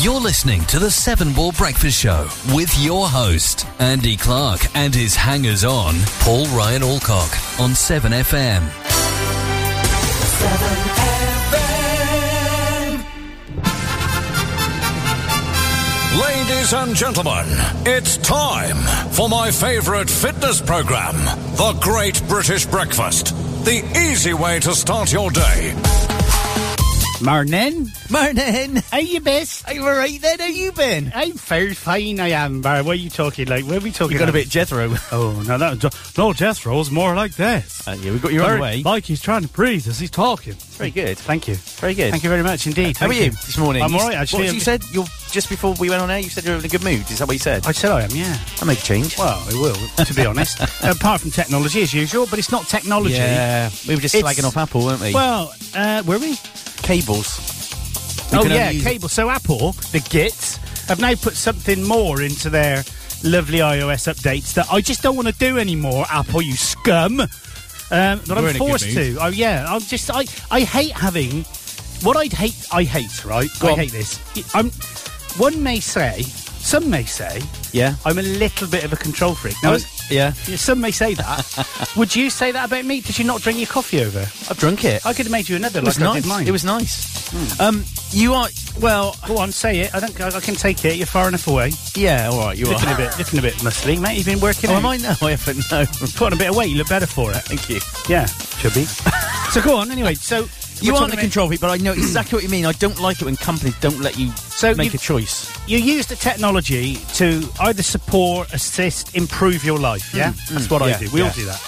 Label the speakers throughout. Speaker 1: You're listening to the Seven Ball Breakfast Show with your host, Andy Clark, and his hangers on, Paul Ryan Alcock, on 7FM.
Speaker 2: Ladies and gentlemen, it's time for my favorite fitness program, The Great British Breakfast. The easy way to start your day.
Speaker 3: Morning.
Speaker 4: Morning.
Speaker 3: How you best?
Speaker 4: Are you alright then? How you been?
Speaker 3: I'm very fine. I am. Barry. What are you talking like? What are we talking?
Speaker 4: You got a
Speaker 3: about?
Speaker 4: bit Jethro.
Speaker 3: Oh no, that was- no. Jethro's more like this.
Speaker 4: Uh, yeah, we got your own way.
Speaker 3: Like he's trying to breathe as he's talking.
Speaker 4: Very good.
Speaker 3: Thank you.
Speaker 4: Very good.
Speaker 3: Thank you very much indeed.
Speaker 4: How are
Speaker 3: Thank
Speaker 4: you this morning?
Speaker 3: I'm
Speaker 4: You-
Speaker 3: all right. Actually,
Speaker 4: What did
Speaker 3: I'm-
Speaker 4: you said? You're, just before we went on air, you said you were in a good mood. Is that what you said?
Speaker 3: I said I am. Yeah.
Speaker 4: I make a change.
Speaker 3: Well, it will. To be honest, apart from technology as usual, but it's not technology.
Speaker 4: Yeah. We were just
Speaker 3: It's-
Speaker 4: slagging off Apple, weren't we?
Speaker 3: Well, uh, were we?
Speaker 4: cables. We
Speaker 3: Oh
Speaker 4: can only
Speaker 3: yeah,
Speaker 4: use-
Speaker 3: cable. So Apple, the Git, have now put something more into their lovely iOS updates that I just don't want to do anymore. Apple, you scum! Um, that
Speaker 4: We're
Speaker 3: I'm
Speaker 4: in a good
Speaker 3: forced
Speaker 4: mood.
Speaker 3: to. Oh yeah, I'm just I I hate having what I'd hate. I hate right.
Speaker 4: Go
Speaker 3: I
Speaker 4: on.
Speaker 3: hate this. I'm one may say, some may say,
Speaker 4: Yeah.
Speaker 3: I'm a little bit of a control freak. Now,
Speaker 4: yeah.
Speaker 3: some may say that. Would you say that about me? Did you not drink your coffee over?
Speaker 4: I've drunk it.
Speaker 3: I could have made you another
Speaker 4: it was
Speaker 3: like I
Speaker 4: nice.
Speaker 3: did mine.
Speaker 4: It was nice. Um, you are well.
Speaker 3: Go on, say it. I don't. I, I can take it. You're far enough away.
Speaker 4: Yeah. All right. You
Speaker 3: Looking
Speaker 4: are.
Speaker 3: a bit, looking a bit muscly, mate. You've been working.
Speaker 4: Oh,
Speaker 3: out.
Speaker 4: am I? No, I haven't. No.
Speaker 3: Put on a bit of weight. You look better for it.
Speaker 4: Thank you.
Speaker 3: Yeah, should be. so go on. Anyway, so
Speaker 4: You
Speaker 3: we're
Speaker 4: aren't
Speaker 3: talking
Speaker 4: the
Speaker 3: about-
Speaker 4: control freak, but I know exactly what you mean. I don't like it when companies don't let you
Speaker 3: So
Speaker 4: make
Speaker 3: you-
Speaker 4: a choice.
Speaker 3: You use the technology to either support, assist, improve your life. Yeah, that's what
Speaker 4: Mm, yeah,
Speaker 3: I do. We
Speaker 4: yeah.
Speaker 3: all do that.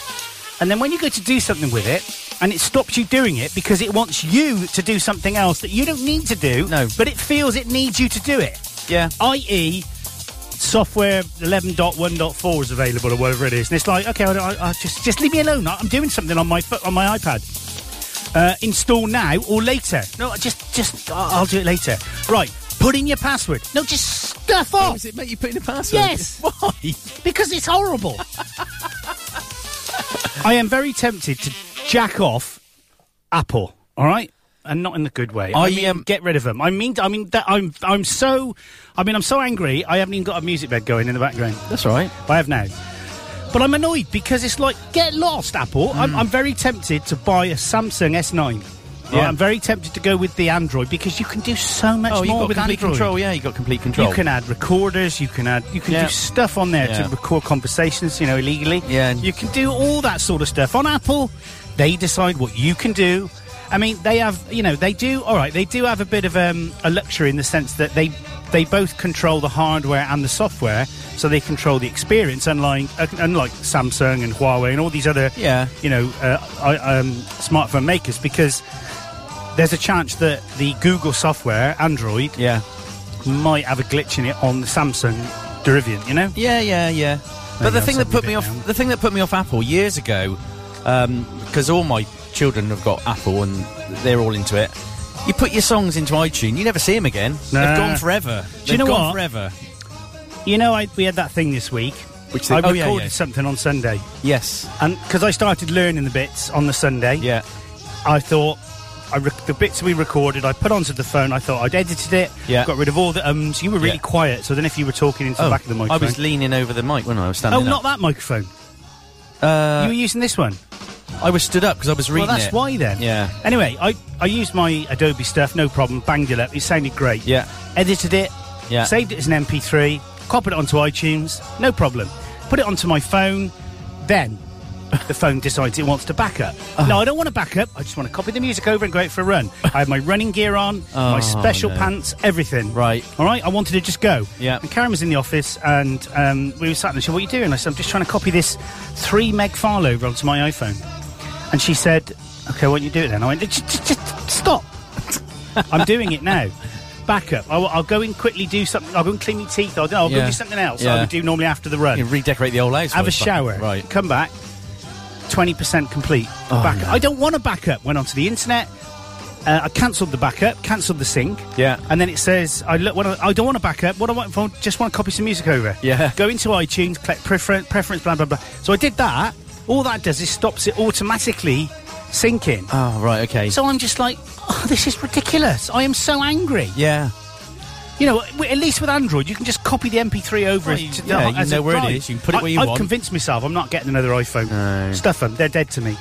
Speaker 3: And then when you go to do something with it, and it stops you doing it because it wants you to do something else that you don't need to do.
Speaker 4: No.
Speaker 3: but it feels it needs you to do it.
Speaker 4: Yeah.
Speaker 3: i.e., E software 11.1.4 is available or whatever it is, and it's like, okay, I, I, I just just leave me alone. I- I'm doing something on my fo- on my iPad. Uh, install now or later. No, I just just I- I'll do it later. Right, put in your password. No, just stuff off
Speaker 4: Oh, it make you put in a password?
Speaker 3: Yes. because it's horrible. I am very tempted to jack off Apple. All right. And not in the good way. I,
Speaker 4: I,
Speaker 3: mean,
Speaker 4: um,
Speaker 3: get rid of them. I mean, I mean that I'm, I'm so, I mean, I'm so angry. I haven't even got a music bed going in the background.
Speaker 4: That's all right.
Speaker 3: I have now. But I'm annoyed because it's like, get lost, Apple.
Speaker 4: Mm.
Speaker 3: I'm, I'm very tempted to buy a Samsung S9. Right,
Speaker 4: Yeah.
Speaker 3: I'm very tempted to go with the Android because you can do so much
Speaker 4: Oh, you've
Speaker 3: more
Speaker 4: got
Speaker 3: with
Speaker 4: complete
Speaker 3: Android.
Speaker 4: control. Yeah, you've got complete control.
Speaker 3: You can add recorders. You can add. You can
Speaker 4: Yeah.
Speaker 3: do stuff on there
Speaker 4: Yeah.
Speaker 3: to record conversations, you know, illegally.
Speaker 4: Yeah.
Speaker 3: You can do all that sort of stuff on Apple. They decide what you can do. I mean, they have, you know, they do. All right, they do have a bit of um, a luxury in the sense that they they both control the hardware and the software, so they control the experience. Unlike uh, unlike Samsung and Huawei and all these other,
Speaker 4: Yeah.
Speaker 3: you know, uh, I, um, smartphone makers, because there's a chance that the Google software, Android,
Speaker 4: Yeah.
Speaker 3: might have a glitch in it on the Samsung Derivian, you know?
Speaker 4: Yeah, yeah, yeah. But
Speaker 3: Maybe
Speaker 4: the
Speaker 3: I'll
Speaker 4: thing that
Speaker 3: suddenly
Speaker 4: put
Speaker 3: be
Speaker 4: me off,
Speaker 3: down.
Speaker 4: the thing that put me off Apple years ago, because all my children have got Apple and they're all into it. You put your songs into iTunes, you never see them again.
Speaker 3: Nah.
Speaker 4: They've gone forever. They've
Speaker 3: you know
Speaker 4: gone
Speaker 3: what?
Speaker 4: Forever.
Speaker 3: You know, I, we had that thing this week.
Speaker 4: Which
Speaker 3: I
Speaker 4: thing? Oh,
Speaker 3: recorded
Speaker 4: yeah, yeah.
Speaker 3: something on Sunday,
Speaker 4: Yes.
Speaker 3: and because I started learning the bits on the Sunday,
Speaker 4: Yeah.
Speaker 3: I thought I rec- the bits we recorded, I put onto the phone. I thought I'd edited it,
Speaker 4: Yeah.
Speaker 3: got rid of all the ums. You were really
Speaker 4: Yeah. Oh,
Speaker 3: quiet, so then if you were talking into the back of the
Speaker 4: I
Speaker 3: microphone,
Speaker 4: was leaning over the mic when I I was standing.
Speaker 3: oh, not
Speaker 4: up. Uh,
Speaker 3: that microphone. you were using this one.
Speaker 4: I was stood up because I was reading
Speaker 3: Well, that's
Speaker 4: it.
Speaker 3: why then.
Speaker 4: Yeah.
Speaker 3: Anyway, I, I used my Adobe stuff, no problem. Banged it up. It sounded great.
Speaker 4: Yeah.
Speaker 3: Edited it.
Speaker 4: Yeah.
Speaker 3: Saved it as an MP3. Copied it onto iTunes. No problem. Put it onto my phone. Then the phone decides it wants to back up.
Speaker 4: Ah.
Speaker 3: No, I don't want to back up. I just want to copy the music over and go out for a run. I have my running gear on, my
Speaker 4: Oh,
Speaker 3: special
Speaker 4: no.
Speaker 3: pants, everything.
Speaker 4: Right.
Speaker 3: All right. I wanted to just go.
Speaker 4: Yeah.
Speaker 3: And Karen was in the office, and um, we were sat there. and She, said, "What are you doing?" I said, "I'm just trying to copy this three meg file over onto my iPhone." And she said, "Okay, why don't you do it then?" I went, "Just, just- just stop! I'm doing it now. Back up. I'll, I'll go and quickly do something. I'll go and clean my teeth. I'll, I'll go
Speaker 4: Yeah.
Speaker 3: do something else.
Speaker 4: Yeah.
Speaker 3: I would do normally after the run.
Speaker 4: You redecorate the old house.
Speaker 3: Have a
Speaker 4: first, fucking-
Speaker 3: shower.
Speaker 4: Right. Oh,
Speaker 3: Come back. Twenty percent complete. back. I don't want a backup. Went onto the internet. Uh, I cancelled the backup. Cancelled the sync.
Speaker 4: Yeah.
Speaker 3: And then it says, I look. What I, I don't want a backup. What I want, I just want to copy some music over.
Speaker 4: Yeah.
Speaker 3: Go into iTunes. Click preference. Preference. Blah blah blah. So I did that. All that does is stops it automatically syncing.
Speaker 4: Oh right. Okay.
Speaker 3: So I'm just like, oh, this is ridiculous. I am so angry.
Speaker 4: yeah.
Speaker 3: You know, w- at least with Android, you can just copy the MP3 over
Speaker 4: Well,
Speaker 3: it
Speaker 4: you-
Speaker 3: to
Speaker 4: yeah,
Speaker 3: the,
Speaker 4: you
Speaker 3: as
Speaker 4: know
Speaker 3: a
Speaker 4: where it
Speaker 3: drive.
Speaker 4: is, you can put it
Speaker 3: I,
Speaker 4: where you
Speaker 3: I've
Speaker 4: want.
Speaker 3: convinced myself I'm not getting another iPhone.
Speaker 4: No.
Speaker 3: Stuff them. They're dead to me.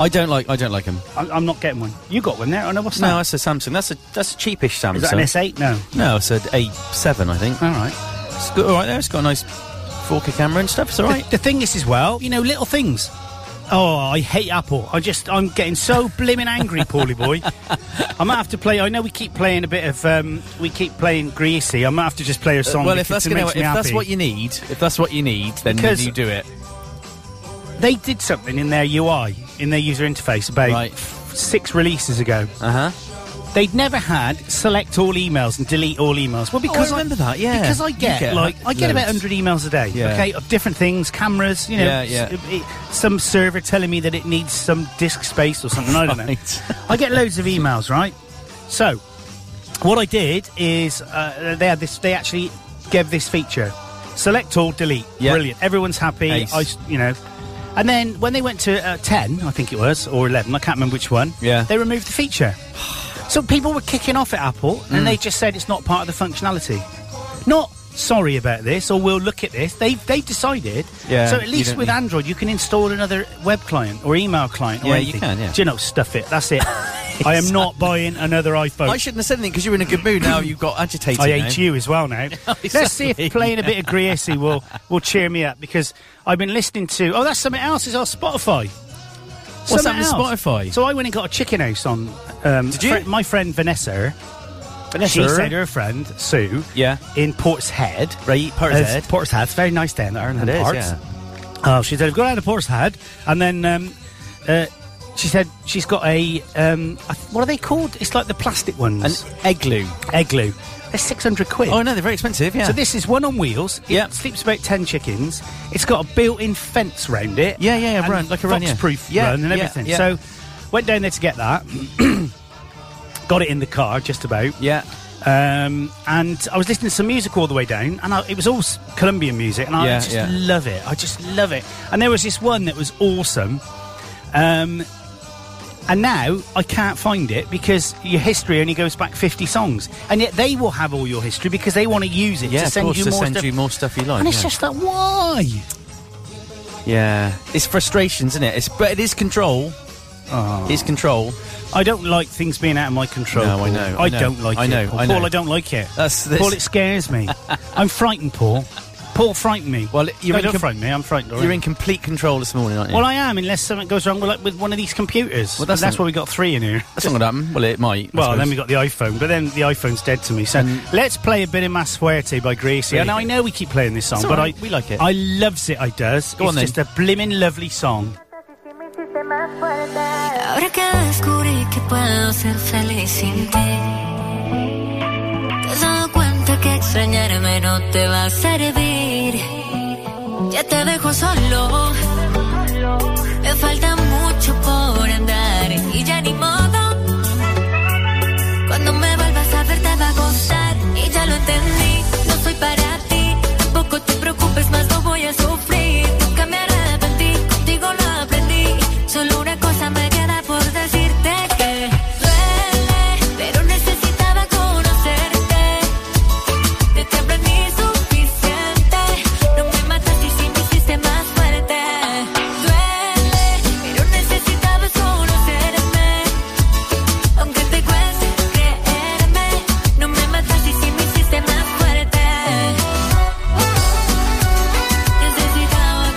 Speaker 4: I don't like. I don't like them.
Speaker 3: I'm, I'm not getting one. You got one there? I know what's
Speaker 4: No,
Speaker 3: that?
Speaker 4: that's a Samsung. That's a that's a cheapish Samsung.
Speaker 3: Is that an S8? No.
Speaker 4: No, it's an A7, I think.
Speaker 3: All right.
Speaker 4: It's good, all right there. It's got a nice 4K camera and stuff. It's all right.
Speaker 3: The, the thing is, as well, you know, little things. Oh, I hate Apple. I just, I'm getting so blimmin' angry, Paulie boy. I might have to play. I know we keep playing a bit of, um, we keep playing Greasy. I might have to just play a song.
Speaker 4: Uh, well, if
Speaker 3: because
Speaker 4: that's
Speaker 3: it
Speaker 4: gonna,
Speaker 3: makes
Speaker 4: if
Speaker 3: me
Speaker 4: that's
Speaker 3: happy.
Speaker 4: what you need, if that's what you need, then, then
Speaker 3: Because-
Speaker 4: you do it.
Speaker 3: they did something in their UI, in their user interface, about
Speaker 4: Right.
Speaker 3: six releases ago.
Speaker 4: Uh huh.
Speaker 3: They'd never had select all emails and delete all emails. Well, because
Speaker 4: Oh, remember that, yeah.
Speaker 3: because I
Speaker 4: You
Speaker 3: get,
Speaker 4: get
Speaker 3: like I get about
Speaker 4: loads.
Speaker 3: hundred emails a day.
Speaker 4: Yeah.
Speaker 3: Okay, of different things, cameras. You know,
Speaker 4: Yeah, yeah.
Speaker 3: s- it- some server telling me that it needs some disk space or something. I don't know.
Speaker 4: Right.
Speaker 3: I get loads of emails, right? So, what I did is uh, they had this. They actually gave this feature: select all, delete.
Speaker 4: Yeah.
Speaker 3: Brilliant. Everyone's happy.
Speaker 4: Ace.
Speaker 3: I, s- you know. And then when they went to uh, ten, I think it was, or eleven, I can't remember which one.
Speaker 4: Yeah.
Speaker 3: They removed the feature. So people were kicking off at Apple,
Speaker 4: Mm.
Speaker 3: and they just said it's not part of the functionality. Not sorry about this, or we'll look at this. They've they've decided.
Speaker 4: Yeah,
Speaker 3: So at
Speaker 4: you
Speaker 3: least
Speaker 4: don't
Speaker 3: with
Speaker 4: need-
Speaker 3: Android, you can install another web client or email client.
Speaker 4: Yeah,
Speaker 3: or
Speaker 4: you
Speaker 3: anything.
Speaker 4: can, yeah.
Speaker 3: Do you know? Stuff it. That's it. I am not buying another iPhone.
Speaker 4: I shouldn't have said anything because you were in a good mood. Now you got agitated.
Speaker 3: I
Speaker 4: now.
Speaker 3: hate Oh, you as well now.
Speaker 4: Oh,
Speaker 3: Let's see if playing a bit of Griesi will will cheer me up because I've been listening to. Oh, that's something else. Is our Spotify?
Speaker 4: What's
Speaker 3: Something
Speaker 4: that on
Speaker 3: else.
Speaker 4: Spotify?
Speaker 3: So I went and got a chicken house on. Um,
Speaker 4: Did you?
Speaker 3: fri- my friend Vanessa. Vanessa. She
Speaker 4: Sure.
Speaker 3: said her friend Sue.
Speaker 4: Yeah.
Speaker 3: In Port's Head.
Speaker 4: Right, Port's
Speaker 3: As-
Speaker 4: Head.
Speaker 3: Port's Head. It's very nice down there. in
Speaker 4: It is,
Speaker 3: Parts.
Speaker 4: yeah.
Speaker 3: Oh, she said, I've got out of Port's Head. And then um, uh, she said, she's got a, um, I th- what are they called? It's like the plastic
Speaker 4: An
Speaker 3: ones.
Speaker 4: Egloo.
Speaker 3: egg glue. They're 600 quid.
Speaker 4: Oh no, they're very expensive. Yeah.
Speaker 3: So this is one on wheels. It
Speaker 4: Yeah.
Speaker 3: sleeps about 10 chickens. It's got a built-in fence round it.
Speaker 4: Yeah, yeah, yeah,
Speaker 3: and
Speaker 4: run, like a run, yeah.
Speaker 3: Fox-proof
Speaker 4: Yeah,
Speaker 3: run and
Speaker 4: yeah,
Speaker 3: everything.
Speaker 4: yeah.
Speaker 3: So went down there to get that. got it in the car, just about.
Speaker 4: Yeah.
Speaker 3: Um, and I was listening to some music all the way down, and I, it was all s- Colombian music, and I
Speaker 4: Yeah,
Speaker 3: just
Speaker 4: yeah.
Speaker 3: love it. I just love it. And there was this one that was awesome, um, and now I can't find it because your history only goes back fifty songs, and yet they will have all your history because they want to use it
Speaker 4: Yeah.
Speaker 3: to
Speaker 4: Of
Speaker 3: send
Speaker 4: course,
Speaker 3: you
Speaker 4: to
Speaker 3: more
Speaker 4: send
Speaker 3: stuff.
Speaker 4: you more stuff you like.
Speaker 3: and it's
Speaker 4: yeah.
Speaker 3: just like, why?
Speaker 4: Yeah, it's frustrations, isn't it? It's but it is control. It's control.
Speaker 3: I don't like things being out of my control.
Speaker 4: No, I
Speaker 3: Paul.
Speaker 4: know,
Speaker 3: I,
Speaker 4: I know,
Speaker 3: don't like
Speaker 4: I
Speaker 3: it.
Speaker 4: know,
Speaker 3: Paul.
Speaker 4: I know.
Speaker 3: Paul, I don't like it.
Speaker 4: That's- that's-
Speaker 3: Paul, it scares me. I'm frightened, Paul. Paul, frighten me.
Speaker 4: Well, you're
Speaker 3: no,
Speaker 4: in
Speaker 3: don't
Speaker 4: com-
Speaker 3: frighten me. I'm frightened.
Speaker 4: You're
Speaker 3: already.
Speaker 4: in complete control this morning, aren't you?
Speaker 3: Well, I am, unless something goes wrong with, like, with one of these computers.
Speaker 4: Well,
Speaker 3: Well,
Speaker 4: that's
Speaker 3: that's,
Speaker 4: not-
Speaker 3: why we got three in here.
Speaker 4: that's not gonna happen. Well, it might. I
Speaker 3: Well, then we got
Speaker 4: suppose.
Speaker 3: the iPhone, but then the iPhone's dead to me. So let's play a bit of Mas Fuerte by Gracie.
Speaker 4: Really
Speaker 3: Now I
Speaker 4: good.
Speaker 3: know we keep playing this song,
Speaker 4: It's all
Speaker 3: but
Speaker 4: right,
Speaker 3: I
Speaker 4: we like it.
Speaker 3: I loves it. I does.
Speaker 4: Go
Speaker 3: it's
Speaker 4: on then.
Speaker 3: just a blimmin' lovely song.
Speaker 5: Si me hiciste más fuerte.
Speaker 6: Ahora que descubrí que puedo ser feliz sin ti, te he dado cuenta que extrañarme no te va a servir. Ya te dejo solo, me falta mucho por andar y ya ni modo. Cuando me vuelvas a ver te va a gustar y ya lo entendí. No soy para ti, tampoco te preocupes más, no voy a sufrir. Nunca me arrepentí, contigo lo aprendí. Solo una cosa me queda por decirte que duele, pero necesitaba conocerte. De ti aprendí suficiente, no me mataste y sí me hiciste más fuerte. Duele, pero necesitaba conocerme. Aunque te cueste creerme, no me mataste y si me hiciste más fuerte. Necesitaba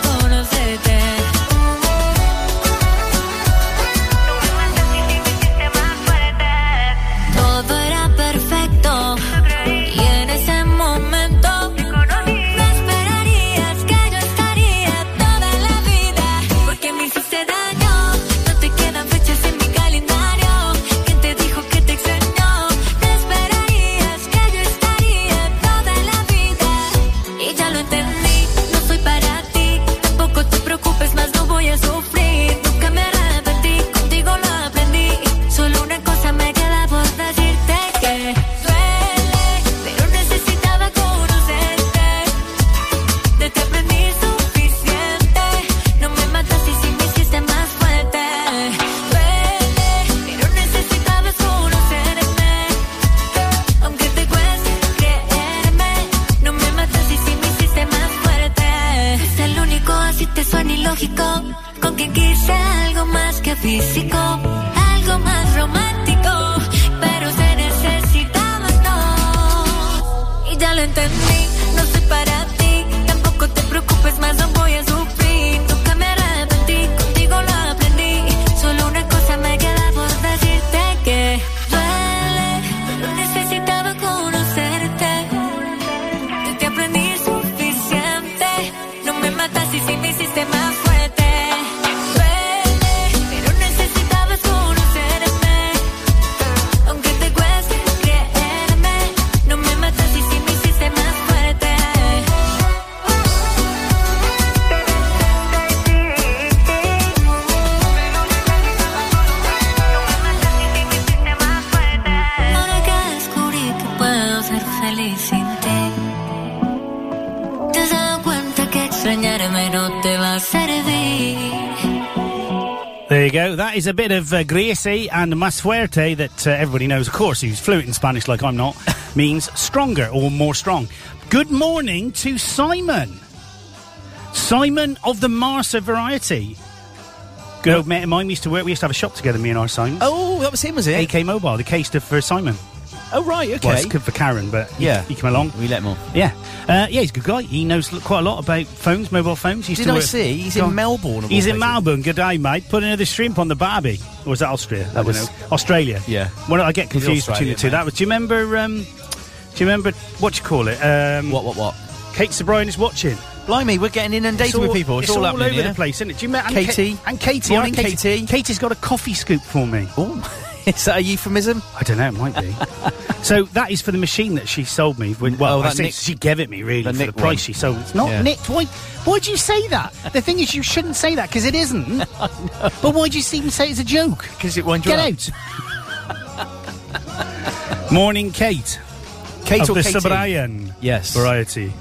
Speaker 6: lógico, con quien quise algo más que físico, algo más romántico, pero se necesitaba dos. Y ya lo entendí, no soy para ti, tampoco te preocupes más, no voy a sufrir. Nunca me arrepentí, contigo lo aprendí, solo una cosa me queda por decirte que duele, pero necesitaba conocerte. De te aprendí suficiente. No me matas y si me hiciste más fuerte. Duele, pero necesitabas conocerme. Aunque te cueste creerme. No me matas y si me hiciste más fuerte. Ahora que descubrí que puedo ser feliz sin ti. Te has dado cuenta que extrañarme no te va a servir.
Speaker 3: There you go. That is a bit of uh, Gracie and Masfuerte that uh, everybody knows, of course, who's fluent in Spanish like I'm not, means stronger or more strong. Good morning to Simon. Simon of the Marsa variety. Good old mate of mine. We used to work, we used to have a shop together, me and our Simon.
Speaker 4: Oh, that was him, was it?
Speaker 3: AK Mobile, the K stood for Simon.
Speaker 4: Oh, right, okay.
Speaker 3: Well, it's good for Karen, but he-
Speaker 4: Yeah.
Speaker 3: he, came along.
Speaker 4: We let him on.
Speaker 3: Yeah. Uh, yeah, he's a good guy. He knows l- quite a lot about phones, mobile phones. He used
Speaker 4: Did
Speaker 3: to
Speaker 4: I
Speaker 3: work-
Speaker 4: see? He's
Speaker 3: Go
Speaker 4: in
Speaker 3: on.
Speaker 4: Melbourne. of
Speaker 3: He's
Speaker 4: all
Speaker 3: in
Speaker 4: places.
Speaker 3: Melbourne. Good day, mate. Put another shrimp on the barbie. Or was that Austria? That
Speaker 4: was-
Speaker 3: was Australia.
Speaker 4: Yeah.
Speaker 3: Well, I get
Speaker 4: He's
Speaker 3: confused between the
Speaker 4: Australian,
Speaker 3: two.
Speaker 4: mate.
Speaker 3: That was. Do you remember? Um, do you remember what you call it? Um,
Speaker 4: What, what, what?
Speaker 3: Kate Sobrine is watching.
Speaker 4: Blimey, we're getting inundated
Speaker 3: all-
Speaker 4: with people. It's,
Speaker 3: it's
Speaker 4: all,
Speaker 3: all,
Speaker 4: happening
Speaker 3: over
Speaker 4: here.
Speaker 3: the place, isn't it? Do you remember? and
Speaker 4: Katie.
Speaker 3: Ka- and Katie.
Speaker 4: Morning,
Speaker 3: our Katie.
Speaker 4: Katie.
Speaker 3: Katie's got a coffee scoop for me.
Speaker 4: Oh, is that a euphemism?
Speaker 3: I don't know. It might be. so that is for the machine that she sold me. When, well,
Speaker 4: Oh,
Speaker 3: I
Speaker 4: that
Speaker 3: say
Speaker 4: nicked-
Speaker 3: she gave it me really
Speaker 4: that
Speaker 3: for the
Speaker 4: nicked
Speaker 3: price
Speaker 4: one.
Speaker 3: she sold. It's not
Speaker 4: Yeah.
Speaker 3: nicked. Why? Why'd you say that? the thing is, you shouldn't say that because it isn't. But why'd you even say it's a joke?
Speaker 4: Because it won't
Speaker 3: Get out. Morning, Kate.
Speaker 4: Kate
Speaker 3: of
Speaker 4: or
Speaker 3: the
Speaker 4: Katie?
Speaker 3: Sabrayan
Speaker 4: Yes.
Speaker 3: variety.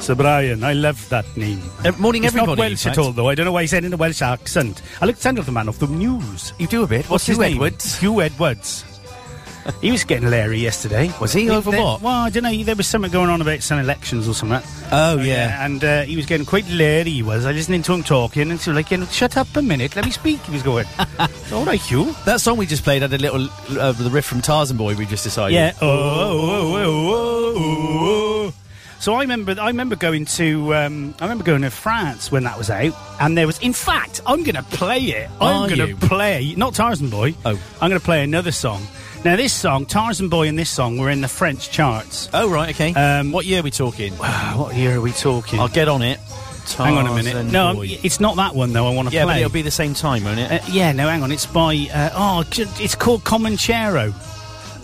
Speaker 3: Sabrayan, I love that name.
Speaker 4: Uh, morning,
Speaker 3: It's
Speaker 4: everybody.
Speaker 3: not
Speaker 4: in
Speaker 3: Welsh
Speaker 4: fact.
Speaker 3: at all, though. I don't know why he said in a Welsh accent. Alex Sandleman of the news.
Speaker 4: You do a bit. What's,
Speaker 3: What's his
Speaker 4: Hugh
Speaker 3: name?
Speaker 4: Edwards?
Speaker 3: Hugh Edwards. He was getting Larry yesterday.
Speaker 4: Was he? Over
Speaker 3: there-
Speaker 4: what?
Speaker 3: Well, I don't know. There was something going on about some elections or something.
Speaker 4: Oh, yeah.
Speaker 3: and uh, he was getting quite leery. He was. I listening to him talking, and so like, you know, shut up a minute, let me speak. He was going, "All right, Hugh."
Speaker 4: That song we just played had a little uh, the riff from Tarzan Boy. We just decided.
Speaker 3: Yeah. Oh, oh, oh, oh, oh, oh. So I remember, I remember going to, um, I remember going to France when that was out, and there was, in fact, I'm going to play it. I'm
Speaker 4: Are
Speaker 3: going
Speaker 4: you?
Speaker 3: to play not Tarzan Boy.
Speaker 4: Oh.
Speaker 3: I'm going to play another song. Now this song, Tarzan Boy, and this song were in the French charts.
Speaker 4: Oh right, okay.
Speaker 3: Um,
Speaker 4: what year are we talking?
Speaker 3: Ah, what year are we talking?
Speaker 4: I'll get on it.
Speaker 3: Hang on a minute.
Speaker 4: Tarzan
Speaker 3: No, I'm-
Speaker 4: Boy.
Speaker 3: it's not that one though. I want to
Speaker 4: yeah,
Speaker 3: play.
Speaker 4: but it'll be the same time, won't it?
Speaker 3: uh, yeah, no, hang on. It's by uh, oh, j- it's called Comanchero.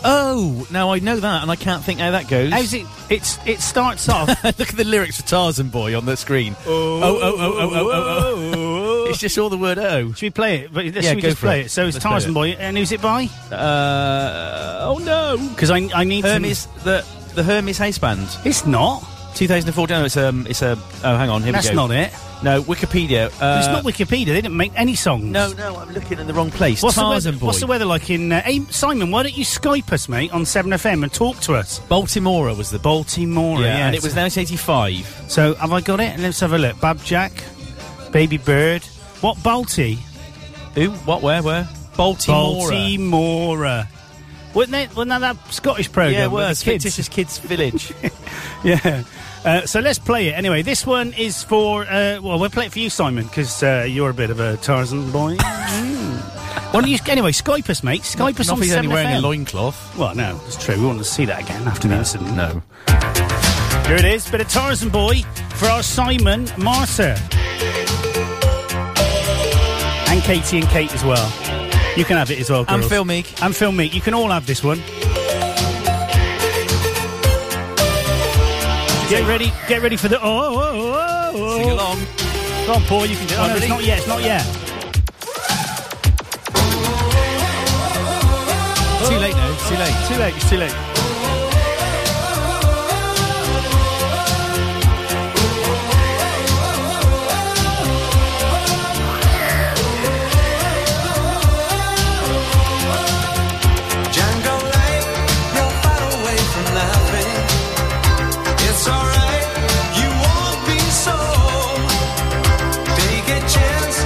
Speaker 4: oh, now I know that, and I can't think how that goes.
Speaker 3: How's it? It's it starts off.
Speaker 4: Look at the lyrics for Tarzan Boy on the screen.
Speaker 3: oh,
Speaker 4: oh, oh, oh, oh, oh, It's just all the word oh.
Speaker 3: Should we play it? But Should
Speaker 4: Yeah,
Speaker 3: we
Speaker 4: go
Speaker 3: just
Speaker 4: for
Speaker 3: play
Speaker 4: it.
Speaker 3: it? So it's
Speaker 4: Let's play
Speaker 3: Tarzan
Speaker 4: it.
Speaker 3: Boy, and who's it by?
Speaker 4: Uh, oh no.
Speaker 3: Because I, I need some-
Speaker 4: Hermes the the Hermes House Band,
Speaker 3: It's not.
Speaker 4: 2014. No, it's um, it's a. Oh, hang on. Here
Speaker 3: That's
Speaker 4: we go.
Speaker 3: not it.
Speaker 4: No, Wikipedia. Uh,
Speaker 3: it's not Wikipedia. They didn't make any songs.
Speaker 4: No, no, I'm looking in the wrong place.
Speaker 3: What's the,
Speaker 4: Tarzan
Speaker 3: weather,
Speaker 4: Boy.
Speaker 3: what's the weather like in? Uh, hey, Simon, why don't you Skype us, mate, on Seven FM and talk to us?
Speaker 4: Baltimore was the ball.
Speaker 3: Baltimore,
Speaker 4: and it was 1985.
Speaker 3: So have I got it? Let's have a look. Babjack, Baby Bird. What Balti?
Speaker 4: Who? What? Where? Where? Baltimore.
Speaker 3: Baltimore. Wasn't it? Wasn't that that Scottish program?
Speaker 4: Yeah, it
Speaker 3: with the
Speaker 4: was.
Speaker 3: kids?
Speaker 4: Fictitious Kids Village.
Speaker 3: Yeah. Uh, so let's play it anyway. This one is for uh, well, we'll play it for you, Simon, because uh, you're a bit of a Tarzan boy. Mm. Why don't you anyway Skype us, mate? Skype us
Speaker 4: Not
Speaker 3: on
Speaker 4: if he's only
Speaker 3: 7FM.
Speaker 4: wearing a loincloth.
Speaker 3: Well, no, it's true. We want to see that again after the incident.
Speaker 4: No.
Speaker 3: Here it is, bit of Tarzan boy for our Simon Martyr and Katie and Kate as well. You can have it as well, girls.
Speaker 4: And Phil Meek.
Speaker 3: And Phil Meek. You can all have this one. Get ready, get ready for the oh, oh, oh, oh.
Speaker 4: Sing along.
Speaker 3: Go on, Paul, you can do it. Oh, no, it's
Speaker 4: ready?
Speaker 3: not yet, it's not yet.
Speaker 4: Too late now. Too late.
Speaker 3: Too late, it's too late.
Speaker 7: Jungle light, you're far away from nothing. It's alright, you won't be so. Take a chance.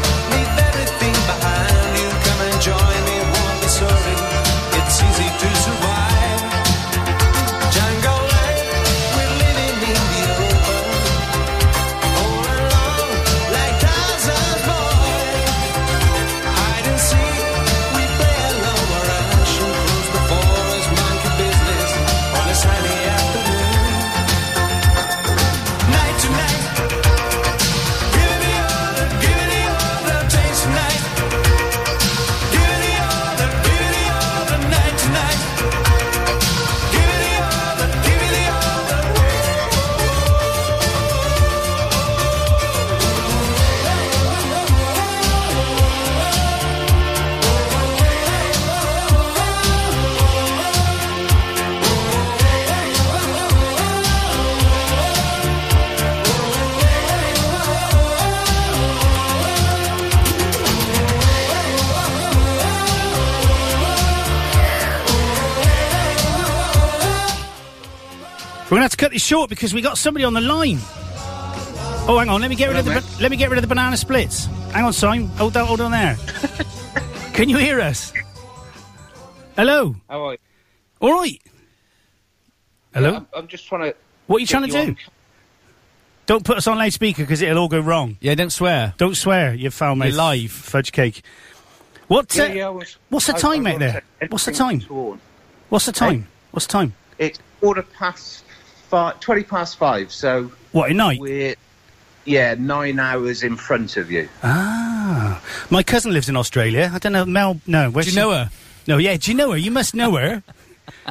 Speaker 3: cut this short because we got somebody on the line. Oh, hang on. Let me get rid of the
Speaker 8: Hello,
Speaker 3: ba- let me get rid of the banana splits. Hang on, Simon. Hold on, hold on there. Can you hear us? Hello.
Speaker 8: How are you?
Speaker 3: All right. Hello.
Speaker 8: I'm, I'm just trying to.
Speaker 3: what are you trying to do? Don't put us on loudspeaker because it'll all go wrong.
Speaker 4: Yeah, don't swear.
Speaker 3: Don't swear, you foul mate.
Speaker 4: You're live.
Speaker 3: fudge cake. What?
Speaker 8: Yeah,
Speaker 3: uh,
Speaker 8: yeah, I was-
Speaker 3: what's the
Speaker 8: I-
Speaker 3: time,
Speaker 8: I
Speaker 3: mate? There.
Speaker 8: wasn't
Speaker 3: What's the time?
Speaker 8: anything sworn.
Speaker 3: What's
Speaker 8: Eh?
Speaker 3: the time? What's the time?
Speaker 8: It's quarter past five, twenty past five. So
Speaker 3: What at night?
Speaker 8: we're yeah nine hours in front of you.
Speaker 3: Ah, my cousin lives in Australia. I don't know Mel. No, where
Speaker 4: Do you know her?
Speaker 3: No, yeah. Do you know her? You must know her.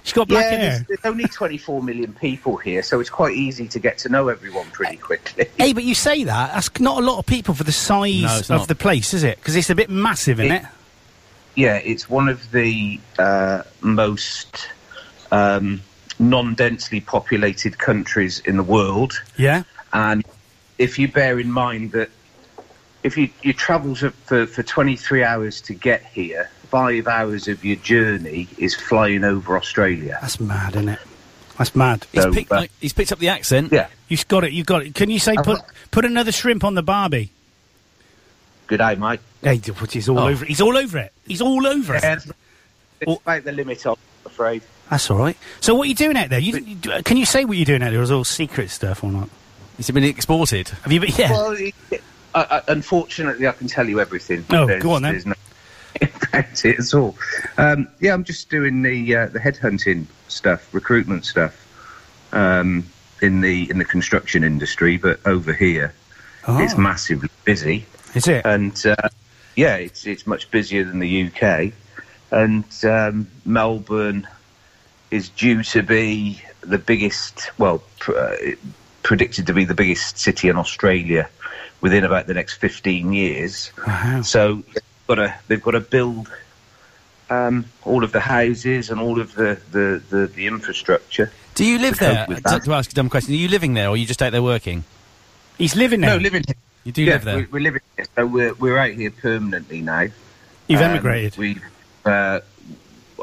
Speaker 3: She's got black
Speaker 8: yeah, there's,
Speaker 3: hair.
Speaker 8: there's only twenty four million people here, so it's quite easy to get to know everyone pretty quickly.
Speaker 3: Hey, but you say that. That's not a lot of people for the
Speaker 4: No,
Speaker 3: size
Speaker 4: it's not.
Speaker 3: of the place, is it? Because it's a bit massive, isn't it?
Speaker 8: It- yeah, it's one of the uh, most um, non-densely populated countries in the world,
Speaker 3: Yeah.
Speaker 8: and if you bear in mind that if you, you travel to, for, for 23 hours to get here, five hours of your journey is flying over Australia.
Speaker 3: That's mad, isn't it? That's mad.
Speaker 4: He's,
Speaker 8: So,
Speaker 4: picked,
Speaker 8: uh,
Speaker 4: like, he's picked up the accent.
Speaker 8: Yeah,
Speaker 3: You've got it. You've got it. Can you say put
Speaker 8: got-
Speaker 3: put another shrimp on the barbie?
Speaker 8: good day, mate.
Speaker 3: Hey, d- but he's all
Speaker 4: Oh.
Speaker 3: over. He's all over it. He's all over it.
Speaker 8: It's
Speaker 3: Well-
Speaker 8: about the limit, I'm afraid.
Speaker 3: That's all right. So, what are you doing out there? You, you d- can you say what you're doing out there? Or is it all secret stuff or not?
Speaker 4: He's been exported.
Speaker 3: Have you? Been, yeah.
Speaker 8: Well, it- I, I, unfortunately, I can tell you everything.
Speaker 3: Oh, go on then.
Speaker 8: There's no about it at all. Um, yeah, I'm just doing the uh, the headhunting stuff, recruitment stuff um, in the in the construction industry, but over here it's
Speaker 3: Oh.
Speaker 8: massively busy,
Speaker 3: is it?
Speaker 8: and uh, yeah, it's it's much busier than the UK, and um, Melbourne is due to be the biggest, well, pr- uh, predicted to be the biggest city in Australia within about the next 15 years.
Speaker 3: wow.
Speaker 8: So they've got to, they've got to build um, all of the houses and all of the, the, the, the infrastructure.
Speaker 4: Do you live
Speaker 8: To cope
Speaker 4: there?
Speaker 8: with
Speaker 4: To,
Speaker 8: that.
Speaker 4: to ask a dumb question, are you living there or are you just out there working?
Speaker 3: He's living there.
Speaker 8: No, living here.
Speaker 4: You do
Speaker 8: yeah,
Speaker 4: live there.
Speaker 8: We're, we're living here. So we're, we're out here permanently now.
Speaker 3: You've
Speaker 8: Um,
Speaker 3: emigrated.
Speaker 8: We've, uh,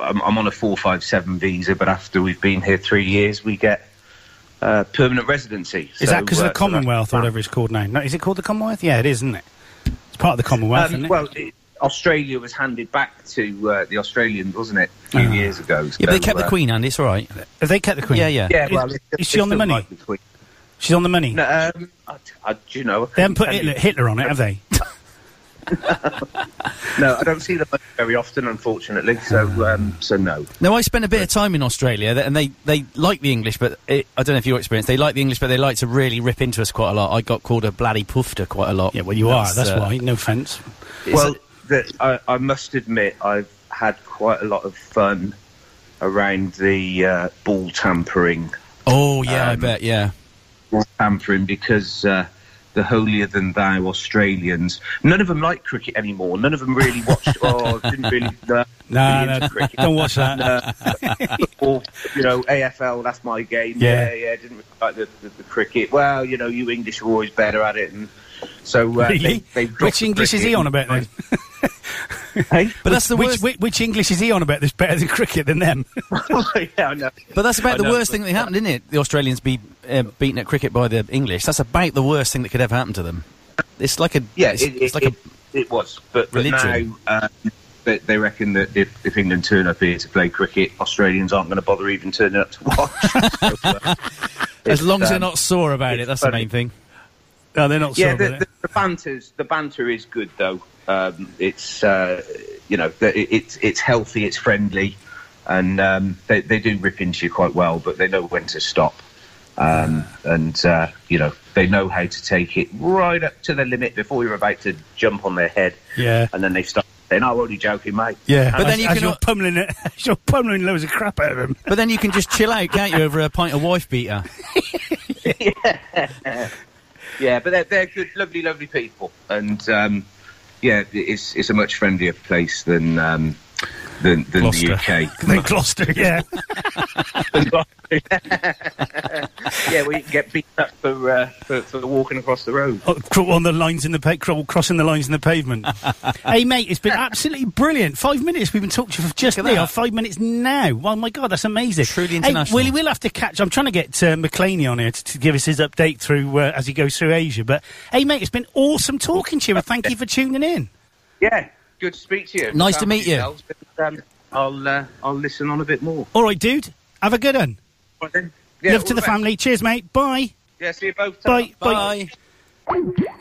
Speaker 8: I'm, I'm on a 457 visa, but after we've been here three years, we get uh, permanent residency.
Speaker 3: is
Speaker 8: So,
Speaker 3: that because of the
Speaker 8: uh, so that's-
Speaker 3: Commonwealth or whatever it's called now? No, is it called the Commonwealth? Yeah, it is, isn't it? It's part of the Commonwealth,
Speaker 8: Um,
Speaker 3: isn't it?
Speaker 8: well, it, Australia was handed back to uh, the Australians, wasn't it, a few
Speaker 3: Ah.
Speaker 8: years ago?
Speaker 4: yeah, but they
Speaker 8: so,
Speaker 4: kept
Speaker 8: uh,
Speaker 4: the Queen, Andy. It's all right.
Speaker 3: Have they kept the Queen?
Speaker 4: Yeah, yeah.
Speaker 8: Yeah,
Speaker 3: Is-
Speaker 8: well, it's-
Speaker 3: is she on the
Speaker 8: it's still
Speaker 3: money?
Speaker 8: like the Queen.
Speaker 3: She's on the money.
Speaker 8: No, um, I, I, do you know, I
Speaker 3: They haven't put
Speaker 8: couldn't
Speaker 3: Hitler,
Speaker 8: tell you.
Speaker 3: Hitler on it, have they?
Speaker 8: No, I don't see the money very often, unfortunately. So, um, so no.
Speaker 4: No, I spent a bit of time in Australia, th- and they, they like the English, but it, I don't know if your experience. They like the English, but they like to really rip into us quite a lot. I got called a bloody poofter quite a lot.
Speaker 3: Yeah, well, you are. That's
Speaker 4: uh,
Speaker 3: why. No offence.
Speaker 8: Well, that I, I must admit, I've had quite a lot of fun around the uh, ball tampering,
Speaker 4: Oh yeah, I
Speaker 8: Um,
Speaker 4: bet. Yeah,
Speaker 8: ball tampering because. Uh, the holier than thou Australians. None of them like cricket anymore. None of them really watched or didn't really. No,
Speaker 3: No, no, don't watch that.
Speaker 8: or you know AFL. That's my game.
Speaker 3: Yeah.
Speaker 8: Yeah, yeah. didn't really like the, the, the cricket. Well, you know, you English are always better at it, and so uh,
Speaker 3: Really?
Speaker 8: they, they
Speaker 3: which English is he on about then?
Speaker 4: but that's the
Speaker 3: which,
Speaker 4: worst.
Speaker 3: which, which English is he on about that's better than cricket than them?
Speaker 8: yeah, I know.
Speaker 4: But that's about
Speaker 8: I
Speaker 4: the
Speaker 8: know,
Speaker 4: worst
Speaker 8: but-
Speaker 4: thing that happened, isn't it? The Australians be uh, beaten at cricket by the English. That's about the worst thing that could ever happen to them. It's like a
Speaker 8: Yeah,
Speaker 4: it's,
Speaker 8: it, it,
Speaker 4: it's like
Speaker 8: it,
Speaker 4: a
Speaker 8: it was, but, but
Speaker 4: religion.
Speaker 8: now um, they, they reckon that if, if England turn up here to play cricket, Australians aren't going to bother even turning up to watch.
Speaker 4: as long as
Speaker 8: um,
Speaker 4: they're not sore about it.
Speaker 8: it's
Speaker 4: That's the
Speaker 8: funny.
Speaker 4: main thing.
Speaker 3: No, they're not
Speaker 8: yeah,
Speaker 3: sure
Speaker 8: the,
Speaker 3: about
Speaker 8: the,
Speaker 3: it.
Speaker 8: the banter's the banter is good though. Um, it's uh, you know the- it, it's it's healthy, it's friendly, and um, they they do rip into you quite well, but they know when to stop, um, and uh, you know they know how to take it right up to the limit before you're about to jump on their head.
Speaker 3: Yeah.
Speaker 8: and then they start saying, "I'm only joking, mate."
Speaker 3: Yeah,
Speaker 4: But
Speaker 3: as-
Speaker 4: then you
Speaker 3: as
Speaker 4: can
Speaker 3: you're
Speaker 4: al-
Speaker 3: pummeling it, as you're pummeling loads of crap out of him.
Speaker 4: But then you can just chill out, can't you, over a pint of wife beater?
Speaker 8: Yeah, but they're, they're good, lovely, lovely people, and um, yeah, it's it's a much friendlier place than um, than, than
Speaker 4: Gloucester.
Speaker 8: the UK.
Speaker 3: Then Gloucester, yeah.
Speaker 8: yeah, well, you can get beat up for, uh, for for walking across the road.
Speaker 3: Oh, cro- on the lines in the pa- cro- crossing the lines in the pavement. hey, mate, it's been absolutely brilliant. Five minutes we've been talking to you for just
Speaker 4: Look at
Speaker 3: now.
Speaker 4: that.
Speaker 3: Five minutes now. Oh my god, that's amazing.
Speaker 4: Truly
Speaker 3: Hey,
Speaker 4: international.
Speaker 3: Willie, we'll have to catch. I'm trying to get uh, McLeaney on here to, to give us his update through uh, as he goes through Asia. But hey, mate, it's been awesome talking to you, and thank you for tuning in.
Speaker 8: Yeah, good to speak to you.
Speaker 4: Nice
Speaker 8: Look
Speaker 4: to meet
Speaker 8: after
Speaker 4: you.
Speaker 8: yourselves, but, um, I'll uh, I'll listen on a bit more.
Speaker 3: All right, dude. Have a good one.
Speaker 8: Right then. Yeah,
Speaker 3: Love
Speaker 8: all
Speaker 3: to the
Speaker 8: best.
Speaker 3: family. Cheers, mate. Bye.
Speaker 8: Yeah, see you both.
Speaker 3: Bye.
Speaker 4: Bye.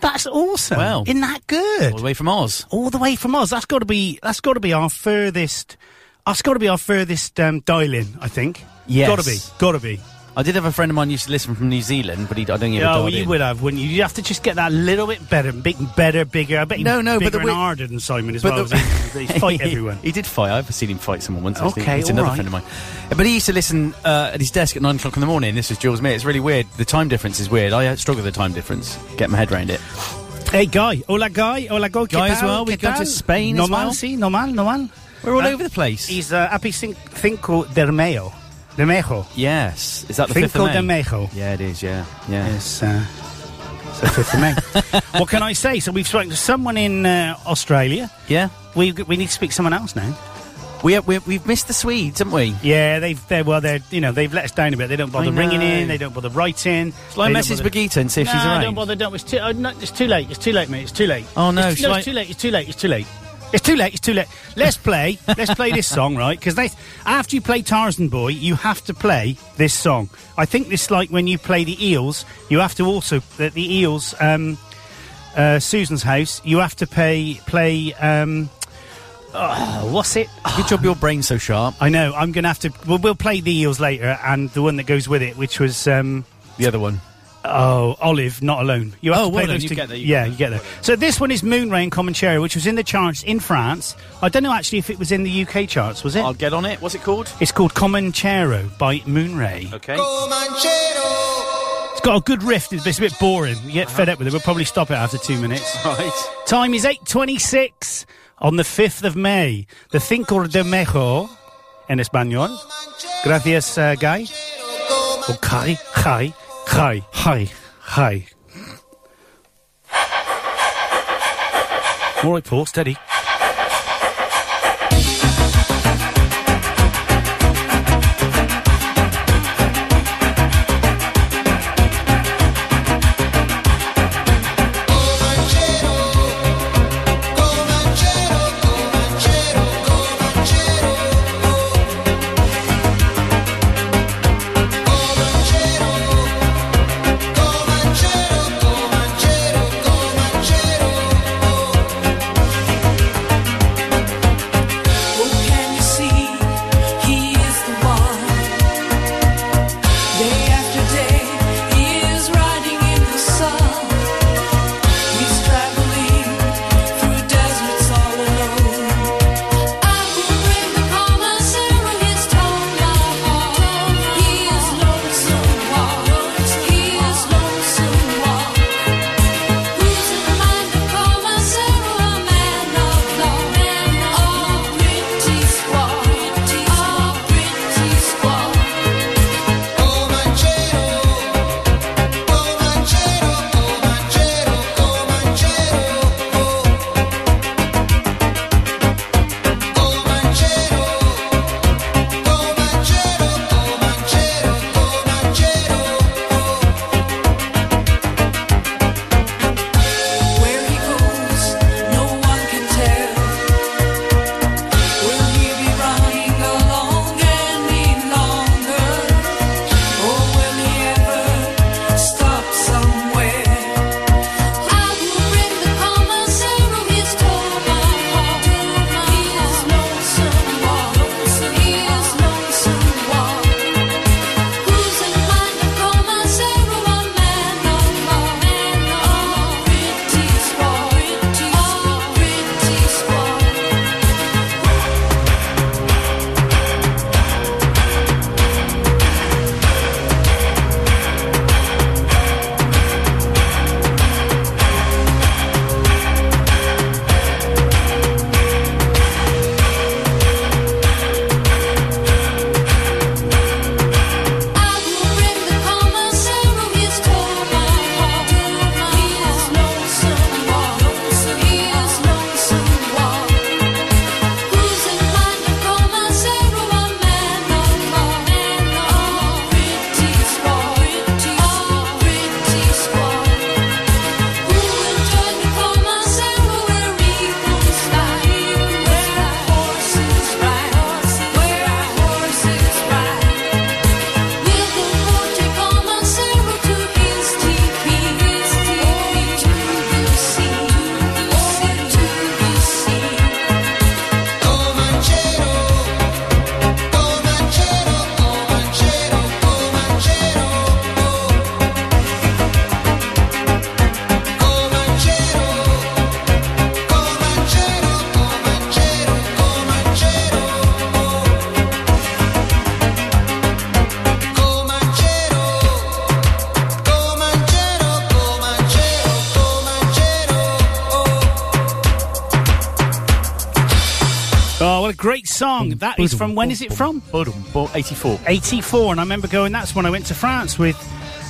Speaker 3: That's awesome.
Speaker 4: Wow.
Speaker 3: Isn't that good?
Speaker 4: All the way from Oz.
Speaker 3: all the way from us. That's got to be that's got to be our furthest. That's got to be our furthest um, dial in. I think.
Speaker 4: Yes.
Speaker 3: Got to be. Got to be.
Speaker 4: I did have a friend of mine used to listen from New Zealand, but he, I don't think he ever
Speaker 3: Yeah,
Speaker 4: dialed
Speaker 3: well, you
Speaker 4: in.
Speaker 3: would have, wouldn't you? You would have to just get that little bit better, big, better, bigger. I bet you
Speaker 4: No, no, but
Speaker 3: bigger
Speaker 4: the
Speaker 3: and
Speaker 4: wi-
Speaker 3: harder than Simon as
Speaker 4: but
Speaker 3: well.
Speaker 4: the-
Speaker 3: isn't he? they fight everyone.
Speaker 4: He did fight. I've seen him fight someone once. actually.
Speaker 3: Okay,
Speaker 4: he's another
Speaker 3: all
Speaker 4: friend of mine. But he used to listen uh, at his desk at nine o'clock in the morning. This was Jules May. It's really weird. The time difference is weird. I uh, struggle with the time difference. Get my head around it.
Speaker 3: Hey, guy, hola, guy, hola, go,
Speaker 4: Guy as well, we've gone to Spain as
Speaker 3: normal,
Speaker 4: well.
Speaker 3: si, normal, normal.
Speaker 4: We're all
Speaker 3: No,
Speaker 4: over the place.
Speaker 3: He's uh, happy cin- cinco de mayo, de mayo.
Speaker 4: yes, is that the fifth
Speaker 3: Cinco
Speaker 4: of
Speaker 3: de
Speaker 4: May?
Speaker 3: Mayo.
Speaker 4: Yeah, it is. Yeah, yeah.
Speaker 3: It's, uh, it's the 5th of May. what can I say? So we've spoken to someone in uh, Australia.
Speaker 4: Yeah,
Speaker 3: We, we need to speak to someone else now.
Speaker 4: we, we we've missed the Swedes, haven't we?
Speaker 3: Yeah, they've they well they're you know they've let us down a bit. They don't bother ringing
Speaker 4: know.
Speaker 3: in. They don't bother writing.
Speaker 4: Shall I
Speaker 3: they don't
Speaker 4: message
Speaker 3: bother-
Speaker 4: Brigitte and see if
Speaker 3: no,
Speaker 4: she's around?
Speaker 3: don't bother. Don't. It's too. oh, no, it's too late. It's too late, mate. It's too late.
Speaker 4: Oh, no,
Speaker 3: It's,
Speaker 4: shall I-
Speaker 3: it's too late. It's too late. It's too late. It's too late. It's too late. Let's play. let's play this song, right? Because after you play Tarzan Boy, you have to play this song. I think this like when you play the Eels, you have to also the, the Eels. Um, uh, Susan's house. You have to pay play. Um, oh, what's it?
Speaker 4: Good job, your brain's so sharp.
Speaker 3: I know. I'm going to have to. Well, we'll play the Eels later, and the one that goes with it, which was um,
Speaker 4: The other one.
Speaker 3: oh Olive, not alone. You have
Speaker 4: Oh,
Speaker 3: to play
Speaker 4: well done,
Speaker 3: those
Speaker 4: you
Speaker 3: two-
Speaker 4: get there, you
Speaker 3: yeah,
Speaker 4: get
Speaker 3: you get there. So this one is Moon Rain Comanchero, which was in the charts in France. I don't know actually if it was in the UK charts. Was it?
Speaker 4: I'll get on it. What's it called?
Speaker 3: it's called Comanchero by Moon Ray.
Speaker 4: Okay.
Speaker 3: It's got a good riff, but it's a bit boring. You get fed up with it. We'll probably stop it after two minutes.
Speaker 4: Right.
Speaker 3: Time is 8.26 on the 5th of May. The Cinco de Mayo en español. Gracias, uh, Guy. Oh, Kai, Kai, Kai, Kai, Kai. All right, Paul, steady.
Speaker 7: Comanchero, Comanchero, Comanchero, Oh,
Speaker 3: Oh, what a great song. That is from, when is it from?
Speaker 4: 84.
Speaker 3: 84. And I remember going, that's when I went to France with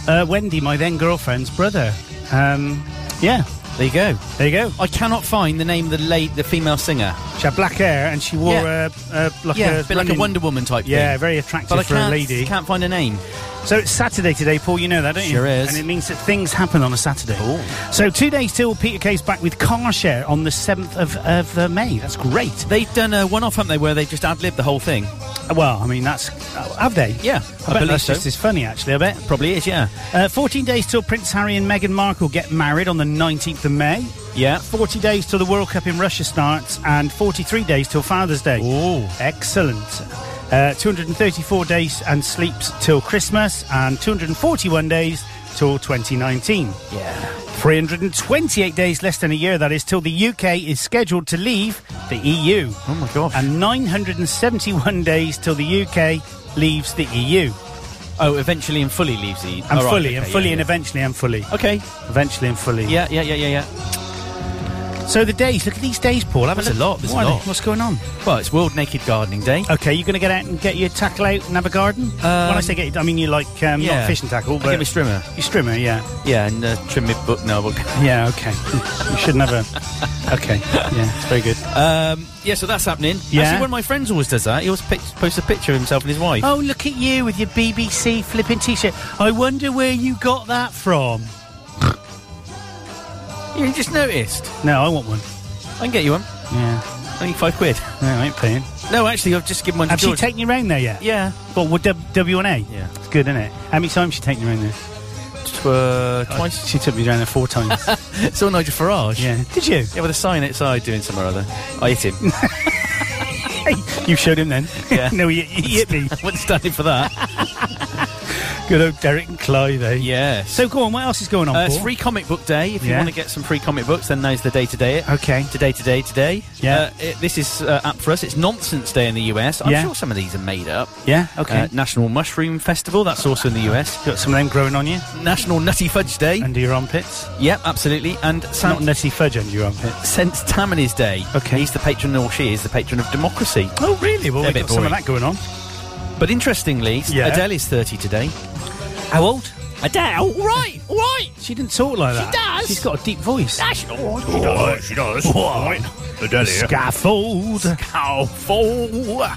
Speaker 3: uh, Wendy, my then girlfriend's brother. Um, yeah,
Speaker 4: There you go.
Speaker 3: there you go.
Speaker 4: I cannot find the name of the late the female singer.
Speaker 3: She had black hair and she wore
Speaker 4: Yeah.
Speaker 3: uh, uh, like,
Speaker 4: yeah,
Speaker 3: a,
Speaker 4: a bit like a
Speaker 3: running-
Speaker 4: Wonder Woman type
Speaker 3: Yeah,
Speaker 4: thing.
Speaker 3: very attractive
Speaker 4: but I
Speaker 3: for
Speaker 4: can't,
Speaker 3: a lady.
Speaker 4: can't find a name.
Speaker 3: So it's Saturday today, Paul. You know that, don't you?
Speaker 4: Sure is.
Speaker 3: And it means that things happen on a Saturday. So two days till Peter Kay's back with Car Share on the seventh of, of uh, May. That's great.
Speaker 4: They've done a one-off, haven't they, where they just ad-libbed the whole thing?
Speaker 3: Well, I mean, that's uh, have they?
Speaker 4: Yeah,
Speaker 3: I,
Speaker 4: I
Speaker 3: bet
Speaker 4: believe
Speaker 3: that's just
Speaker 4: so.
Speaker 3: as funny, actually. I bet.
Speaker 4: Probably is, yeah.
Speaker 3: Uh, 14 days till Prince Harry and Meghan Markle get married on the 19th of May.
Speaker 4: Yeah.
Speaker 3: 40 days till the World Cup in Russia starts, and 43 days till Father's Day.
Speaker 4: Ooh.
Speaker 3: Excellent. Uh, 234 days and sleeps till Christmas, and 241 days till 2019.
Speaker 4: Yeah.
Speaker 3: 328 days, less than a year that is, till the UK is scheduled to leave the EU.
Speaker 4: Oh, my gosh.
Speaker 3: And 971 days till the UK leaves the EU.
Speaker 4: Oh, eventually and fully leaves the...
Speaker 3: And
Speaker 4: oh,
Speaker 3: fully,
Speaker 4: right, okay,
Speaker 3: and
Speaker 4: yeah,
Speaker 3: fully,
Speaker 4: yeah.
Speaker 3: and eventually, and fully.
Speaker 4: Okay.
Speaker 3: Eventually and fully.
Speaker 4: Yeah, yeah, yeah, yeah, yeah.
Speaker 3: So the days, look at these days, Paul. Have
Speaker 4: There's a
Speaker 3: look.
Speaker 4: lot, there's
Speaker 3: What
Speaker 4: a
Speaker 3: are
Speaker 4: lot.
Speaker 3: they? What's going on?
Speaker 4: Well, it's World Naked Gardening Day.
Speaker 3: Okay, you're going to get out and get your tackle out and have a garden? when I say get, I mean you like um, not
Speaker 4: Um, yeah.
Speaker 3: fishing tackle,
Speaker 4: I
Speaker 3: but
Speaker 4: get my strimmer.
Speaker 3: Your strimmer, yeah,
Speaker 4: Yeah, and uh, trim my book. No, book.
Speaker 3: yeah, okay. you shouldn't have a. Okay, yeah, it's very good.
Speaker 4: Um, yeah, so that's happening.
Speaker 3: Yeah.
Speaker 4: Actually, one of my friends always does that. He always pic- posts a picture of himself and his wife.
Speaker 3: Oh, look at you with your BBC flipping T-shirt. I wonder where you got that from. Oh.
Speaker 4: You just noticed.
Speaker 3: No, I want one.
Speaker 4: I can get you one.
Speaker 3: Yeah,
Speaker 4: Only five quid.
Speaker 3: no, I ain't paying.
Speaker 4: No, actually, I've just given one to
Speaker 3: Have she
Speaker 4: George.
Speaker 3: taken you round there yet?
Speaker 4: yeah.
Speaker 3: What with W- W1A?
Speaker 4: Yeah.
Speaker 3: it's good, isn't it? How many times she taken you round there?
Speaker 4: Tw- uh, twice.
Speaker 3: She took me round there four times.
Speaker 4: Saw Nigel Farage.
Speaker 3: yeah, did you?
Speaker 4: Yeah, with a sign outside doing something or other. I hit him.
Speaker 3: You showed him then.
Speaker 4: Yeah.
Speaker 3: no, he, he hit me.
Speaker 4: I wasn't standing for that.
Speaker 3: Good old Derek and Clive, eh?
Speaker 4: Yes.
Speaker 3: So go on, what else is going on,
Speaker 4: uh, it's
Speaker 3: Paul?
Speaker 4: free comic book day. If you
Speaker 3: Yeah.
Speaker 4: want to get some free comic books, then now's the day to day it.
Speaker 3: Okay.
Speaker 4: Today, today, today.
Speaker 3: Yeah.
Speaker 4: Uh, it, this is uh, up for us. It's Nonsense Day in the US. I'm
Speaker 3: Yeah.
Speaker 4: sure some of these are made up.
Speaker 3: Yeah, okay.
Speaker 4: Uh, National Mushroom Festival. That's also in the US.
Speaker 3: Got some of them growing on you,
Speaker 4: National Nutty Fudge Day.
Speaker 3: under your armpits.
Speaker 4: yep, absolutely. And
Speaker 3: Not
Speaker 4: Sam-
Speaker 3: nutty fudge under your armpits.
Speaker 4: St. Tammany's Day.
Speaker 3: Okay.
Speaker 4: He's the patron, or she is the patron of democracy.
Speaker 3: Oh, really? Well,
Speaker 4: They're
Speaker 3: we've
Speaker 4: a bit
Speaker 3: got some of
Speaker 4: boring.
Speaker 3: that going on.
Speaker 4: But interestingly,
Speaker 3: Yeah.
Speaker 4: Adele is 30 today.
Speaker 3: How old?
Speaker 4: Adele? Right, right.
Speaker 3: She didn't talk like that.
Speaker 4: does.
Speaker 3: She's got a deep voice.
Speaker 4: That's all.
Speaker 3: she does. Scaffold.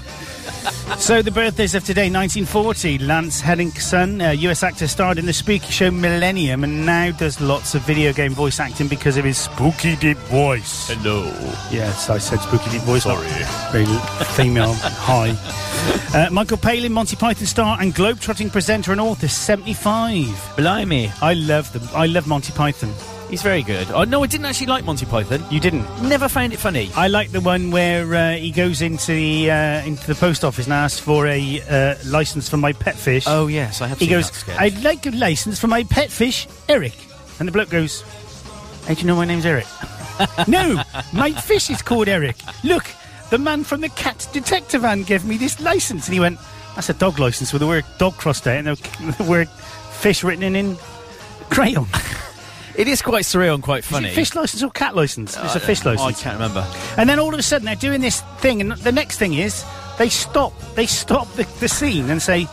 Speaker 3: So the birthdays of today, 1940, Lance Henriksen, a US actor, starred in the spooky show Millennium and now does lots of video game voice acting because of his spooky deep voice. Hello. Yes, I said spooky deep voice. Sorry. Very l- female high. Uh, Michael Palin, Monty Python star and globetrotting presenter and author, 75.
Speaker 4: Blimey.
Speaker 3: I love them. I love Monty Python.
Speaker 4: He's very good. Oh, no, I didn't actually like Monty Python.
Speaker 3: You didn't?
Speaker 4: Never found it funny.
Speaker 3: I like the one where uh, he goes into the uh, into the post office and asks for a uh, license for my pet fish.
Speaker 4: Oh, yes, I have
Speaker 3: he
Speaker 4: seen
Speaker 3: goes,
Speaker 4: that sketch.
Speaker 3: "I'd like a license for my pet fish, Eric." And the bloke goes, "How do you know my name's Eric?" no, my fish is called Eric. Look, the man from the cat detective van gave me this license, and he went, "That's a dog license with the word dog crossed out and the word fish written in." in Crayon.
Speaker 4: It is quite surreal and quite
Speaker 3: Is
Speaker 4: funny.
Speaker 3: it fish license or cat license? It's a
Speaker 4: I-
Speaker 3: fish
Speaker 4: I
Speaker 3: license.
Speaker 4: can't remember.
Speaker 3: And then all of a sudden they're doing this thing, and the next thing is they stop. They stop the, the scene and say,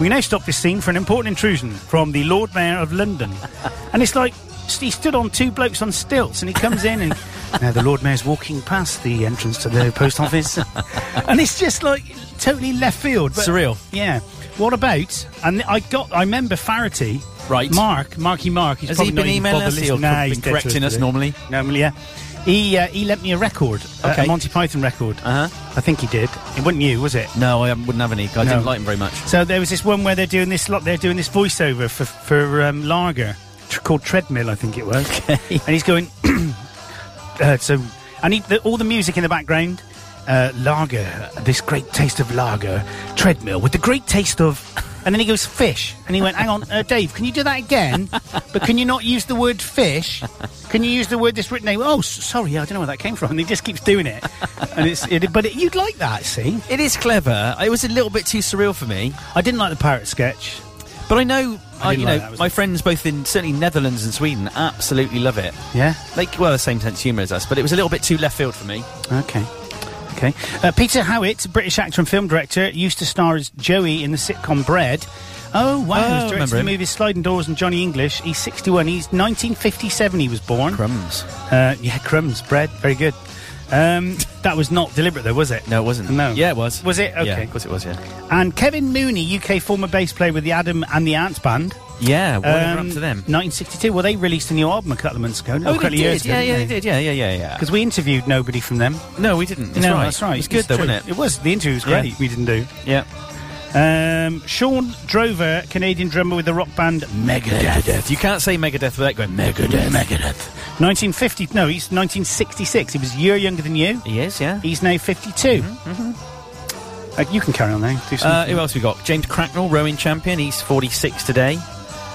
Speaker 3: "We now stop this scene for an important intrusion from the Lord Mayor of London." and it's like s- he stood on two blokes on stilts, and he comes in, and now the Lord Mayor's walking past the entrance to the post office, and it's just like totally left field, but-
Speaker 4: Surreal.
Speaker 3: Yeah. What about? And I got. I remember Farity.
Speaker 4: Right.
Speaker 3: Mark, Marky Mark. He's
Speaker 4: Has
Speaker 3: probably
Speaker 4: he been
Speaker 3: not even
Speaker 4: emailing
Speaker 3: bothered
Speaker 4: us? He'll
Speaker 3: listening. Nah,
Speaker 4: been
Speaker 3: he's dead to
Speaker 4: correcting us
Speaker 3: today.
Speaker 4: normally.
Speaker 3: Normally, yeah. He uh, he lent me a record, uh,
Speaker 4: Okay.
Speaker 3: a Monty Python record.
Speaker 4: Uh-huh.
Speaker 3: I think he did. It wasn't you, was it?
Speaker 4: No, I um, wouldn't have any. I
Speaker 3: No.
Speaker 4: didn't like him very much.
Speaker 3: So there was this one where they're doing this lot. They're doing this voiceover for for um, Lager tr- called Treadmill, I think it was. And he's going. uh, so I need the, all the music in the background. Uh, lager, this great taste of lager, treadmill with the great taste of, and then he goes fish, and he went, "Hang on, uh, Dave, can you do that again? But can you not use the word fish? Can you use the word this written name? Oh, s- sorry, I don't know where that came from." And he just keeps doing it, and it's it, but it, you'd like that, see?
Speaker 4: It is clever. It was a little bit too surreal for me.
Speaker 3: I didn't like the parrot sketch.
Speaker 4: But I know,
Speaker 3: I
Speaker 4: I
Speaker 3: didn't like
Speaker 4: you know,
Speaker 3: that, was
Speaker 4: my
Speaker 3: it?
Speaker 4: friends both in certainly Netherlands and Sweden absolutely love it.
Speaker 3: Yeah.
Speaker 4: Like, well, the same sense of humour as us, but it was a little bit too left field for me.
Speaker 3: Okay. Okay. Uh, Peter Howitt, British actor and film director, used to star as Joey in the sitcom Bread. Oh, wow.
Speaker 4: Oh,
Speaker 3: he's directed
Speaker 4: remember
Speaker 3: the
Speaker 4: him.
Speaker 3: movies Sliding Doors and Johnny English. He's 61. He's 1957 he was born.
Speaker 4: Crumbs.
Speaker 3: Uh, yeah, crumbs, bread. Very good. Um, that was not deliberate, though, was it?
Speaker 4: No, it wasn't.
Speaker 3: No.
Speaker 4: Yeah, it was.
Speaker 3: Was it?
Speaker 4: Yeah,
Speaker 3: Okay.
Speaker 4: of course it was, yeah.
Speaker 3: and Kevin Mooney, UK former bass player with the Adam and the Ants band.
Speaker 4: Yeah, whatever
Speaker 3: Um,
Speaker 4: up to them.
Speaker 3: 1962. Well, they released a new album a couple of months ago. a couple of years ago,
Speaker 4: Yeah,
Speaker 3: didn't
Speaker 4: yeah,
Speaker 3: they?
Speaker 4: they did. Yeah, yeah, yeah, yeah.
Speaker 3: Because we interviewed nobody from them.
Speaker 4: No, we didn't. That's
Speaker 3: no,
Speaker 4: right.
Speaker 3: that's right.
Speaker 4: It was good,
Speaker 3: It's
Speaker 4: though,
Speaker 3: true.
Speaker 4: wasn't it?
Speaker 3: It was. The interview was
Speaker 4: Yeah.
Speaker 3: great. We didn't do.
Speaker 4: Yeah.
Speaker 3: Um, Sean Drover, Canadian drummer with the rock band Megadeth.
Speaker 4: You can't say Megadeth without going Megadeth. Megadeth.
Speaker 3: 1950. No, he's 1966. He was a year younger than you.
Speaker 4: He is, yeah.
Speaker 3: He's now 52. Uh, you can carry on now. Do
Speaker 4: Uh,
Speaker 3: something.
Speaker 4: who else we got? James Cracknell, rowing champion. He's 46 today.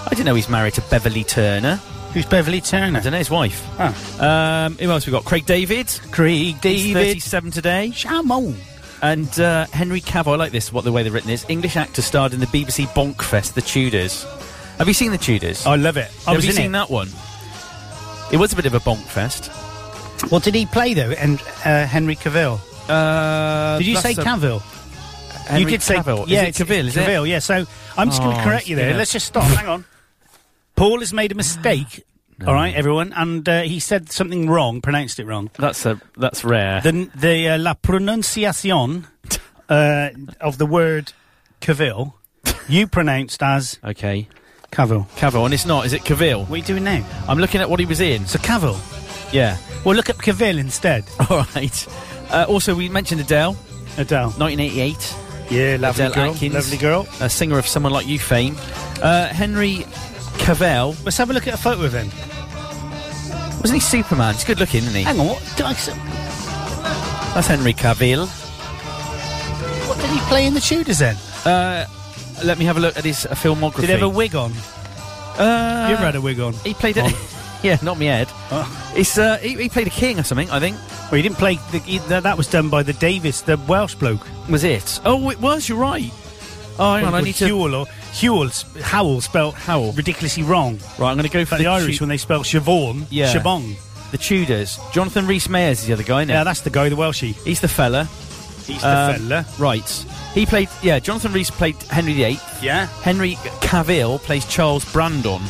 Speaker 4: I didn't know he's married to Beverly Turner.
Speaker 3: Who's Beverly Turner?
Speaker 4: I don't know his wife.
Speaker 3: Ah.
Speaker 4: Um, who else we got? Craig David.
Speaker 3: Craig
Speaker 4: He's
Speaker 3: David.
Speaker 4: 37 today.
Speaker 3: Come on.
Speaker 4: And uh, Henry Cavill. I like this. What the way they're written is. English actor starred in the BBC Bonk Fest, The Tudors. Have you seen The Tudors?
Speaker 3: I love it. I
Speaker 4: Have
Speaker 3: was
Speaker 4: you
Speaker 3: in
Speaker 4: seen
Speaker 3: it.
Speaker 4: that one? It was a bit of a bonk fest.
Speaker 3: What did he play though? And uh, Henry Cavill.
Speaker 4: Uh,
Speaker 3: Did you say Cavill? you did say
Speaker 4: Cavill.
Speaker 3: Yeah,
Speaker 4: is it Cavill. Is
Speaker 3: Cavill. Yeah. So I'm just going to
Speaker 4: Oh,
Speaker 3: correct you there.
Speaker 4: yeah.
Speaker 3: Let's just stop. Hang on. Paul has made a mistake. All right, everyone, and uh, he said something wrong, pronounced it wrong.
Speaker 4: it? That's a that's rare.
Speaker 3: The the uh, la pronunciación uh, of the word Cavill, you pronounced as
Speaker 4: okay,
Speaker 3: Cavill.
Speaker 4: Cavill, and it's not. Is it Cavill?
Speaker 3: What are you doing now?
Speaker 4: I'm looking at what he was in.
Speaker 3: So Cavill.
Speaker 4: Yeah.
Speaker 3: Well, look up Cavill instead,
Speaker 4: All right. Uh, also, we mentioned Adele,
Speaker 3: Adele.
Speaker 4: 1988.
Speaker 3: Yeah, lovely
Speaker 4: Adele
Speaker 3: girl.
Speaker 4: Atkins,
Speaker 3: Lovely girl.
Speaker 4: a singer of someone like you fame. Uh, Henry Cavill
Speaker 3: Let's have a look at a photo of him.
Speaker 4: wasn't he Superman? He's good looking, isn't he?
Speaker 3: Hang on, what, did I s- Oh.
Speaker 4: That's Henry Cavill.
Speaker 3: what did he play in the Tudors then?
Speaker 4: Uh, let me have a look at his uh, filmography.
Speaker 3: Did he have a wig on?
Speaker 4: Uh,
Speaker 3: you ever had a wig on?
Speaker 4: He played
Speaker 3: Oh.
Speaker 4: it. yeah, not me, Ed. It's uh, he, he played a king or something. I think
Speaker 3: Well, he didn't play. The, he, that, that was done by the Davis, the Welsh bloke.
Speaker 4: was it. Oh, it was. You're right. Oh, hang on. I
Speaker 3: With
Speaker 4: need to.
Speaker 3: Hewell or Hewell, sp- Howell spelled
Speaker 4: Howell.
Speaker 3: ridiculously wrong.
Speaker 4: Right, I'm going to go for
Speaker 3: But the, Irish
Speaker 4: Tu-
Speaker 3: when they spell Siobhan,
Speaker 4: Yeah.
Speaker 3: Siobhan.
Speaker 4: the Tudors. Jonathan Rhys Meyers is the other guy. Now
Speaker 3: Yeah, that's the guy, the Welshie.
Speaker 4: he's the fella.
Speaker 3: He's
Speaker 4: Um, Right. He played. Yeah, Jonathan Rhys played Henry VIII.
Speaker 3: Yeah.
Speaker 4: Henry Cavill plays Charles Brandon.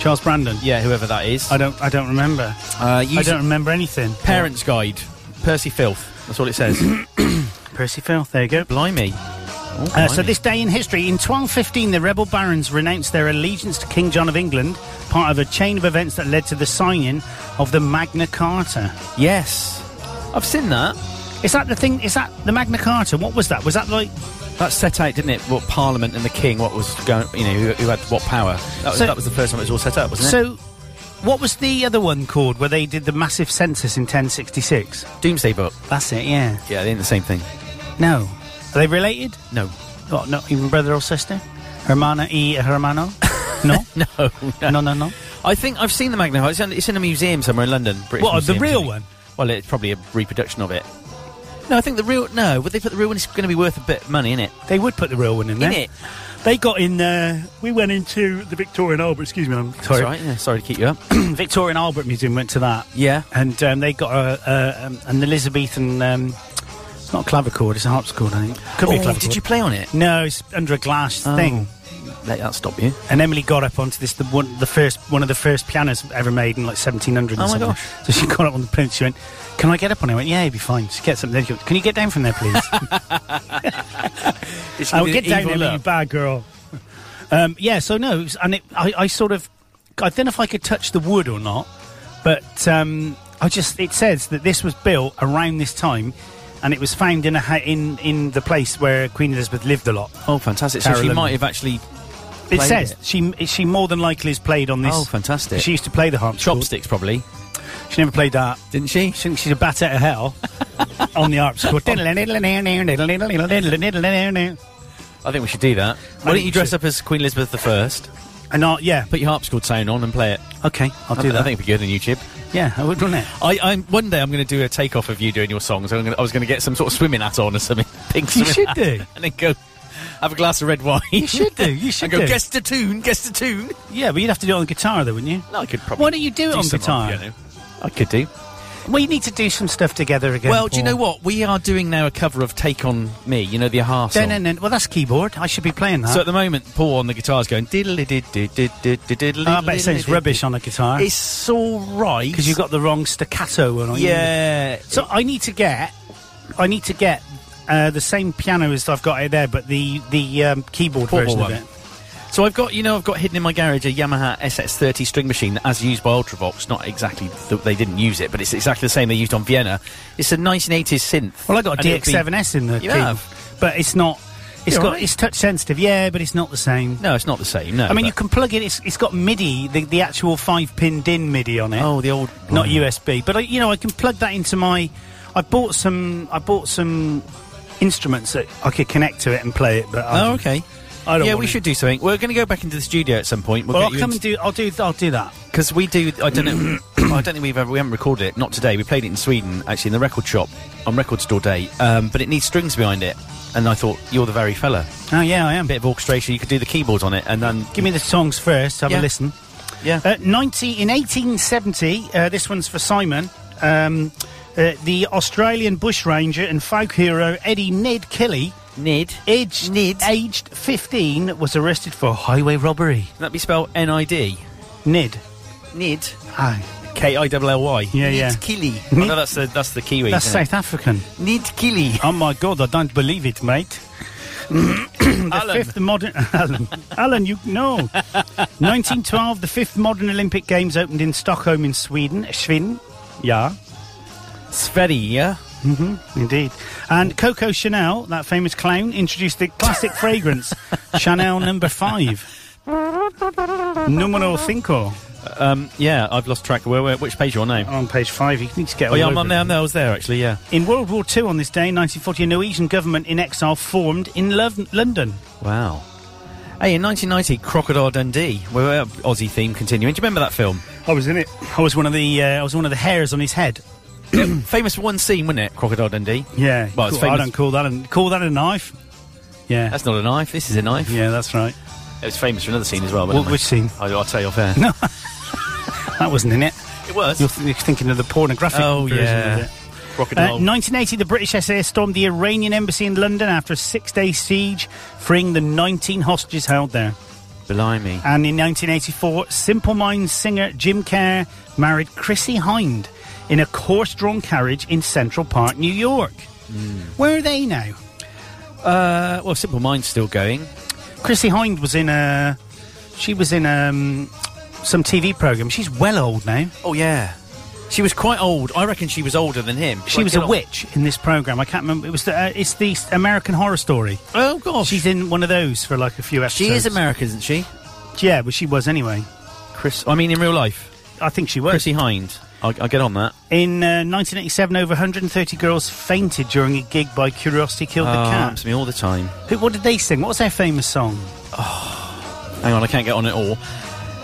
Speaker 3: Charles Brandon.
Speaker 4: Yeah, whoever that is.
Speaker 3: I don't. I don't remember.
Speaker 4: Uh,
Speaker 3: I
Speaker 4: using
Speaker 3: don't remember anything.
Speaker 4: Parents Guide. Percy Filth. That's all it says.
Speaker 3: Oh, Percy Phil. There you go.
Speaker 4: blimey.
Speaker 3: Uh, so this day in history, in 1215, the rebel barons renounced their allegiance to King John of England, part of a chain of events that led to the signing of the Magna Carta.
Speaker 4: Yes, I've seen that.
Speaker 3: Is that the thing? Is that the Magna Carta? What was that? Was that like?
Speaker 4: That set out, didn't it? What Parliament and the King, what was going, you know, who, who had what power. That was,
Speaker 3: So-
Speaker 4: that was the first time it was all set up, wasn't it?
Speaker 3: So, what was the other one called where they did the massive census in 1066?
Speaker 4: Doomsday Book.
Speaker 3: That's it. Yeah.
Speaker 4: Yeah, they ain't the same thing.
Speaker 3: No. Are they related?
Speaker 4: No.
Speaker 3: What? Not even brother or sister? Hermana y hermano? No.
Speaker 4: No.
Speaker 3: no. No. No.
Speaker 4: I think I've seen the Magna Carta. It's in, it's in a museum somewhere in London. British
Speaker 3: What, the
Speaker 4: museum,
Speaker 3: real
Speaker 4: I think.
Speaker 3: one?
Speaker 4: Well, it's probably a reproduction of it. No, I think the real. No, but they put the real one. It's going to be worth a bit of money, innit?
Speaker 3: They would put the real one in there.
Speaker 4: Innit?
Speaker 3: They got in there. We went into the Victorian Albert. Excuse me. I'm
Speaker 4: That's
Speaker 3: sorry.
Speaker 4: right. Yeah, sorry to keep you up.
Speaker 3: Victorian Albert Museum went to that.
Speaker 4: Yeah.
Speaker 3: And um, they got a, a, um, an Elizabethan. Um, it's not a clavichord. It's a harpsichord. I think. Could be a
Speaker 4: Oh,
Speaker 3: clavichord.
Speaker 4: did you play on it?
Speaker 3: No, it's under a glass thing.
Speaker 4: Let that stop you.
Speaker 3: And Emily got up onto this, the one, the first one of the first pianos ever made in like 1700. and
Speaker 4: Oh my
Speaker 3: something.
Speaker 4: gosh.
Speaker 3: So she got up on the plinth. She went, "Can I get up on it?" I went, "Yeah, you'll be fine." She gets up there. She goes, "Can you get down from there, please?"
Speaker 4: Oh,
Speaker 3: I'll get down there, you bad girl. Um, yeah. So no, it was- and it, I, I sort of, I don't know if I could touch the wood or not, but um, I just it says that this was built around this time. And it was found in a ha- in in the place where Queen Elizabeth lived a lot.
Speaker 4: Oh, fantastic! So she
Speaker 3: Carolyn.
Speaker 4: might have actually
Speaker 3: It
Speaker 4: played
Speaker 3: says
Speaker 4: it.
Speaker 3: she she more than likely has played on this.
Speaker 4: Oh, fantastic.
Speaker 3: She used to play the harpsichord.
Speaker 4: chopsticks, probably,
Speaker 3: She never played that.
Speaker 4: didn't she?
Speaker 3: She thinks she's a bat out of hell on the harpsichord. and
Speaker 4: I think we should do that. Why
Speaker 3: think
Speaker 4: don't
Speaker 3: we
Speaker 4: you dress
Speaker 3: should.
Speaker 4: up as Queen Elizabeth I?
Speaker 3: I, yeah,
Speaker 4: Put your harpsichord sound on and play it.
Speaker 3: okay, I'll do
Speaker 4: I th-
Speaker 3: that.
Speaker 4: I think it'd be good on YouTube.
Speaker 3: yeah, I would, wouldn't it?
Speaker 4: I, I'm one day I'm going to do a takeoff of you doing your songs. I'm gonna, I was going to get some sort of swimming hat on or something. Pink
Speaker 3: You
Speaker 4: swimming
Speaker 3: should
Speaker 4: hat,
Speaker 3: do.
Speaker 4: and then go have a glass of red wine.
Speaker 3: You should do. You should
Speaker 4: and go
Speaker 3: do.
Speaker 4: guess the tune. Guess the tune.
Speaker 3: Yeah, but you'd have to do it on guitar, though, wouldn't you?
Speaker 4: No, I could probably.
Speaker 3: Why don't you do it on
Speaker 4: some
Speaker 3: guitar?
Speaker 4: piano. I could do.
Speaker 3: We need to do some stuff together again.
Speaker 4: well, do you
Speaker 3: Paul.
Speaker 4: know what? We are doing now a cover of Take On Me, you know, the Aha
Speaker 3: Dun,
Speaker 4: song.
Speaker 3: dun, dun. Well, that's keyboard. I should be playing that.
Speaker 4: So at the moment, Paul on the guitar is going diddly did did did did diddly.
Speaker 3: I bet it sounds rubbish on a guitar
Speaker 4: It's all right
Speaker 3: because you've got the wrong staccato on.
Speaker 4: yeah.
Speaker 3: So I need to get, I need to get uh, the same piano as I've got it there, but the the um, keyboard
Speaker 4: Portable
Speaker 3: version
Speaker 4: one.
Speaker 3: of it.
Speaker 4: So I've got, you know, I've got hidden in my garage a Yamaha SS30 string machine that, as used by Ultravox. Not exactly, th- they didn't use it, but it's exactly the same they used on Vienna. It's a 1980s synth.
Speaker 3: Well, I got a
Speaker 4: And it'd be-
Speaker 3: DX7S in the
Speaker 4: You
Speaker 3: key,
Speaker 4: have?
Speaker 3: but it's not. It's
Speaker 4: You're
Speaker 3: got
Speaker 4: right.
Speaker 3: it's touch sensitive, yeah, but it's not the same.
Speaker 4: No, it's not the same. No,
Speaker 3: I mean,
Speaker 4: but-
Speaker 3: you can plug it. It's, it's got MIDI, the, the actual five pin DIN MIDI on it.
Speaker 4: Oh, the old
Speaker 3: not USB, but I, you know, I can plug that into my. I bought some. I bought some instruments that I could connect to it and play it. But I,
Speaker 4: Oh, okay.
Speaker 3: I don't
Speaker 4: yeah,
Speaker 3: want
Speaker 4: we
Speaker 3: it.
Speaker 4: should do something. We're going to go back into the studio at some point. We'll
Speaker 3: Well,
Speaker 4: get
Speaker 3: I'll
Speaker 4: you
Speaker 3: come and do. I'll do. I'll do that.
Speaker 4: because we do. I don't know. I don't think we've ever we haven't recorded it. Not today. We played it in Sweden, actually, in the record shop on Record Store Day. Um, but it needs strings behind it, and I thought you're the very fella.
Speaker 3: Oh yeah, I am.
Speaker 4: A bit of orchestration. You could do the keyboards on it, and then
Speaker 3: Give me the songs first. Have a
Speaker 4: Yeah.
Speaker 3: listen.
Speaker 4: yeah.
Speaker 3: Uh, Ninety in 1870. Uh, this one's for Simon. Um, uh, the Australian bushranger and folk hero Eddie Ned Kelly,
Speaker 4: Nid.
Speaker 3: aged
Speaker 4: Ned.
Speaker 3: aged 15, was arrested for highway robbery.
Speaker 4: Can that be spelled N I D?
Speaker 3: Ned.
Speaker 7: oh.
Speaker 4: Nid.
Speaker 3: Hi.
Speaker 4: K I double L Y.
Speaker 3: Yeah, yeah.
Speaker 4: Killy.
Speaker 3: Nid-
Speaker 4: I know that's the that's the Kiwi.
Speaker 3: That's
Speaker 4: isn't it?
Speaker 3: South African.
Speaker 4: Nid Killy.
Speaker 3: Oh my god, I don't believe it, mate. the
Speaker 4: Alan.
Speaker 3: fifth modern Alan, Alan, you no. 1912, the fifth modern Olympic Games opened in Stockholm in Sweden. Schwinn, yeah,
Speaker 4: Sverige.
Speaker 3: indeed. And Coco Chanel, that famous clown, introduced the classic fragrance Chanel Number Five. Numero cinco
Speaker 4: Um, yeah, I've lost track. Where, where, which page you on now?
Speaker 3: on page five. You need to get. Oh,
Speaker 4: Oh,
Speaker 3: all
Speaker 4: yeah, I'm
Speaker 3: over
Speaker 4: on
Speaker 3: it.
Speaker 4: there. I'm there. I was there actually. Yeah.
Speaker 3: In World War II, on this day, 1940, a Norwegian government in exile formed in Lov- London.
Speaker 4: Wow. Hey, in 1990, Crocodile Dundee. We were Aussie theme continuing. Do you remember that film?
Speaker 3: I was in it. I was one of the. Uh, I was one of the hairs on his head.
Speaker 4: famous for one scene, wasn't it? Crocodile Dundee.
Speaker 3: Yeah.
Speaker 4: Well, it's
Speaker 3: cool. I
Speaker 4: famous-
Speaker 3: don't call that a call that a knife. Yeah.
Speaker 4: That's not a knife. This is a knife.
Speaker 3: yeah, that's right.
Speaker 4: It was famous for another scene as well.
Speaker 3: What, which scene?
Speaker 4: I, will tell you off air.
Speaker 3: That wasn't in it.
Speaker 4: It was.
Speaker 3: You're, th- you're thinking of the pornographic
Speaker 4: oh
Speaker 3: version of
Speaker 4: yeah.
Speaker 3: it. Uh,
Speaker 4: Crocodile.
Speaker 3: 1980, the British SAS stormed the Iranian embassy in London after a six-day siege, freeing the 19 hostages held there.
Speaker 4: Blimey.
Speaker 3: And in 1984, Simple Minds singer Jim Kerr married Chrissy Hind in a horse-drawn carriage in Central Park, New York. Where are they now?
Speaker 4: Uh, well, Simple Mind's still going.
Speaker 3: Chrissy Hind was in a. She was in um, some TV program. She's well old now.
Speaker 4: Oh yeah. She was quite old. I reckon she was older than him.
Speaker 3: She
Speaker 4: Like,
Speaker 3: was
Speaker 4: get
Speaker 3: a
Speaker 4: on.
Speaker 3: witch in this program. I can't remember. It was the, uh, it's the s- American Horror Story.
Speaker 4: Oh gosh.
Speaker 3: She's in one of those for like a few episodes.
Speaker 4: she is American, isn't she?
Speaker 3: Yeah, well, she was anyway.
Speaker 4: Chris. I mean, in real life,
Speaker 3: I think she was.
Speaker 4: Chrissy Hind. I'll, I'll get on that.
Speaker 3: In uh, 1987, over 130 girls fainted during a gig by Curiosity Killed
Speaker 4: Oh,
Speaker 3: the
Speaker 4: happens
Speaker 3: Cat.
Speaker 4: to me all the time.
Speaker 3: Who, what did they sing? What was their famous song?
Speaker 4: Hang on, I can't get on it all.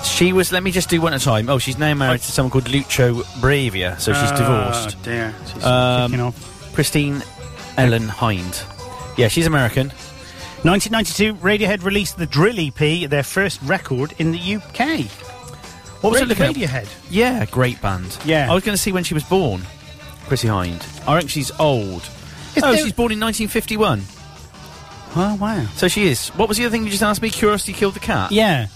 Speaker 4: She was. Let me just do one at a time. Oh, she's now married to someone called Lucio Bravia, so she's divorced.
Speaker 3: Oh, dear. She's
Speaker 4: Um,
Speaker 3: kicking off.
Speaker 4: Christine Ellen Hind. Yeah, she's American.
Speaker 3: 1992, Radiohead released the Drill EP, their first record in the UK.
Speaker 4: What was
Speaker 3: Ra-
Speaker 4: it looking at?
Speaker 3: Radiohead.
Speaker 4: Yeah, great band.
Speaker 3: Yeah.
Speaker 4: I was going to see when she was born. Chrissy Hind. I reckon she's old.
Speaker 3: Is
Speaker 4: oh,
Speaker 3: there-
Speaker 4: she's born in 1951.
Speaker 3: Oh wow.
Speaker 4: So she is. What was the other thing you just asked me? Curiosity killed the cat.
Speaker 3: Yeah,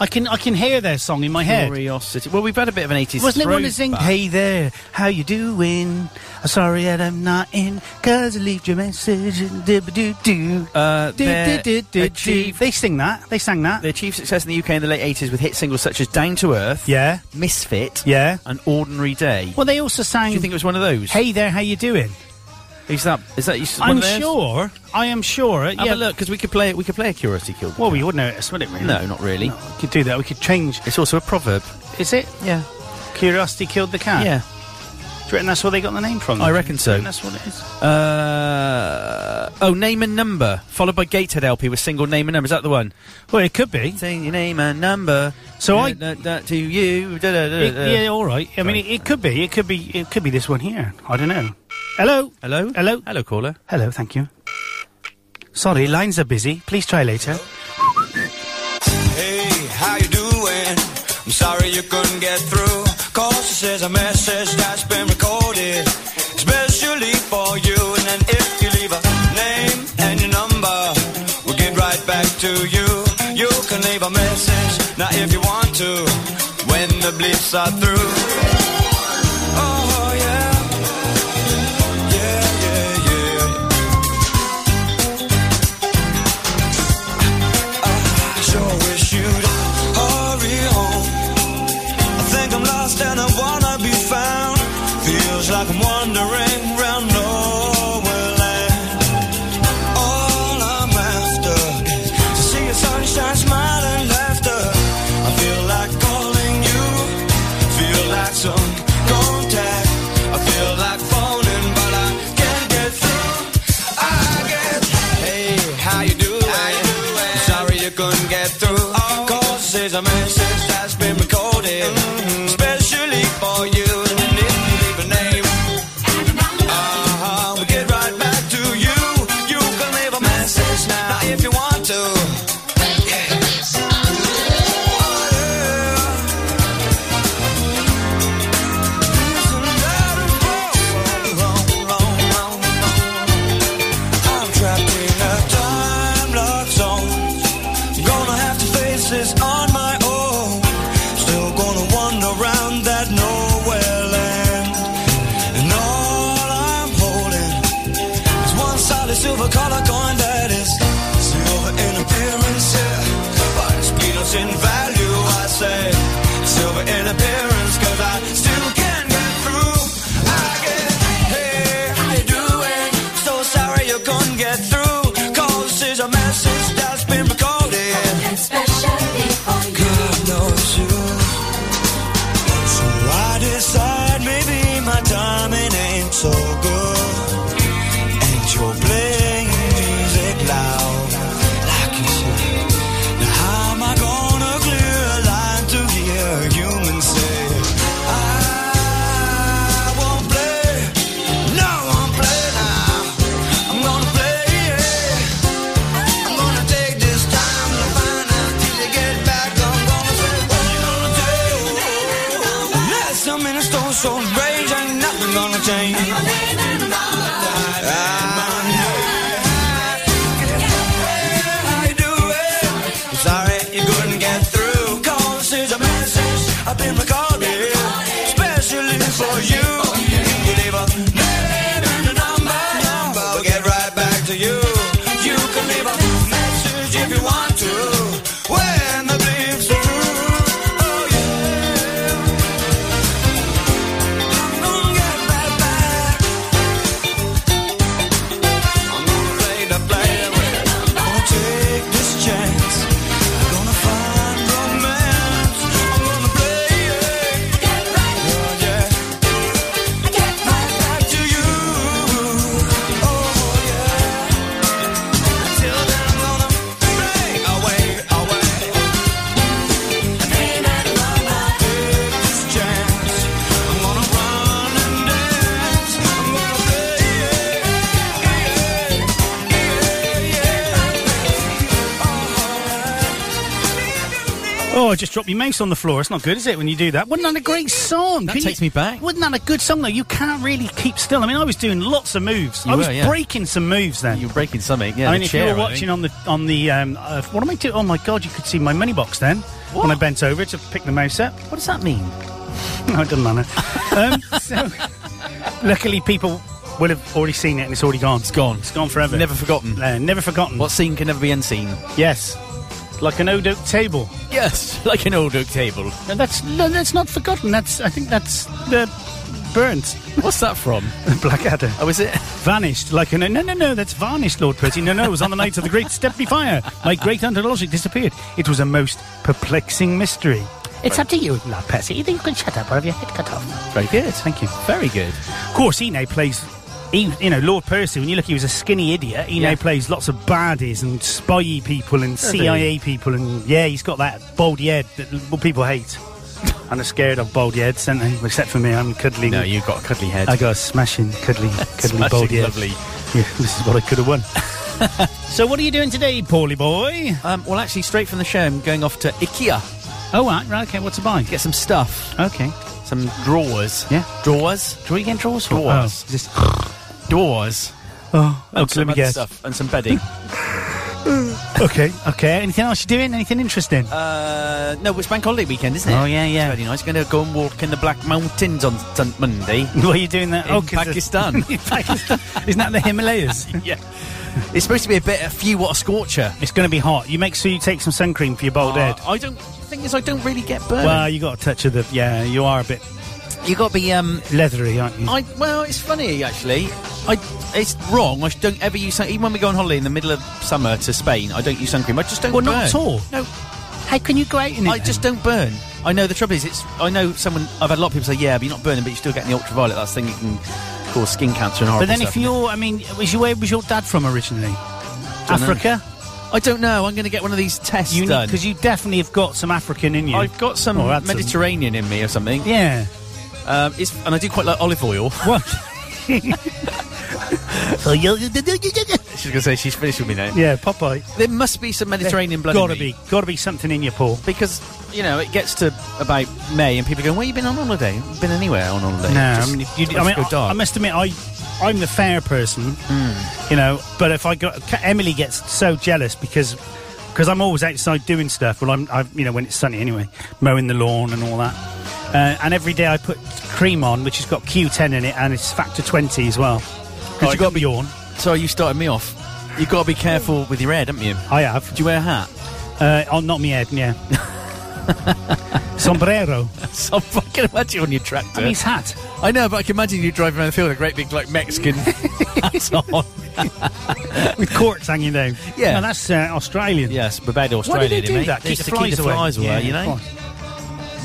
Speaker 3: I can I can hear their song in my head.
Speaker 4: Curiosity. Well, we've had a bit of an 80s.
Speaker 3: Wasn't it one that
Speaker 4: throwback.
Speaker 3: sing, Hey there, how you doing? I'm sorry that I'm not in, cause I left your message. Do, do, do.
Speaker 4: Uh,
Speaker 3: do,
Speaker 4: their
Speaker 3: do, do, do.
Speaker 4: achieve-
Speaker 3: They sing that. They sang that.
Speaker 4: They achieved success in the UK in the late 80s with hit singles such as Down to Earth,
Speaker 3: Yeah,
Speaker 4: Misfit,
Speaker 3: yeah.
Speaker 4: An Ordinary Day.
Speaker 3: Well, they also
Speaker 4: Do
Speaker 3: sang,
Speaker 4: you think it was one of those?
Speaker 3: Hey there, how you doing?
Speaker 4: is that is that you?
Speaker 3: I'm sure. I am sure.
Speaker 4: Yeah,
Speaker 3: yeah.
Speaker 4: look, because we could play it. We could play a Curiosity Kill.
Speaker 3: Well, we would notice, wouldn't it? Really?
Speaker 4: no, not really.
Speaker 3: We could do that. We could change.
Speaker 4: It's also a proverb.
Speaker 3: Is it
Speaker 4: Yeah,
Speaker 3: curiosity killed the cat?
Speaker 4: yeah.
Speaker 3: Do you reckon that's where they got the name from?
Speaker 4: I reckon so.
Speaker 3: Do you reckon That's what it is.
Speaker 4: Uh, oh, name and number, followed by Gatehead LP with single name and number. Is that the one?
Speaker 3: Well, it could be.
Speaker 4: Saying your name and number.
Speaker 3: So I-
Speaker 4: Da- da- da- to you. da- da- da-
Speaker 3: It-
Speaker 4: da.
Speaker 3: yeah, all right. I mean, it, it could be. It could be. It could be this one here. I don't know. Hello.
Speaker 4: Hello.
Speaker 3: Hello.
Speaker 4: Hello, caller.
Speaker 3: Hello. Thank you. Sorry, lines are busy. Please try later.
Speaker 7: Hey, how you doing? I'm sorry you couldn't get through. Cause this is a message that's been recorded, especially for you. And then if you leave a name and your number, we'll get right back to you. You can leave a message now if you want to, when the bleeps are through. Oh yeah, yeah, yeah, yeah. I sure wish you'd hurry home. I think I'm lost and I wanna be found. Feels like I'm wandering round nowhere land. All I'm after is to see your sunshine, smile and laughter. I feel like calling you. Feel like some contact. I feel like phoning, but I can't get through. I get hey, how you doing? Oh. Sorry you couldn't get through. Cause there's a message that's been recorded, Mm-hmm. especially for you. And if you leave a name, uh-huh, we get right back to you. You can leave a message now, if you want to. I'm trapped in a time lock zone. Gonna have to face this on my own. Still gonna wander around that nowhere land. And all I'm holding is one solid silver color coin that is silver in appearance, yeah. But it's peanuts in value, I say. Silver in appearance, cause I still can't get through. I get, hey, how you doing? So sorry you couldn't get through. Cause this is a message that's been recorded.
Speaker 6: Especially for you.
Speaker 7: God knows you. So I decide maybe my timing ain't so good. And you're playing music loud, like you should. Now how am I gonna clear a line to hear a human say, I won't play, no one play now. I'm gonna play, yeah. I'm gonna take this time to find out till you get back. I'm gonna say what you gonna do. Unless I'm in a storm so rage, ain't nothing gonna change. Sorry you couldn't get through. Cause it's a message I've been recording, especially for you. You leave a name and a number. We'll get right back to you. You can leave a message if you want to. When the beep's through, oh yeah. I'm gonna get right back. I'm gonna play the play. Gonna take this chance. I'm gonna find romance. I'm gonna play it. Oh yeah. Right back to you. Oh yeah. Until then, I'm gonna play away, away. Take this chance. I'm gonna run and dance. I'm gonna play it.
Speaker 3: Oh, I just dropped my mouse on the floor. It's not good, is it, when you do that? Wasn't that a great song?
Speaker 4: That
Speaker 3: Couldn't
Speaker 4: takes
Speaker 3: you-
Speaker 4: me back.
Speaker 3: Wasn't that a good song, though? You can't really keep still. I mean, I was doing lots of moves.
Speaker 4: You
Speaker 3: I was
Speaker 4: were, yeah.
Speaker 3: breaking some moves then.
Speaker 4: You're breaking something. Yeah,
Speaker 3: I mean,
Speaker 4: the
Speaker 3: if you
Speaker 4: chair,
Speaker 3: were
Speaker 4: I think.
Speaker 3: watching on the on the um, uh, what am I doing? Oh my god, you could see my money box then when I bent over to pick the mouse up.
Speaker 4: What does that mean?
Speaker 3: No, it doesn't matter. um, so, luckily, people will have already seen it and it's already gone. It's
Speaker 4: gone.
Speaker 3: It's gone forever.
Speaker 4: Never forgotten.
Speaker 3: Uh, never forgotten.
Speaker 4: What seen can never be unseen.
Speaker 3: Yes, like an old oak table.
Speaker 4: Yes, like an old oak table.
Speaker 3: No, that's no, that's not forgotten. That's I think that's the burnt
Speaker 4: What's that from?
Speaker 3: Blackadder
Speaker 4: Oh, is it?
Speaker 3: vanished like an no no no that's varnished Lord Percy no no it was on the night of the Great Stepney Fire my great aunt logic disappeared it was a most perplexing mystery it's up to you Lord Percy either you can shut up or have your head cut off
Speaker 4: Very good.
Speaker 3: thank you
Speaker 4: Very good.
Speaker 3: of course he now plays he, you know Lord Percy when you look he was a skinny idiot he
Speaker 4: Yeah.
Speaker 3: now plays lots of baddies and spy people and CIA people and yeah he's got that baldy head that l- people hate and are scared of baldy heads aren't they except for me I'm cuddling
Speaker 4: No, you've got a cuddly head.
Speaker 3: I got a smashing, cuddly, cuddly
Speaker 4: Smashing,
Speaker 3: baldy head.
Speaker 4: lovely.
Speaker 3: Yeah, this is what I could have won. so, what are you doing today, Paulie boy?
Speaker 4: Um, well, actually, straight from the show, I'm going off to IKEA to
Speaker 3: Oh, right, right, okay. What to buy?
Speaker 4: get some stuff.
Speaker 3: Okay.
Speaker 4: Some drawers.
Speaker 3: Yeah.
Speaker 4: Drawers. Do we get drawers? Drawers.
Speaker 3: Oh, just,
Speaker 4: Drawers.
Speaker 3: oh,
Speaker 4: And
Speaker 3: let
Speaker 4: some
Speaker 3: me
Speaker 4: other
Speaker 3: guess.
Speaker 4: stuff and some bedding.
Speaker 3: Okay, okay. Anything else you're doing? Anything interesting?
Speaker 4: uh, no, it's Bank Holiday weekend, isn't it?
Speaker 3: Oh, yeah, yeah.
Speaker 4: It's very nice. Going to go and walk in the Black Mountains on Sun- Monday.
Speaker 3: what are you doing there? Oh,
Speaker 4: in
Speaker 3: 'cause the-
Speaker 4: Pakistan.
Speaker 3: in Pakistan. Isn't that the Himalayas?
Speaker 4: yeah. It's supposed to be a bit, a few what a scorcher.
Speaker 3: it's going to be hot. You make sure you take some sun cream for your bald head.
Speaker 4: Uh, I don't. The thing is, I don't really get burned.
Speaker 3: Well, you got a touch of the. Yeah, you are a bit
Speaker 4: you got to be um,
Speaker 3: leathery, aren't you?
Speaker 4: I well, it's funny actually. I it's wrong. I don't ever use sun. Even when we go on holiday in the middle of summer to Spain, I don't use sun cream. I just don't.
Speaker 3: well,
Speaker 4: burn.
Speaker 3: not at all.
Speaker 4: No,
Speaker 3: How can you go out in it?
Speaker 4: I just don't burn. I know the trouble is, it's. I know someone. I've had a lot of people say, "Yeah, but you're not burning, but you're still getting the ultraviolet. That's the thing that can cause skin cancer and horrible
Speaker 3: But then,
Speaker 4: stuff.
Speaker 3: if you're, I mean, was you, where was your dad from originally?
Speaker 4: Dunno.
Speaker 3: Africa.
Speaker 4: I don't know. I'm going to get one of these tests
Speaker 3: You
Speaker 4: done.
Speaker 3: because you definitely have got some African in you.
Speaker 4: I've got some
Speaker 3: Oh, that's a-
Speaker 4: Mediterranean in me or something.
Speaker 3: yeah.
Speaker 4: Um, it's, and I do quite like olive oil.
Speaker 3: What? so you,
Speaker 4: she's going to say she's finished with me now.
Speaker 3: yeah, Popeye.
Speaker 4: There must be some Mediterranean blood. in
Speaker 3: Gotta
Speaker 4: me.
Speaker 3: be, gotta be something in your Paul.
Speaker 4: because you know it gets to about May and people are going, "Where you been on holiday? Been anywhere on holiday?"
Speaker 3: No,
Speaker 4: Just-
Speaker 3: I mean, you,
Speaker 4: just
Speaker 3: I, mean
Speaker 4: go
Speaker 3: I-
Speaker 4: dark.
Speaker 3: I must admit, I, I'm the fair person,
Speaker 4: Hmm.
Speaker 3: you know. But if I got Ca- Emily gets so jealous because because I'm always outside doing stuff. Well, I'm I've, you know when it's sunny anyway, mowing the lawn and all that. Uh, and every day I put cream on, which has got Q10 in it, and it's factor 20 as well. Because you
Speaker 4: Right.
Speaker 3: got to yawn.
Speaker 4: so you started me off. You got to be careful with your head, haven't you?
Speaker 3: I have.
Speaker 4: Do you wear a hat?
Speaker 3: Uh, oh, not me head, yeah. Sombrero.
Speaker 4: So I can imagine on your tractor.
Speaker 3: I mean, his hat.
Speaker 4: I know, but I can imagine you driving around the field with a great big like Mexican hat on.
Speaker 3: With corks hanging down.
Speaker 4: Yeah.
Speaker 3: No, that's uh, Australian.
Speaker 4: Yes, Barbados,
Speaker 3: Why
Speaker 4: Australia.
Speaker 3: do they do
Speaker 4: mate.
Speaker 3: that?
Speaker 4: They used to keep the flies away, you
Speaker 3: of
Speaker 4: know.
Speaker 3: course.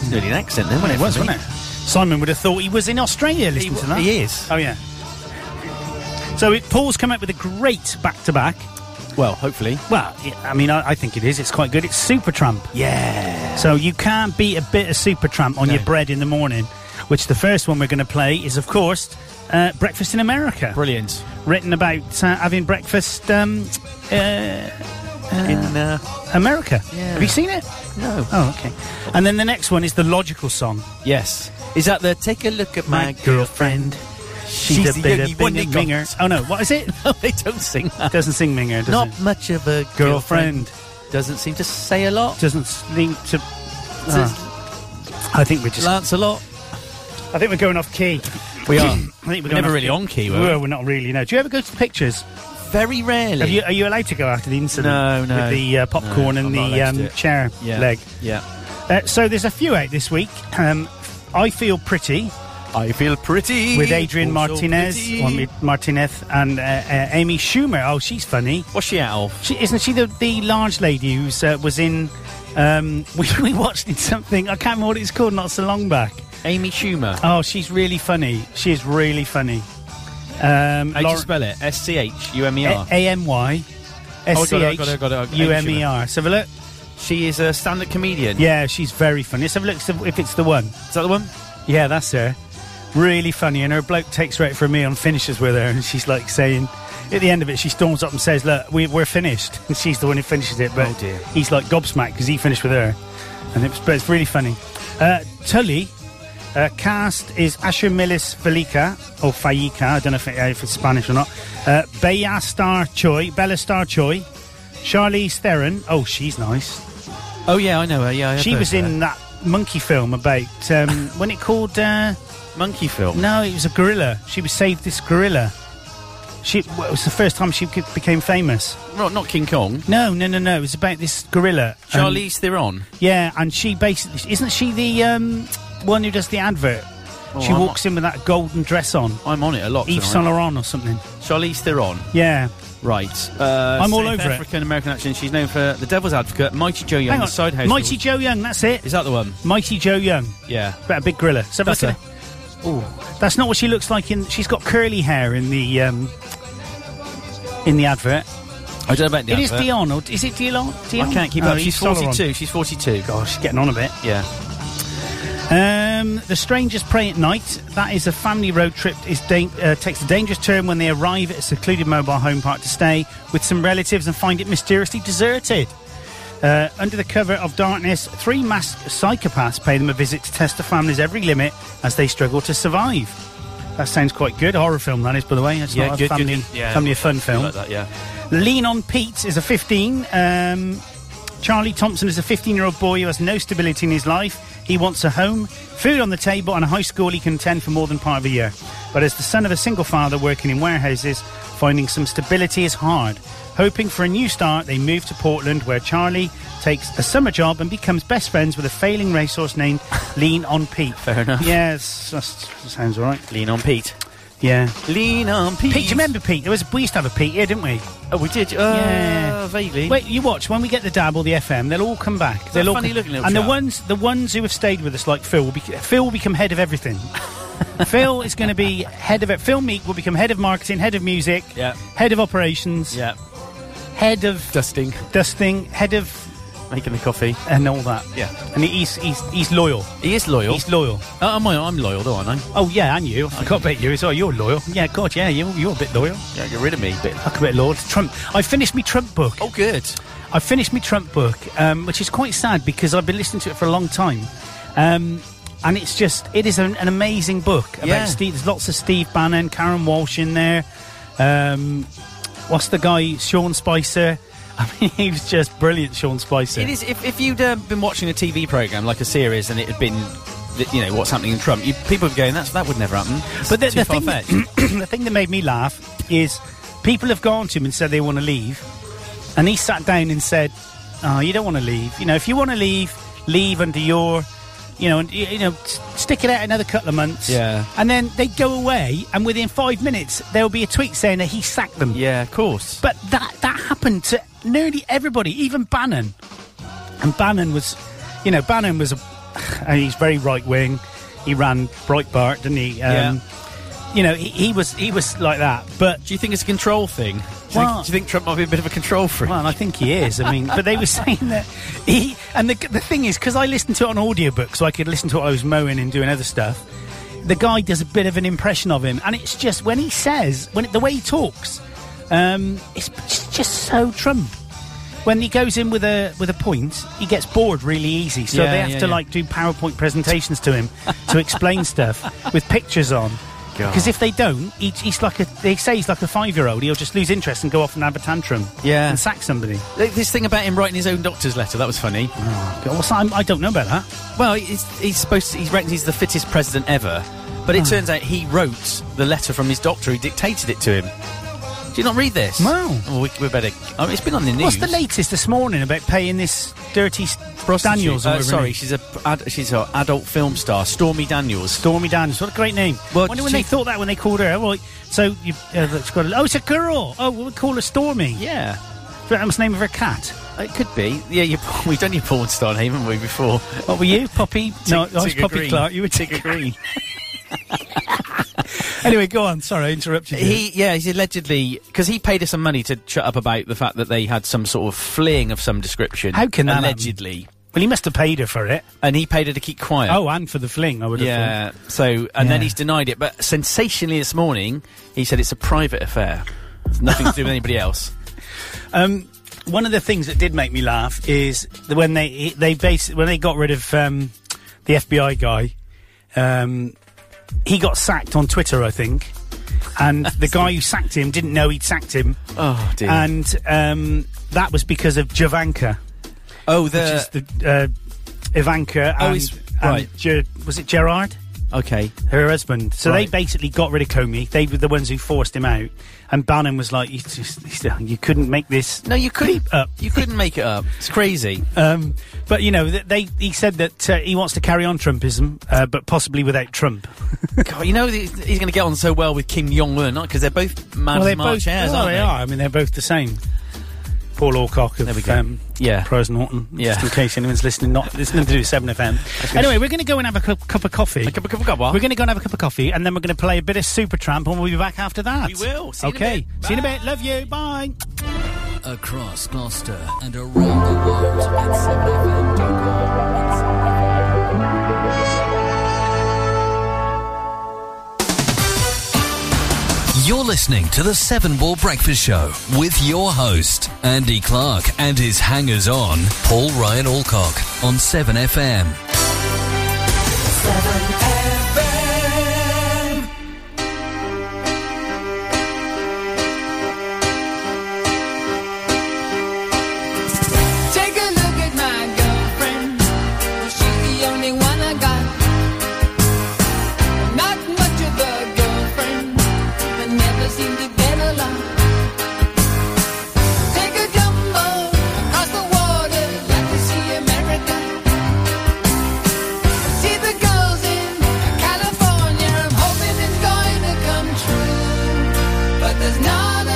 Speaker 4: It's nearly an accent, then, wasn't it?
Speaker 3: It was,
Speaker 4: for me?
Speaker 3: wasn't it? Simon would have thought he was in Australia listening to that.
Speaker 4: He is.
Speaker 3: Oh, yeah. So it, Paul's come up with a great back to back.
Speaker 4: Uh, Well, hopefully.
Speaker 3: Well, yeah, I mean, I, I think it is. It's quite good. It's Supertramp.
Speaker 4: Yeah.
Speaker 3: So you can't beat a bit of Supertramp on
Speaker 4: No.
Speaker 3: your bread in the morning, which the first one we're going to play is, of course, uh, Breakfast in America.
Speaker 4: Brilliant.
Speaker 3: Written about uh, having breakfast um, uh,
Speaker 4: In uh,
Speaker 3: America.
Speaker 4: Yeah.
Speaker 3: Have you seen it?
Speaker 4: no.
Speaker 3: Oh, okay. And then the next one is the logical song.
Speaker 4: Yes. Is that the take a look at my,
Speaker 3: girlfriend. She's,
Speaker 4: She's
Speaker 3: a
Speaker 4: the
Speaker 3: bit of
Speaker 4: only one
Speaker 3: binger,
Speaker 4: they got.
Speaker 3: minger. Oh no, what is it?
Speaker 4: No, they don't sing that.
Speaker 3: Doesn't sing minger, does
Speaker 4: Not
Speaker 3: it?
Speaker 4: much of a
Speaker 3: Girlfriend.
Speaker 4: girlfriend. Doesn't seem to say a lot.
Speaker 3: Doesn't seem to. Ah. I think we're just.
Speaker 4: Lance a lot.
Speaker 3: I think we're going off key.
Speaker 4: We are.
Speaker 3: I think we're
Speaker 4: We're
Speaker 3: going
Speaker 4: never
Speaker 3: off
Speaker 4: really on key, were we?
Speaker 3: Well, we're not really. No. Do you ever go to the pictures?
Speaker 4: Very rarely.
Speaker 3: Have you, are you allowed to go after the incident?
Speaker 4: No, no.
Speaker 3: With the uh, popcorn and
Speaker 4: No, I'm not
Speaker 3: the
Speaker 4: allowed to
Speaker 3: um,
Speaker 4: do it.
Speaker 3: chair
Speaker 4: yeah.
Speaker 3: leg.
Speaker 4: Yeah.
Speaker 3: Uh, so there's a few out this week. Um, I feel pretty.
Speaker 4: I feel pretty.
Speaker 3: with Adrian
Speaker 4: Oh, so
Speaker 3: Martinez,
Speaker 4: pretty.
Speaker 3: or Mi- Martinez, and uh, uh, Amy Schumer. Oh, she's funny.
Speaker 4: What's she out of?
Speaker 3: She, isn't she the, the large lady who uh, was in? Um, we, we watched in something. I can't remember what it's called. Not so long back.
Speaker 4: Amy Schumer.
Speaker 3: Oh, she's really funny. She is really funny. Um,
Speaker 4: How do you spell it? S C H U M E R.
Speaker 3: A M Y
Speaker 4: Oh, I
Speaker 3: S
Speaker 4: got
Speaker 3: C
Speaker 4: it, I
Speaker 3: H
Speaker 4: got it, I got it, I got it.
Speaker 3: U M E R. So have a look.
Speaker 4: She is a stand-up comedian.
Speaker 3: Yeah, she's very funny. Let's have a look so- if it's the one.
Speaker 4: Is that the one?
Speaker 3: Yeah, that's her. Really funny, and her bloke takes her out for a meal and finishes with her, and she's like saying, at the end of it, she storms up and says, "Look, we, we're finished." And she's the one who finishes it, but
Speaker 4: Oh, dear.
Speaker 3: he's like gobsmacked because he finished with her, and it's but it's really funny. Uh, Tully uh, cast is Asher Millis Felica or Fayica. I don't know if, it, uh, if it's Spanish or not. Uh, Bella Star Choi, Bella Star Choi, Charlize Theron. Oh, she's nice.
Speaker 4: Oh yeah, I know her. Yeah, I have
Speaker 3: She
Speaker 4: heard
Speaker 3: was
Speaker 4: of her.
Speaker 3: in that monkey film about um, when it called. Uh,
Speaker 4: Monkey Film.
Speaker 3: no, it was a gorilla. She was saved this gorilla. She well, it was the first time she c- became famous.
Speaker 4: Not, not King Kong.
Speaker 3: No, no, no, no. It was about this gorilla. Um,
Speaker 4: Charlize Theron.
Speaker 3: yeah, and she basically isn't she the um, one who does the advert?
Speaker 4: Oh,
Speaker 3: she
Speaker 4: I'm
Speaker 3: walks in with that golden dress on,
Speaker 4: I'm on it a lot.
Speaker 3: Yves Saint
Speaker 4: tonight.
Speaker 3: Laurent or something.
Speaker 4: Charlize Theron.
Speaker 3: Yeah,
Speaker 4: Right. Uh,
Speaker 3: I'm all
Speaker 4: South
Speaker 3: over it.
Speaker 4: African American action. She's known for The Devil's Advocate, Mighty Joe Young,
Speaker 3: hang
Speaker 4: The
Speaker 3: on,
Speaker 4: Side House.
Speaker 3: Mighty
Speaker 4: Rules.
Speaker 3: Joe Young. That's it.
Speaker 4: Is that the one?
Speaker 3: Mighty Joe Young,
Speaker 4: Yeah.
Speaker 3: about a big gorilla. So
Speaker 4: That's
Speaker 3: look at it. That's not what she looks like. In she's got curly hair in the um, in the advert.
Speaker 4: I don't know about the
Speaker 3: It is
Speaker 4: advert.
Speaker 3: Dion, or is it Dion? Dion?
Speaker 4: I can't keep
Speaker 3: Oh,
Speaker 4: up.
Speaker 3: Yves
Speaker 4: She's
Speaker 3: Saint Laurent.
Speaker 4: 42. She's 42.
Speaker 3: Gosh, getting on a bit.
Speaker 4: Yeah.
Speaker 3: Um, the Strangers Pray at Night. That is a family road trip. Is dan- uh, takes a dangerous turn when they arrive at a secluded mobile home park to stay with some relatives and find it mysteriously deserted. Uh, under the cover of darkness, three masked psychopaths pay them a visit to test the family's every limit as they struggle to survive. That sounds quite good. Horror film, that is, by the way. It's not a family, family fun film.
Speaker 4: Like that, yeah.
Speaker 3: Lean on Pete is a 15. Um, Charlie Thompson is a 15 year old boy who has no stability in his life. He wants a home, food on the table, and a high school he can attend for more than part of a year. But as the son of a single father working in warehouses, finding some stability is hard. Hoping for a new start, they move to Portland, where Charlie takes a summer job and becomes best friends with a failing racehorse named Lean on Pete.
Speaker 4: Fair enough.
Speaker 3: Yes, that sounds all right.
Speaker 4: Lean on Pete.
Speaker 3: Yeah.
Speaker 4: Lean on
Speaker 3: Pete,
Speaker 4: Pete.
Speaker 3: do you remember Pete? There was we used to have a Pete here, didn't we?
Speaker 4: Oh, we did. Uh,
Speaker 3: Yeah.
Speaker 4: Vaguely.
Speaker 3: Wait, you watch when we get the dab or the FM, they'll all come back. They'll all
Speaker 4: funny
Speaker 3: come-
Speaker 4: looking little
Speaker 3: and the
Speaker 4: chap?
Speaker 3: ones the ones who have stayed with us, like Phil, will be, Phil will become head of everything. Phil is going to be head of it. Phil Meek will become head of marketing, head of music,
Speaker 4: Yeah.
Speaker 3: head of operations,
Speaker 4: Yeah.
Speaker 3: head of
Speaker 4: Dusting.
Speaker 3: dusting, head of
Speaker 4: Making the coffee.
Speaker 3: and all that.
Speaker 4: Yeah.
Speaker 3: and he's he's he's loyal.
Speaker 4: He is loyal.
Speaker 3: He's loyal.
Speaker 4: Oh, am I? I'm loyal, though, aren't I?
Speaker 3: Oh yeah, and you. I got bet you as well. You're loyal. Yeah, God, yeah, you you're a bit loyal.
Speaker 4: Yeah, get rid of me. Bit.
Speaker 3: Fuck a bit, Lord Trump. I finished me Trump book.
Speaker 4: Oh, good.
Speaker 3: I finished my Trump book, um, which is quite sad because I've been listening to it for a long time. Um, and it's just, it is an, an amazing book. About
Speaker 4: Yeah.
Speaker 3: Steve, there's lots of Steve Bannon, Karen Walsh in there. Um, what's the guy, Sean Spicer? I mean, he was just brilliant, Sean Spicer.
Speaker 4: It is. If, if you'd um, been watching a TV program like a series and it had been, th- you know, what's happening in Trump, you, people would be going, "That's that would never happen." It's
Speaker 3: But the,
Speaker 4: too
Speaker 3: the, thing that,
Speaker 4: far-fetched.
Speaker 3: the thing that made me laugh is people have gone to him and said they want to leave. And he sat down and said, Oh, you don't want to leave. You know, if you want to leave, leave under your, you know, and, y- you know, s- stick it out another couple of months.
Speaker 4: Yeah.
Speaker 3: And then they go away, and within five minutes, there'll be a tweet saying that he sacked them.
Speaker 4: yeah, of course.
Speaker 3: But that, that happened to nearly everybody, even Bannon. And Bannon was, you know, Bannon was a, and he's very right wing. He ran Breitbart, didn't he? Um,
Speaker 4: Yeah.
Speaker 3: You know, he, he was he was like that. But
Speaker 4: do you think it's a control thing? Do you,
Speaker 3: Well-
Speaker 4: think, do you think Trump might be a bit of a control freak?
Speaker 3: well, and I think he is. I mean, but they were saying that he and the the thing is because I listened to it on audiobook, so I could listen to it while I was mowing and doing other stuff. The guy does a bit of an impression of him, and it's just when he says when the way he talks, um, it's it's just so Trump. When he goes in with a with a point, he gets bored really easy. So
Speaker 4: Yeah,
Speaker 3: they have
Speaker 4: yeah,
Speaker 3: to
Speaker 4: yeah.
Speaker 3: like do PowerPoint presentations to him to explain stuff with pictures on.
Speaker 4: God.
Speaker 3: Because if they don't, he, he's like a. They say he's like a five-year-old. He'll just lose interest and go off and have a tantrum.
Speaker 4: Yeah.
Speaker 3: and sack somebody.
Speaker 4: Like, this thing about him writing his own doctor's letter—that was funny.
Speaker 3: Go, Oh, What's that? I'm- I don't know about that.
Speaker 4: Well, he's, he's supposed to, he reckons he's the fittest president ever, but
Speaker 3: Hmm.
Speaker 4: it turns out he wrote the letter from his doctor who dictated it to him. Do you not read this?
Speaker 3: No.
Speaker 4: Well, we, we better. I mean, it's been on the news.
Speaker 3: What's the latest this morning about paying this dirty s-
Speaker 4: Prostitute.
Speaker 3: Daniels? or
Speaker 4: Uh,
Speaker 3: whatever her
Speaker 4: sorry,
Speaker 3: name-
Speaker 4: she's a ad, she's an adult film star, Stormy Daniels.
Speaker 3: Stormy Daniels. What a great name.
Speaker 4: Well,
Speaker 3: Wonder when
Speaker 4: she-
Speaker 3: they thought that when they called her. Right. So you, uh, it's got a, oh, it's a girl. Oh, we'll call her Stormy.
Speaker 4: Yeah,
Speaker 3: That was the name of her cat.
Speaker 4: it could be. Yeah, you, we've done your porn star name, haven't we, before?
Speaker 3: What were you, Poppy? no, I was
Speaker 4: Tigger
Speaker 3: Poppy
Speaker 4: Green.
Speaker 3: Clark. You were Tigger Green. anyway, go on. Sorry, I interrupted you.
Speaker 4: He, yeah, he's allegedly because he paid her some money to shut up about the fact that they had some sort of fleeing of some description.
Speaker 3: How can that happen?
Speaker 4: allegedly?
Speaker 3: well, he must have paid her for it.
Speaker 4: And he paid her to keep quiet.
Speaker 3: Oh, and for the fling, I would have thought.
Speaker 4: Yeah. So, and then
Speaker 3: Yeah.
Speaker 4: he's denied it. But sensationally, this morning he said it's a private affair. It's nothing to do with anybody else.
Speaker 3: Um, one of the things that did make me laugh is th- when they they basi- when they got rid of um, the FBI guy, um, he got sacked on Twitter, I think, and the guy who sacked him didn't know he'd sacked him,
Speaker 4: Oh dear.
Speaker 3: and um, that was because of Javanka,
Speaker 4: oh, the,
Speaker 3: which is the uh, Ivanka,
Speaker 4: Oh,
Speaker 3: and,
Speaker 4: it's-
Speaker 3: and
Speaker 4: right.
Speaker 3: Ger- was it Gerard?
Speaker 4: okay.
Speaker 3: her husband. So
Speaker 4: Right.
Speaker 3: they basically got rid of Comey. They were the ones who forced him out. And Bannon was like, "You just, you couldn't make this
Speaker 4: No, you couldn't.
Speaker 3: Keep up.
Speaker 4: You couldn't make it up. It's crazy.
Speaker 3: Um, but you know, th- they he said that uh, he wants to carry on Trumpism, uh, but possibly without Trump.
Speaker 4: God, you know th- he's going to get on so well with Kim Jong Un, aren't? Because they're both mad as
Speaker 3: they're
Speaker 4: March hares,
Speaker 3: well,
Speaker 4: aren't
Speaker 3: they are. I mean, they're both the same. Paul Alcock of
Speaker 4: There we go.
Speaker 3: Um,
Speaker 4: Yeah.
Speaker 3: Prose Norton.
Speaker 4: Yeah.
Speaker 3: Just in case anyone's listening, not it's nothing to do with Seven FM. Anyway, we're going to go and have a cu- cup of coffee.
Speaker 4: A cup of- cup of- cup of-
Speaker 3: We're going to go and have a cup of coffee, and then we're going to play a bit of Supertramp, and we'll be back after that.
Speaker 4: We will. See you in a
Speaker 3: okay.
Speaker 4: bit.
Speaker 3: See you in a
Speaker 4: Bye.
Speaker 3: bit. Love you. Bye.
Speaker 1: across Gloucester and around the world at 7FM.com. You're listening to the Seven Ball Breakfast Show with your host, Andy Clark, and his hangers on, Paul Ryan Alcock, on 7FM.
Speaker 9: Take a look at my girlfriend. She's the only one I got. Not much of a girlfriend, but never seem to get along. Take a jumble across the water, like to see America. See the girls in oh, oh, Oh, oh, Oh,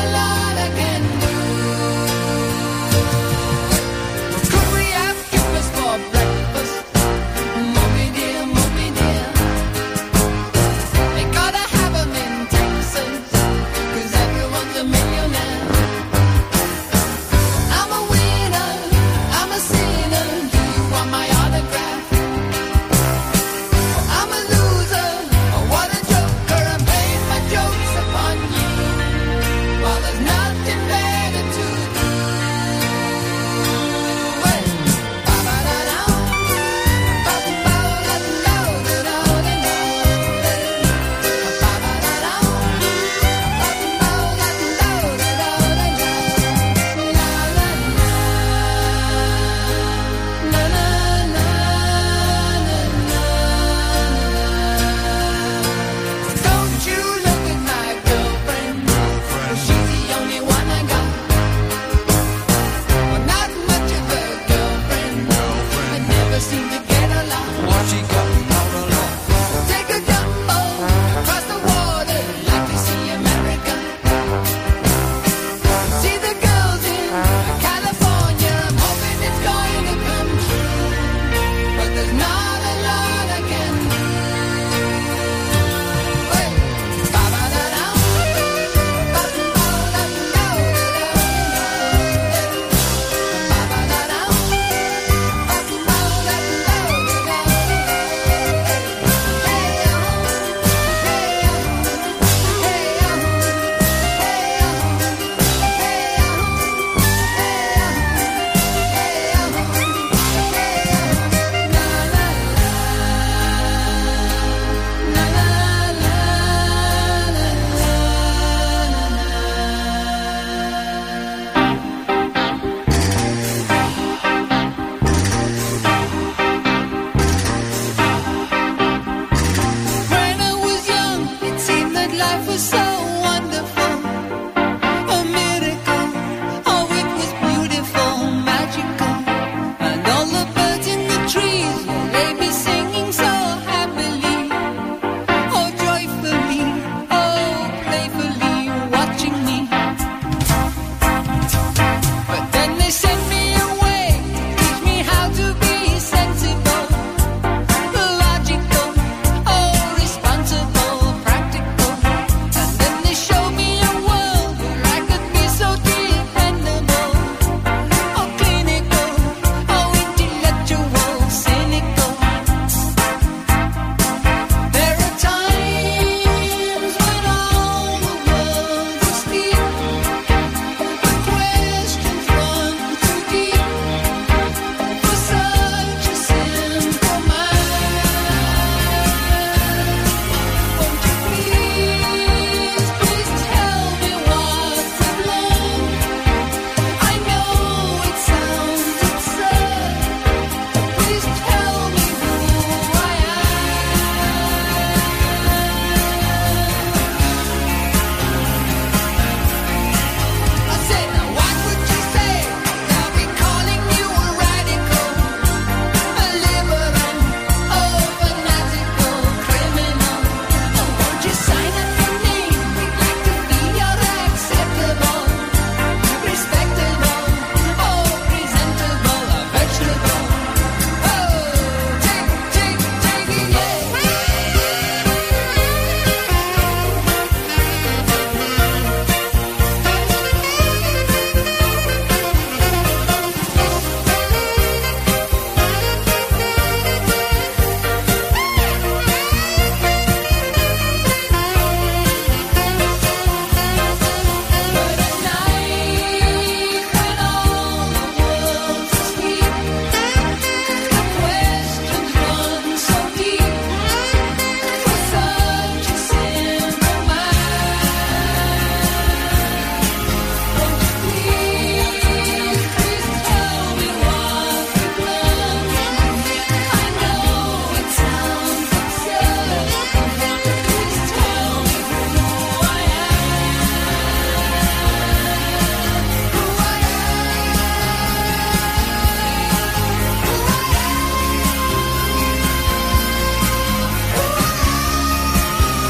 Speaker 9: Oh, oh, Oh,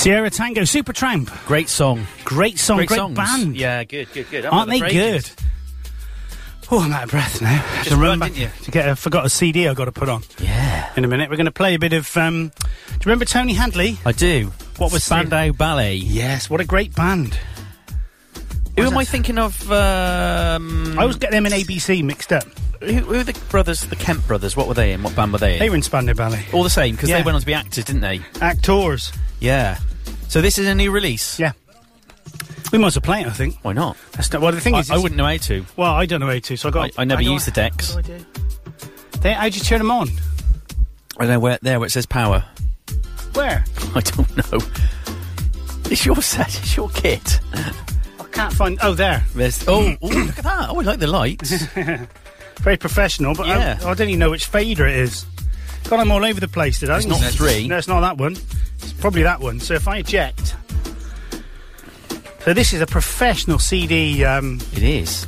Speaker 3: Sierra Tango, Super Tramp.
Speaker 4: Great song.
Speaker 3: Great song, great,
Speaker 4: songs.
Speaker 3: band.
Speaker 4: Yeah, good, good, good.
Speaker 3: Aren't they
Speaker 4: Other breakers.
Speaker 3: good? Oh, I'm out of breath now.
Speaker 4: Just
Speaker 3: To run
Speaker 4: run,
Speaker 3: back
Speaker 4: didn't you?
Speaker 3: to get. I forgot a CD I got to put on
Speaker 4: Yeah.
Speaker 3: in a minute. We're going to play a bit of. Um, do you remember Tony Hadley?
Speaker 4: I do.
Speaker 3: What was
Speaker 4: Spandau Ballet?
Speaker 3: Yes, what a great band.
Speaker 4: Who
Speaker 3: Was
Speaker 4: am I
Speaker 3: it-
Speaker 4: thinking of? Um,
Speaker 3: I always get them in ABC mixed up.
Speaker 4: who, who were the brothers, the Kemp brothers? What were they in? What band were they in?
Speaker 3: They were in Spandau Ballet.
Speaker 4: all the same because
Speaker 3: Yeah.
Speaker 4: they went on to be actors, didn't they?
Speaker 3: Actors.
Speaker 4: Yeah. So this is a new release.
Speaker 3: Yeah. We might as well play it, I think.
Speaker 4: Why not?
Speaker 3: That's not, well, the thing
Speaker 4: I,
Speaker 3: is,
Speaker 4: I
Speaker 3: it's-
Speaker 4: wouldn't know how to.
Speaker 3: Well, I don't know how to, so I got.
Speaker 4: I, I never
Speaker 3: don't-
Speaker 4: use the decks. I
Speaker 3: They, how'd you turn them on?
Speaker 4: don't know where there where it says power.
Speaker 3: Where?
Speaker 4: I don't know. It's your set. It's your kit.
Speaker 3: I can't find. Oh, there.
Speaker 4: There's oh, ooh, look at that. Oh, I like the lights.
Speaker 3: Very professional, but um,
Speaker 4: Yeah.
Speaker 3: I, I don't even know which fader it is. God, I'm all over the place today.
Speaker 4: It's not three.
Speaker 3: No, it's not that one. It's probably that one. So if I eject. So this is a professional CD, um,
Speaker 4: it is.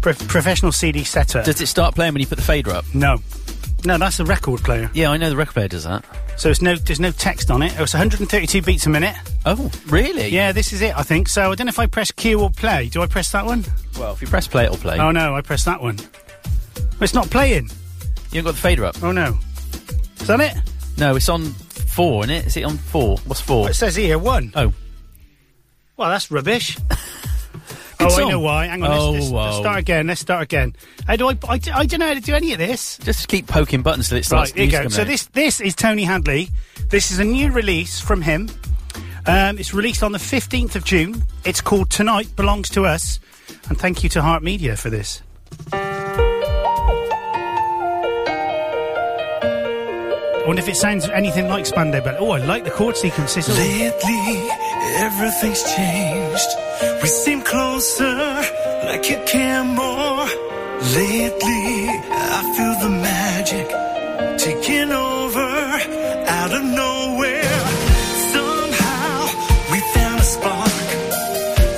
Speaker 3: pro- professional CD setup.
Speaker 4: Does it start playing when you put the fader up?
Speaker 3: no, no, that's a record player.
Speaker 4: Yeah, I know the record player does that.
Speaker 3: So it's no, there's no text on it. It's 132 beats a minute.
Speaker 4: Oh, really?
Speaker 3: Yeah, this is it, I think. So I don't know if I press Q or play. Do I press that one?
Speaker 4: Well, if you press play, it'll play.
Speaker 3: Oh no, I pressed that one. It's not playing.
Speaker 4: You haven't got the fader up.
Speaker 3: Oh no. Is that it?
Speaker 4: No, it's on four, isn't it? Is it on four? What's four?
Speaker 3: It says here one.
Speaker 4: Oh,
Speaker 3: Well, that's rubbish. oh, I
Speaker 4: song.
Speaker 3: know why. Hang on.
Speaker 4: Oh,
Speaker 3: let's, let's, let's
Speaker 4: whoa.
Speaker 3: start again. Let's start again. How do I, I, d- I don't know how to do any of this.
Speaker 4: just keep poking buttons till it starts.
Speaker 3: Right, here you
Speaker 4: music
Speaker 3: go.
Speaker 4: coming
Speaker 3: So
Speaker 4: out.
Speaker 3: this this is Tony Hadley. This is a new release from him. Um, it's released on the 15th of June. It's called Tonight Belongs to Us. And thank you to Heart Media for this. I wonder if it sounds anything like Spandau Ballet. Oh, I like the chord Oh. sequence. It's all-
Speaker 7: Lately, everything's changed. We seem closer, like you care more. Lately, I feel the magic taking over out of nowhere. Somehow, we found a spark.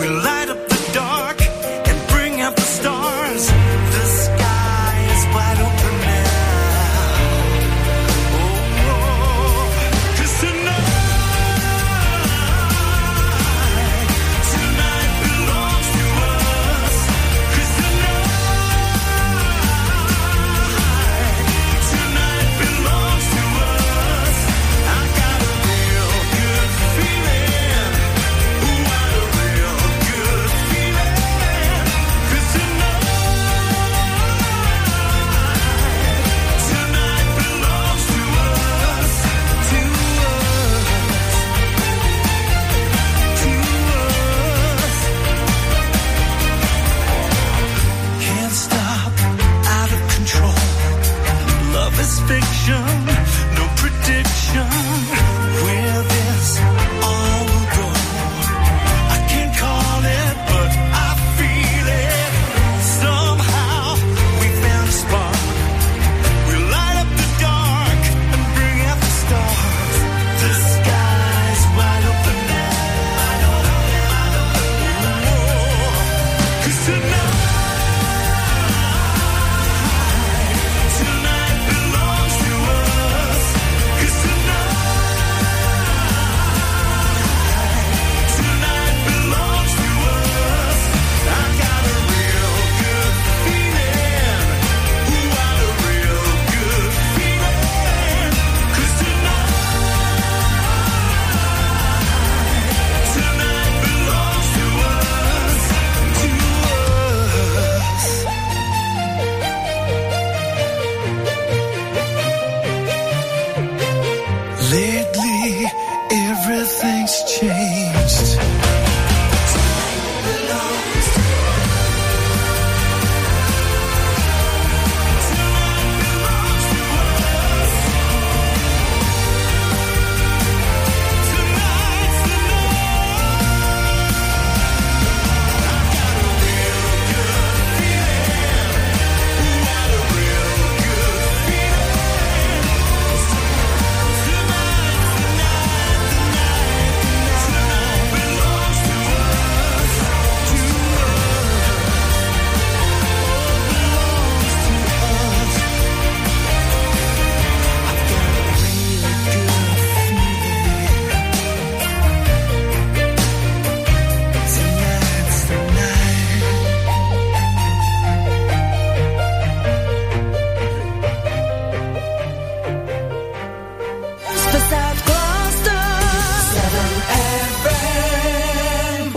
Speaker 7: We light up the dark and bring out the stars. The sky is wide open now. Oh, oh, 'cause tonight. Tonight belongs to us. 'Cause tonight, tonight belongs to us. I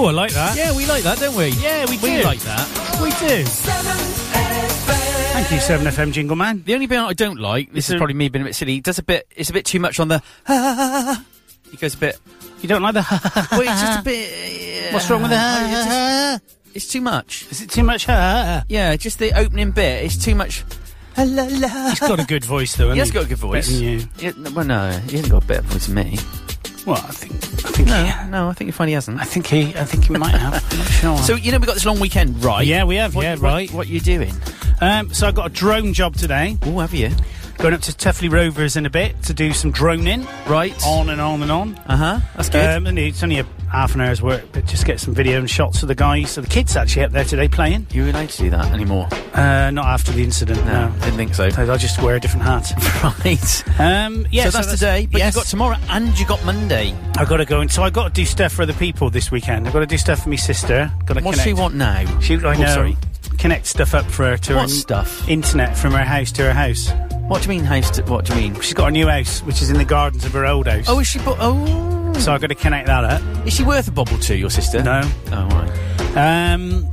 Speaker 3: Oh, that.
Speaker 4: Yeah, we like that, don't we?
Speaker 3: Yeah, we
Speaker 4: We
Speaker 3: do.
Speaker 4: like that.
Speaker 3: we do. Thank you, 7FM Jingle Man.
Speaker 4: The only bit I don't like,
Speaker 3: Is
Speaker 4: this is
Speaker 3: there-
Speaker 4: probably me being a bit silly, he does a bit, it's a bit too much on the. He goes a bit.
Speaker 3: You don't like the
Speaker 4: Well, it's just a bit.
Speaker 3: What's wrong with the
Speaker 4: Well, it's just- It's too much.
Speaker 3: Is it too much? He's
Speaker 4: Yeah, just the opening bit. It's too much. La, la, la.
Speaker 3: got a good voice, though.
Speaker 4: He has
Speaker 3: hasn't
Speaker 4: got a good voice.
Speaker 3: Better than you.
Speaker 4: Yeah, no- well, no, he hasn't got a better voice than me.
Speaker 3: Well, I think, I think,
Speaker 4: No,
Speaker 3: he,
Speaker 4: no, I think you find he hasn't.
Speaker 3: I think he, I think he might have. I'm not sure. Oh,
Speaker 4: So you know we got this long weekend, right?
Speaker 3: Yeah, we have,
Speaker 4: What,
Speaker 3: yeah,
Speaker 4: what-
Speaker 3: right.
Speaker 4: What, you doing?
Speaker 3: um, so I got a drone job today.
Speaker 4: Oh, have you?
Speaker 3: Going up to Tuffley Rovers in a bit to do some droning.
Speaker 4: Right.
Speaker 3: On and on and on.
Speaker 4: Uh huh. That's good.
Speaker 3: Um, and it's only a half an hour's work, but just get some video and shots of the guys. So the kids actually up there today playing.
Speaker 4: You're allowed to do that anymore?
Speaker 3: Uh, not after the incident, no.
Speaker 4: didn't think so.
Speaker 3: I'll just wear a different hat.
Speaker 4: right.
Speaker 3: Um, yeah,
Speaker 4: so, that's today, but
Speaker 3: yes.
Speaker 4: you've got tomorrow and you got Monday.
Speaker 3: I've got to go, and so I've got to do stuff for other people this weekend. I've got to do stuff for my sister. Got to
Speaker 4: What's
Speaker 3: connect.
Speaker 4: she want now?
Speaker 3: She, I
Speaker 4: Oh,
Speaker 3: know.
Speaker 4: sorry.
Speaker 3: Connect stuff up for her to her
Speaker 4: What stuff?
Speaker 3: internet from her house to her house.
Speaker 4: What do you mean, house? To, what do you mean?
Speaker 3: She's got a new house, which is in the gardens of her old house.
Speaker 4: Oh, is she? Bo- oh,
Speaker 3: so I've got to connect that up.
Speaker 4: is she worth a bobble to your sister?
Speaker 3: No.
Speaker 4: Oh, all right.
Speaker 3: Um,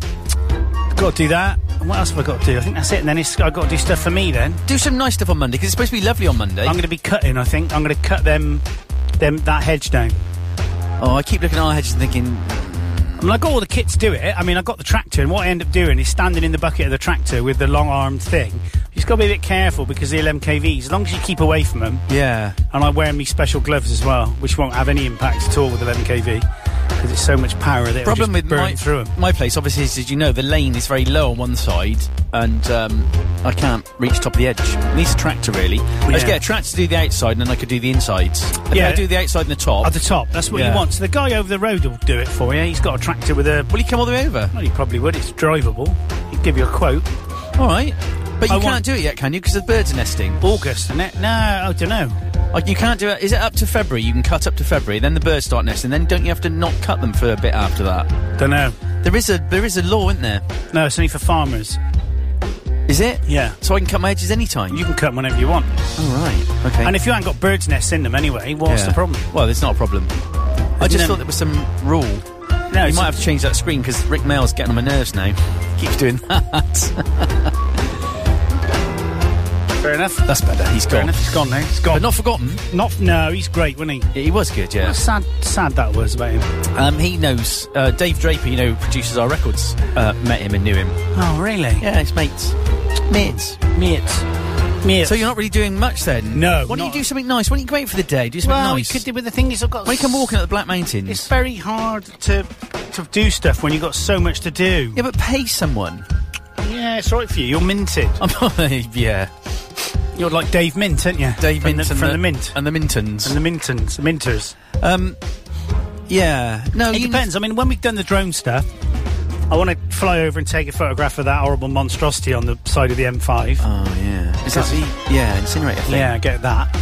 Speaker 3: got to do that. And What else have I got to do? I think that's it. And then it's, I've got to do stuff for me. Then
Speaker 4: Do some nice stuff on Monday because it's supposed to be lovely on Monday.
Speaker 3: I'm going to be cutting. I think I'm going to cut them, them that hedge down.
Speaker 4: oh, I keep looking at our hedges and thinking,
Speaker 3: I mean, I got all the kits do it. I mean, I got the tractor, and what I end up doing is standing in the bucket of the tractor with the long-armed thing. You just got to be a bit careful because the LMKVs, as long as you keep away from them,
Speaker 4: yeah,
Speaker 3: and I wear me special gloves as well, which won't have any impact at all with 11kv because it's so much power that it'll
Speaker 4: problem
Speaker 3: just
Speaker 4: with
Speaker 3: burn
Speaker 4: my,
Speaker 3: through them.
Speaker 4: my place obviously is as you know the lane is very low on one side and um, I can't reach top of the edge it needs a tractor really I just
Speaker 3: Yeah.
Speaker 4: get a tractor to do the outside and then I could do the insides I yeah
Speaker 3: Yeah.
Speaker 4: I do the outside and the top
Speaker 3: At the top, that's what
Speaker 4: Yeah.
Speaker 3: you want. So the guy over the road will do it for you. He's got a tractor with a.
Speaker 4: will you come all the way over
Speaker 3: Well, he probably would. It's drivable. He'd give you a quote.
Speaker 4: alright but you
Speaker 3: I
Speaker 4: can't
Speaker 3: want-
Speaker 4: do it yet can you because the birds are nesting
Speaker 3: August, isn't it? No, I don't know.
Speaker 4: like you can't do it is it up to February you can cut up to February then the birds start nesting then don't you have to not cut them for a bit after that
Speaker 3: Don't know.
Speaker 4: there is a there is a law isn't there
Speaker 3: No, it's only for farmers.
Speaker 4: is it
Speaker 3: Yeah.
Speaker 4: so I can cut my edges anytime
Speaker 3: You can cut 'em whenever you want.
Speaker 4: alright okay
Speaker 3: And if you haven't got birds' nests in them anyway, what's
Speaker 4: Yeah.
Speaker 3: the problem?
Speaker 4: Well, it's not a problem. I
Speaker 3: Isn't
Speaker 4: just
Speaker 3: it?
Speaker 4: thought there was some rule.
Speaker 3: No,
Speaker 4: you
Speaker 3: it's-
Speaker 4: might have to change that screen because Rick Mail's getting on my nerves now. Keeps doing that.
Speaker 3: fair enough.
Speaker 4: That's better. He's
Speaker 3: Fair
Speaker 4: gone.
Speaker 3: enough. He's gone now. He's
Speaker 4: But
Speaker 3: gone.
Speaker 4: not forgotten.
Speaker 3: Not, no, he's great, wasn't he?
Speaker 4: Yeah, he was good. Yeah.
Speaker 3: Sad, sad that was about him.
Speaker 4: Um, he knows uh, Dave Draper. You know, produces our records. Uh, met him and knew him.
Speaker 3: Oh, really?
Speaker 4: Yeah, it's mates. Mates.
Speaker 3: Mate. Mate.
Speaker 4: So you're not really doing much then.
Speaker 3: No,
Speaker 4: Why don't
Speaker 3: not-
Speaker 4: you do something nice? Why don't you go out for the day? Do something
Speaker 3: Well,
Speaker 4: nice.
Speaker 3: we could do, but the thing is, I've got.
Speaker 4: When you come
Speaker 3: s-
Speaker 4: walking at the Black Mountains.
Speaker 3: It's very hard to to do stuff when you've got so much to do.
Speaker 4: Yeah, but pay someone.
Speaker 3: Yeah, it's all right for you. You're minted.
Speaker 4: yeah,
Speaker 3: You're like Dave Mint, aren't you?
Speaker 4: Dave
Speaker 3: from
Speaker 4: Minton
Speaker 3: the, from the, Mint
Speaker 4: and the Mintons.
Speaker 3: and the Mintons, the Minters.
Speaker 4: Um, yeah. No,
Speaker 3: It
Speaker 4: you
Speaker 3: depends. I mean, when we've done the drone stuff, I want to fly over and take a photograph of that horrible monstrosity on the side of the M5.
Speaker 4: Oh yeah, is that the yeah incinerator thing?
Speaker 3: yeah, get that.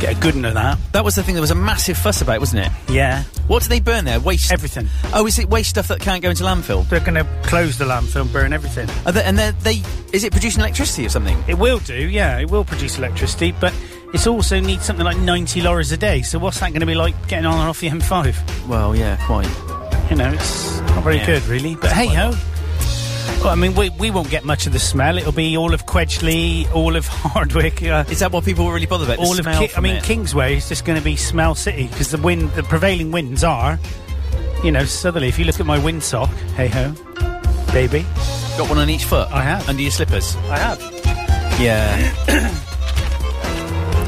Speaker 3: Get a good one of that.
Speaker 4: that was the thing. There was a massive fuss about, wasn't it?
Speaker 3: Yeah,
Speaker 4: What do they burn there? Waste.
Speaker 3: everything.
Speaker 4: Oh, is it waste stuff that can't go into landfill?
Speaker 3: They're going to close the landfill, burn everything.
Speaker 4: Are they, and they're, they is it producing electricity or something?
Speaker 3: It will do, yeah. It will produce electricity, but it's also needs something like 90 lorries a day. So what's that going to be like getting on and off the M5?
Speaker 4: Well, yeah, quite.
Speaker 3: You know, it's not very
Speaker 4: Yeah.
Speaker 3: good, really. But
Speaker 4: It's
Speaker 3: hey
Speaker 4: quite
Speaker 3: ho. Well, I mean, we, we won't get much of the smell. It'll be all of Quedgeley, all of Hardwick, uh,
Speaker 4: Is that what people were really bothered about? The
Speaker 3: all of.
Speaker 4: smell
Speaker 3: Ki- I
Speaker 4: from
Speaker 3: mean,
Speaker 4: it?
Speaker 3: Kingsway is just going to be smell city because the wind, the prevailing winds are, you know, southerly. If you look at my windsock, hey ho, baby,
Speaker 4: got one on each foot.
Speaker 3: I have.
Speaker 4: under your slippers.
Speaker 3: I have.
Speaker 4: Yeah.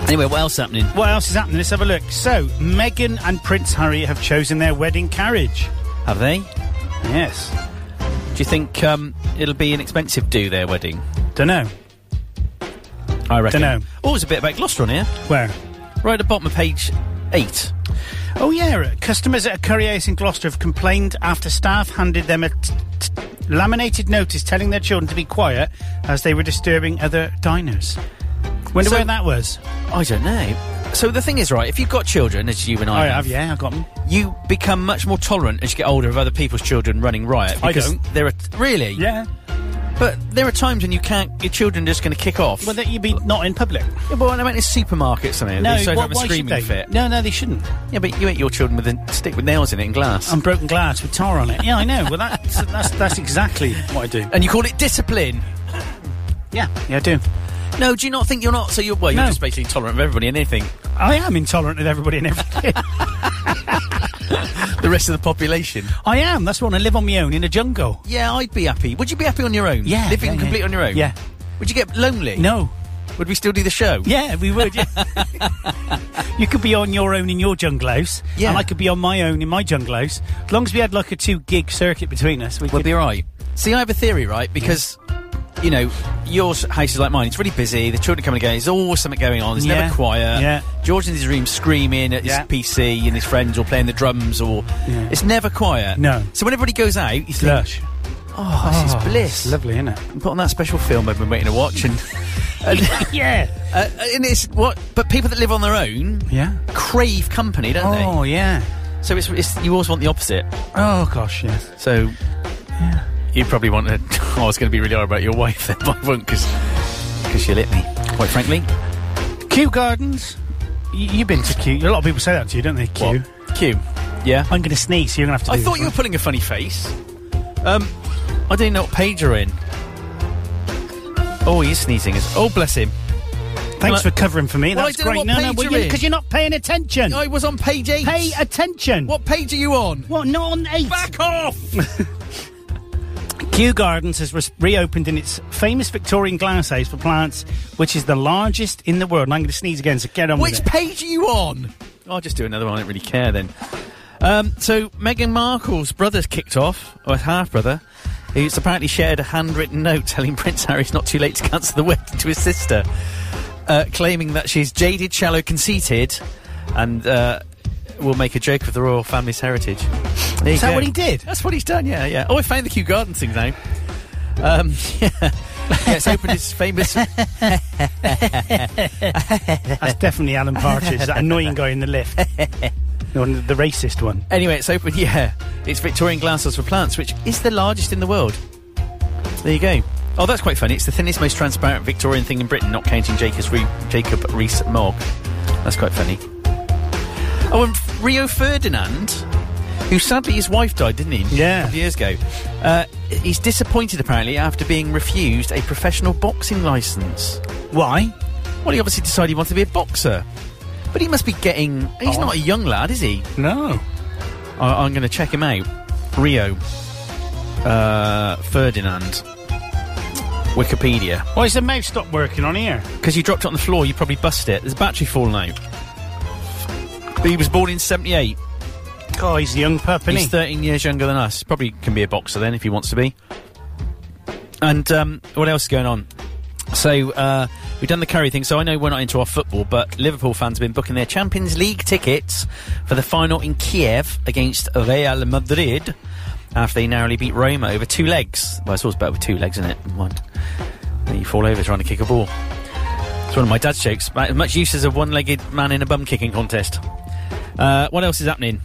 Speaker 4: anyway, what else happening?
Speaker 3: What else is happening? Let's have a look. So, Meghan and Prince Harry have chosen their wedding carriage.
Speaker 4: Have they?
Speaker 3: Yes.
Speaker 4: Do you think um, it'll be an expensive do their wedding?
Speaker 3: Don't know
Speaker 4: I reckon.
Speaker 3: Dunno.
Speaker 4: Oh, there's a bit about Gloucester on here.
Speaker 3: where.
Speaker 4: Right at the bottom of page eight.
Speaker 3: Oh yeah, customers at a curry house in Gloucester have complained after staff handed them a t- t- laminated notice telling their children to be quiet as they were disturbing other diners. Wonder
Speaker 4: So-
Speaker 3: where that was.
Speaker 4: I don't know. So the thing is, right, if you've got children, as you and I,
Speaker 3: Oh, I have, yeah, I got them.
Speaker 4: you become much more tolerant as you get older of other people's children running riot.
Speaker 3: I
Speaker 4: because
Speaker 3: don't.
Speaker 4: They're a, really.
Speaker 3: Yeah,
Speaker 4: But there are times when you can't. Your children are just going to kick off.
Speaker 3: Well, that you'd be not in public.
Speaker 4: Yeah, but when I went to supermarkets, I mean,
Speaker 3: No,
Speaker 4: they started
Speaker 3: why-
Speaker 4: having
Speaker 3: why
Speaker 4: a
Speaker 3: should
Speaker 4: screaming
Speaker 3: they?
Speaker 4: fit.
Speaker 3: No, no, they shouldn't.
Speaker 4: Yeah, but you ate your children with a stick with nails in it and glass.
Speaker 3: And broken glass with tar on it. Yeah, I know. Well, that's that's, that's exactly what I do.
Speaker 4: and you call it discipline.
Speaker 3: Yeah, yeah, I do.
Speaker 4: No, do you not think you're not? So you're well, you're
Speaker 3: No.
Speaker 4: just basically intolerant of everybody and anything.
Speaker 3: I am intolerant of everybody and everything.
Speaker 4: The rest of the population.
Speaker 3: I am. That's why I live on my own in a jungle.
Speaker 4: Yeah, I'd be happy. Would you be happy on your own?
Speaker 3: Yeah,
Speaker 4: living
Speaker 3: yeah, yeah.
Speaker 4: complete on your own.
Speaker 3: Yeah.
Speaker 4: Would you get lonely?
Speaker 3: No.
Speaker 4: Would we still do the show?
Speaker 3: Yeah, we would. Yeah. you could be on your own in your jungle house,
Speaker 4: Yeah.
Speaker 3: and I could be on my own in my jungle house. As long as we had like a two gig circuit between us, we
Speaker 4: We'll
Speaker 3: could.
Speaker 4: be all right. See, I have a theory, right? Because, you know, your s- house is like mine. It's really busy. The children come and go. There's always something going on. There's
Speaker 3: Yeah.
Speaker 4: never quiet.
Speaker 3: Yeah.
Speaker 4: George in his room screaming at his
Speaker 3: Yeah.
Speaker 4: PC and his friends or playing the drums or...
Speaker 3: Yeah.
Speaker 4: It's never quiet.
Speaker 3: No.
Speaker 4: So when everybody goes out, you think,
Speaker 3: Lush.
Speaker 4: oh, this is bliss.
Speaker 3: Lovely, isn't it?
Speaker 4: Put on that special film I've been waiting to watch and... and,
Speaker 3: Yeah.
Speaker 4: uh, and it's what, but people that live on their own
Speaker 3: Yeah.
Speaker 4: crave company, don't
Speaker 3: Oh yeah.
Speaker 4: they? So it's, it's you always want the opposite.
Speaker 3: Oh gosh, yes.
Speaker 4: So you probably want to. Oh, it's going to be really hard about your wife then, but I won't because she'll hit me. Quite frankly,
Speaker 3: Kew Gardens. Y- You've been to Kew. A lot of people say that to you, don't they? Kew.
Speaker 4: Q. Yeah.
Speaker 3: I'm going to sneeze. So you're going to have to.
Speaker 4: I
Speaker 3: do
Speaker 4: thought
Speaker 3: this
Speaker 4: you were putting a funny face. Um, I didn't know what page you're in. Oh, he's sneezing. It's- Oh, bless him.
Speaker 3: one. Thanks for covering for me.
Speaker 4: Well, I
Speaker 3: That's
Speaker 4: don't know
Speaker 3: great.
Speaker 4: what
Speaker 3: No, no,
Speaker 4: page
Speaker 3: well,
Speaker 4: you're in.
Speaker 3: because you're not paying attention.
Speaker 4: I was on page eight.
Speaker 3: Pay attention.
Speaker 4: what page are you on?
Speaker 3: What? Not on eight.
Speaker 4: Back off!
Speaker 3: Kew Gardens has res- reopened in its famous Victorian glasshouse for plants, which is the largest in the world. And I'm going to sneeze again, so get on
Speaker 4: Which
Speaker 3: with it.
Speaker 4: page are you on? I'll just do another one. I don't really care then. Um, so Meghan Markle's brother's kicked off, or half brother, who's apparently shared a handwritten note telling Prince Harry it's not too late to cancel the wedding to his sister, uh, claiming that she's jaded, shallow, conceited, and uh, will make a joke of the royal family's heritage. There you
Speaker 3: Is that
Speaker 4: go.
Speaker 3: what he did?
Speaker 4: That's what he's done. Yeah, yeah. Oh, I found the Kew Gardens thing now. Um, yeah. yeah, it's opened his famous
Speaker 3: That's definitely Alan Partridge, that annoying guy in the lift. The, one, the racist one.
Speaker 4: Anyway, it's open, yeah. It's Victorian glasshouse for plants, which is the largest in the world. There you go. Oh, that's quite funny. It's the thinnest, most transparent Victorian thing in Britain, not counting Jacob's Re- Jacob Rees Mogg. That's quite funny. Oh, and Rio Ferdinand, who sadly his wife died, didn't he?
Speaker 3: Yeah.
Speaker 4: A couple of years ago. Uh, he's disappointed, apparently, after being refused a professional boxing license.
Speaker 3: Why?
Speaker 4: Well, he obviously decided he wanted to be a boxer. But he must be getting.
Speaker 3: Oh.
Speaker 4: He's not a young lad, is he?
Speaker 3: No.
Speaker 4: I, I'm going to check him out. Rio uh, Ferdinand. Wikipedia.
Speaker 3: Why is the mouse stopped working on here?
Speaker 4: Because you dropped it on the floor, you probably bust it. There's a battery falling out. But he was born in 78.
Speaker 3: Oh, he's a young pup, isn't
Speaker 4: He's 13 years younger than us. Probably can be a boxer then if he wants to be. And um, what else is going on? So uh, we've done the curry thing. So I know we're not into our football, but Liverpool fans have been booking their Champions League tickets for the final in Kiev against Real Madrid after they narrowly beat Roma over two legs. Well, it's always better with two legs, isn't it? than One. Then you fall over trying to kick a ball. It's one of my dad's jokes. As much use as a one-legged man in a bum kicking contest. Uh, what else is happening?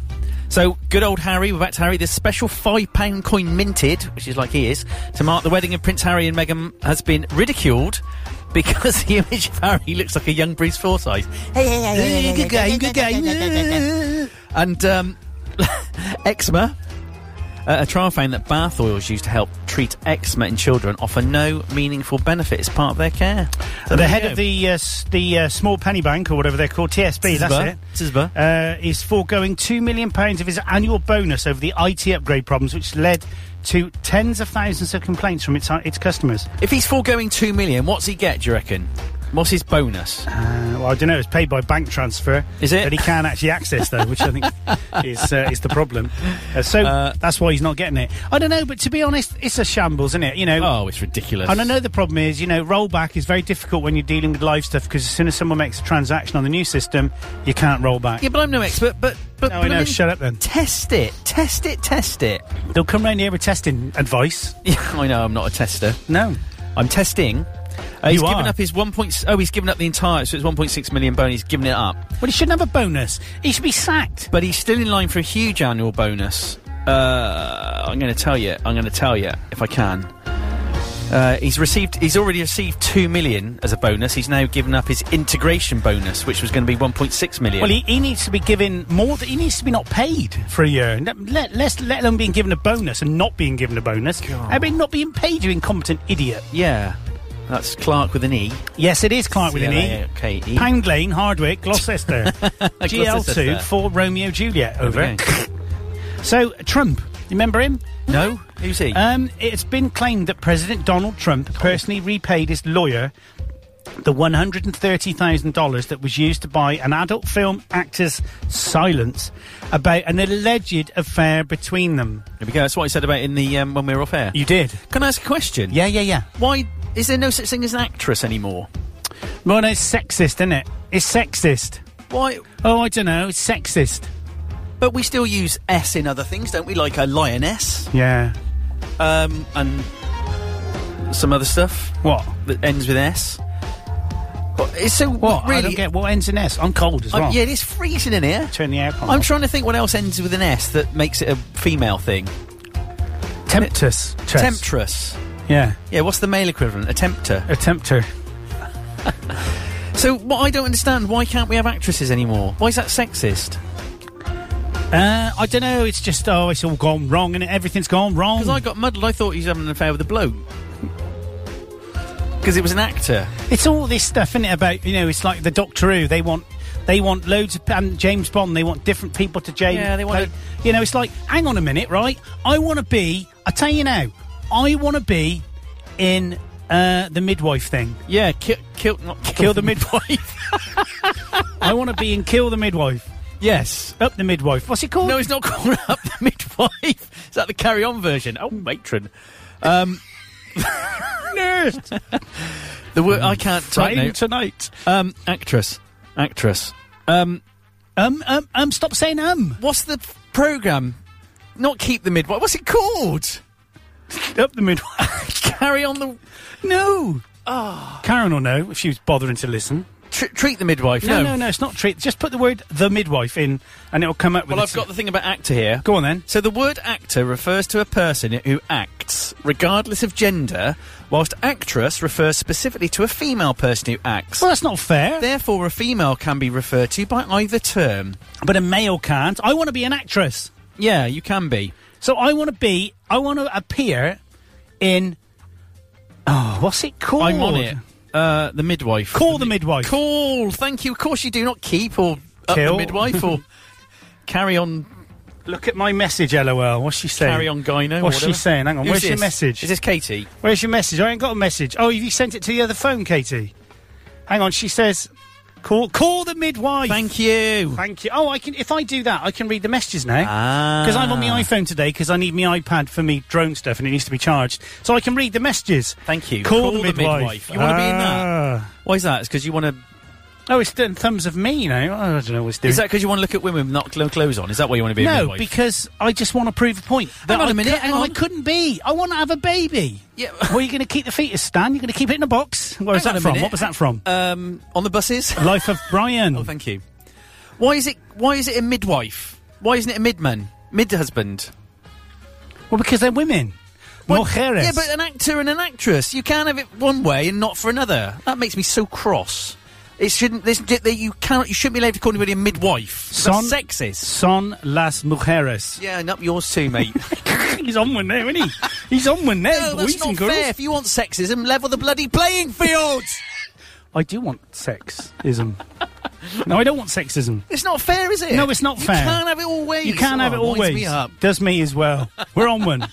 Speaker 4: So, good old Harry, we're back to Harry. This special £5 coin minted, which is like he is, to mark the wedding of Prince Harry and Meghan has been ridiculed because the image of Harry looks like a young Bruce Forsyth. Good game, good game. And um, eczema. Uh, a trial found that bath oils used to help treat eczema in children offer no meaningful benefit as part of their care. So there
Speaker 3: The
Speaker 4: you
Speaker 3: head
Speaker 4: go.
Speaker 3: of the uh, s- the uh, small penny bank or whatever they're called, TSB, that's
Speaker 4: Tisba.
Speaker 3: it.
Speaker 4: Tisba.
Speaker 3: Uh, is foregoing two million pounds of his annual bonus over the IT upgrade problems, which led to tens of thousands of complaints from its uh, its customers.
Speaker 4: If he's foregoing two million, what's he get? Do you reckon? What's his bonus?
Speaker 3: Uh, well, I don't know. It's paid by bank transfer.
Speaker 4: Is it?
Speaker 3: That he can't actually access though, which I think is uh, is the problem. Uh, so that's why he's not getting it. I don't know, but to be honest, it's a shambles, isn't it? You know.
Speaker 4: Oh, it's ridiculous.
Speaker 3: And I know the problem is, you know, rollback is very difficult when you're dealing with live stuff because as soon as someone makes a transaction on the new system, you can't roll back.
Speaker 4: Yeah, but I'm no expert. But but
Speaker 3: No, I know,
Speaker 4: blooming-
Speaker 3: shut up then.
Speaker 4: Test it. Test it. Test it.
Speaker 3: They'll come round here with testing advice.
Speaker 4: Yeah, I know. I'm not a tester.
Speaker 3: No.
Speaker 4: I'm testing. Uh, he's
Speaker 3: You
Speaker 4: given
Speaker 3: are.
Speaker 4: up his one point. Oh, he's given up the entire. So it's 1.6 million bonus. He's given it up,
Speaker 3: Well, he shouldn't have a bonus. He should be sacked.
Speaker 4: but he's still in line for a huge annual bonus. Uh, I'm going to tell you. I'm going to tell you if I can. Uh, he's received. He's already received two million as a bonus. He's now given up his integration bonus, which was going to be one point six million.
Speaker 3: Well, he, he needs to be given more. Th- he needs to be not paid for a year. Let, let, let's let alone being given a bonus and not being given a bonus. I mean, not being paid, you incompetent idiot.
Speaker 4: yeah, that's Clark with an E.
Speaker 3: Yes, it is Clark with an E.
Speaker 4: C-L-A-R-K-E.
Speaker 3: Pound Lane, Hardwick, Gloucester.
Speaker 4: Gloucester.
Speaker 3: GL2 for Romeo Juliet. Over.
Speaker 4: Okay.
Speaker 3: So Trump, remember him?
Speaker 4: no, who's he?
Speaker 3: Um, it's been claimed that President Donald Trump personally repaid his lawyer the $130,000 that was used to buy an adult film actor's silence about an alleged affair between them.
Speaker 4: There we go. That's what I said about in the um, when we were off air.
Speaker 3: You did?
Speaker 4: Can I ask a question?
Speaker 3: Yeah, yeah, yeah.
Speaker 4: Why is there no such thing as an actress anymore?
Speaker 3: Well, no, it's sexist, isn't it? It's sexist.
Speaker 4: Why?
Speaker 3: Oh, I don't know. It's sexist.
Speaker 4: But we still use S in other things, don't we? Like a lioness
Speaker 3: Yeah.
Speaker 4: um, and some other stuff
Speaker 3: What?
Speaker 4: that ends with S. But it's so
Speaker 3: What?
Speaker 4: Really?
Speaker 3: I don't get what ends in S. I'm cold as
Speaker 4: I'm-
Speaker 3: well.
Speaker 4: yeah, it is freezing in here.
Speaker 3: Turn the aircon
Speaker 4: I'm
Speaker 3: off.
Speaker 4: trying to think what else ends with an S that makes it a female thing.
Speaker 3: Temptress. Tress.
Speaker 4: Temptress.
Speaker 3: Yeah.
Speaker 4: Yeah, what's the male equivalent? A tempter.
Speaker 3: A tempter.
Speaker 4: So what I don't understand, why can't we have actresses anymore? Why is that sexist?
Speaker 3: Uh, I don't know. It's just oh, it's all gone wrong, and everything's gone wrong.
Speaker 4: Because I got muddled. I thought he was having an affair with a bloke. Because it was an actor.
Speaker 3: It's all this stuff, isn't it? About you know, it's like the Doctor Who. They want they want loads of and James Bond. They want different people to James.
Speaker 4: Yeah, they want
Speaker 3: like,
Speaker 4: to-
Speaker 3: You know, it's like hang on a minute, right? I want to be. I tell you now, I want to be in uh, the midwife thing.
Speaker 4: Yeah, kill, kill, not
Speaker 3: Kill the midwife. I want to be in Kill the Midwife.
Speaker 4: yes.
Speaker 3: Up the midwife. What's it called?
Speaker 4: No, it's not called up the midwife. Is that the carry on version? Oh, matron. Um,
Speaker 3: nurse.
Speaker 4: The word I can't type
Speaker 3: Trying
Speaker 4: now.
Speaker 3: tonight.
Speaker 4: um, actress, actress. Um,
Speaker 3: Um, um, um. Stop saying um.
Speaker 4: what's the program? Not keep the midwife. What's it called?
Speaker 3: Up the midwife.
Speaker 4: Carry on the
Speaker 3: No.
Speaker 4: Ah.
Speaker 3: Karen will know if she was bothering to listen.
Speaker 4: tr- treat the midwife.
Speaker 3: No, no, no, it's not treat. Just put the word the midwife in and it'll come up with
Speaker 4: Well,
Speaker 3: it.
Speaker 4: I've got the thing about actor here.
Speaker 3: Go on then.
Speaker 4: So the word actor refers to a person who acts, regardless of gender, whilst actress refers specifically to a female person who acts.
Speaker 3: Well, that's not fair.
Speaker 4: Therefore, a female can be referred to by either term.
Speaker 3: But a male can't. I want to be an actress.
Speaker 4: Yeah, you can be.
Speaker 3: So I want to be, I want to appear in. Oh, what's it called?
Speaker 4: I'm on it. Uh, the midwife.
Speaker 3: Call the midwife.
Speaker 4: Call. Thank you. Of course, you do not keep or up the
Speaker 3: Kill.
Speaker 4: midwife or carry on.
Speaker 3: Look at my message, lol. What's she saying?
Speaker 4: Carry on, gyno.
Speaker 3: What's
Speaker 4: or
Speaker 3: she
Speaker 4: whatever.
Speaker 3: saying? Hang on,
Speaker 4: Who's
Speaker 3: where's your
Speaker 4: this?
Speaker 3: message?
Speaker 4: Is this Katie?
Speaker 3: Where's your message? I ain't got a message. Oh, have you sent it to the other phone, Katie? Hang on, she says, call, call the midwife.
Speaker 4: Thank you.
Speaker 3: Thank you. Oh, I can. If I do that, I can read the messages now.
Speaker 4: Ah.
Speaker 3: Because I'm on my iPhone today because I need my iPad for me drone stuff and it needs to be charged, so I can read the messages.
Speaker 4: Thank you.
Speaker 3: Call, the, midwife.
Speaker 4: You want to be in that?
Speaker 3: Ah.
Speaker 4: Why is that? It's because you want to.
Speaker 3: Oh, it's doing thumbs of me now. I don't know what's doing.
Speaker 4: Is that because you want to look at women with not cl- clothes on? Is that why you want to be a
Speaker 3: no,
Speaker 4: midwife?
Speaker 3: because I just want to prove a point.
Speaker 4: Hang
Speaker 3: That
Speaker 4: on a
Speaker 3: I
Speaker 4: minute,
Speaker 3: cou-
Speaker 4: hang
Speaker 3: I
Speaker 4: on.
Speaker 3: couldn't be. I want to have a baby.
Speaker 4: Yeah.
Speaker 3: Where are you going to keep the fetus, Stan? You're going to keep it in a box? Where is
Speaker 4: Hang on
Speaker 3: that
Speaker 4: a
Speaker 3: from?
Speaker 4: minute.
Speaker 3: What was that from?
Speaker 4: um, on the buses.
Speaker 3: Life of Brian.
Speaker 4: oh, thank you. Why is it? Why is it a midwife? Why isn't it a midman? Mid husband.
Speaker 3: well, because they're women. Mujeres.
Speaker 4: Yeah, but an actor and an actress, you can't have it one way and not for another. That makes me so cross. It shouldn't. This, that you cannot. You shouldn't be allowed to call anybody a midwife.
Speaker 3: Son-
Speaker 4: That's sexist.
Speaker 3: son las mujeres.
Speaker 4: Yeah, and up yours too, mate.
Speaker 3: He's on one now, isn't he? He's on one now,
Speaker 4: no,
Speaker 3: boys
Speaker 4: that's not
Speaker 3: and girls.
Speaker 4: fair. If you want sexism, level the bloody playing field.
Speaker 3: I do want sexism. no, I don't want sexism.
Speaker 4: it's not fair, is it?
Speaker 3: No, it's not fair.
Speaker 4: You can't have it always.
Speaker 3: You can't have it
Speaker 4: Oh, winds
Speaker 3: always.
Speaker 4: Me up.
Speaker 3: Does me as well. We're on one.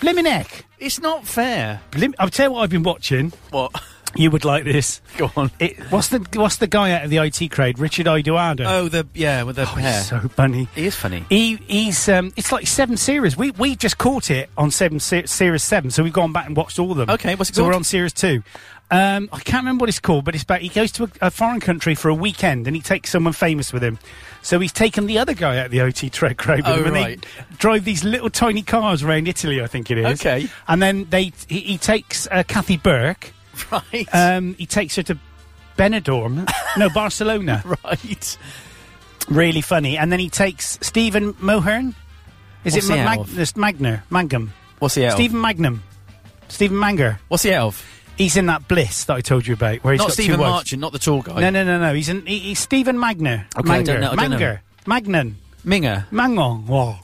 Speaker 3: Bliminek.
Speaker 4: It's not fair.
Speaker 3: Blim- I'll tell you what I've been watching.
Speaker 4: What?
Speaker 3: You would like this.
Speaker 4: Go on.
Speaker 3: It, what's the What's the guy out of the IT crowd? Richard Idoado.
Speaker 4: Oh, the yeah with the hair.
Speaker 3: he's so funny.
Speaker 4: he is funny.
Speaker 3: He, he's um, it's like seven series. We we just caught it on seven se- series seven, so we've gone back and watched all of them.
Speaker 4: Okay, what's it
Speaker 3: so
Speaker 4: called?
Speaker 3: we're on series two. Um, I can't remember what it's called, but it's about he goes to a, a foreign country for a weekend and he takes someone famous with him. So he's taken the other guy out of the OT track crowd with
Speaker 4: Oh,
Speaker 3: him, and
Speaker 4: right.
Speaker 3: they drive these little tiny cars around Italy, I think it is.
Speaker 4: Okay.
Speaker 3: and then they he, he takes uh, Kathy Burke.
Speaker 4: Right.
Speaker 3: Um, he takes her to Benidorm, no Barcelona.
Speaker 4: right.
Speaker 3: Really funny. And then he takes Stephen Mohern. Is
Speaker 4: What's
Speaker 3: it
Speaker 4: he
Speaker 3: Ma-
Speaker 4: out
Speaker 3: Mag-
Speaker 4: of?
Speaker 3: this Magner? Mangum.
Speaker 4: What's he out? of?
Speaker 3: Stephen Magnum. Stephen Manger.
Speaker 4: What's he out of?
Speaker 3: He's in that bliss that I told you about, where he's
Speaker 4: Not
Speaker 3: got
Speaker 4: Stephen
Speaker 3: two wives.
Speaker 4: Marchin, not the tall guy.
Speaker 3: No, no, no, no. He's in. He, he's Stephen Magner.
Speaker 4: Okay, I don't know, I don't
Speaker 3: Manger. Magnan.
Speaker 4: Minger.
Speaker 3: Mangong. Whoa.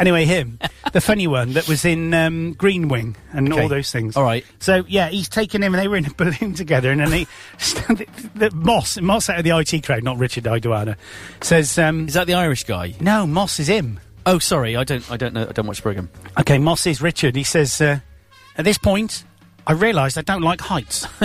Speaker 3: Anyway, him, the funny one that was in um, Green Wing and
Speaker 4: Okay.
Speaker 3: all those things.
Speaker 4: All right.
Speaker 3: So yeah, he's taken him, and they were in a balloon together, and then he, the, the Moss, Moss out of the IT crowd, not Richard Iduana, says, um,
Speaker 4: Is that the Irish guy?
Speaker 3: "No, Moss is him."
Speaker 4: Oh, sorry, I don't, I don't know, I don't watch the program.
Speaker 3: Okay, Moss is Richard. He says, uh, at this point, I realised I don't like heights.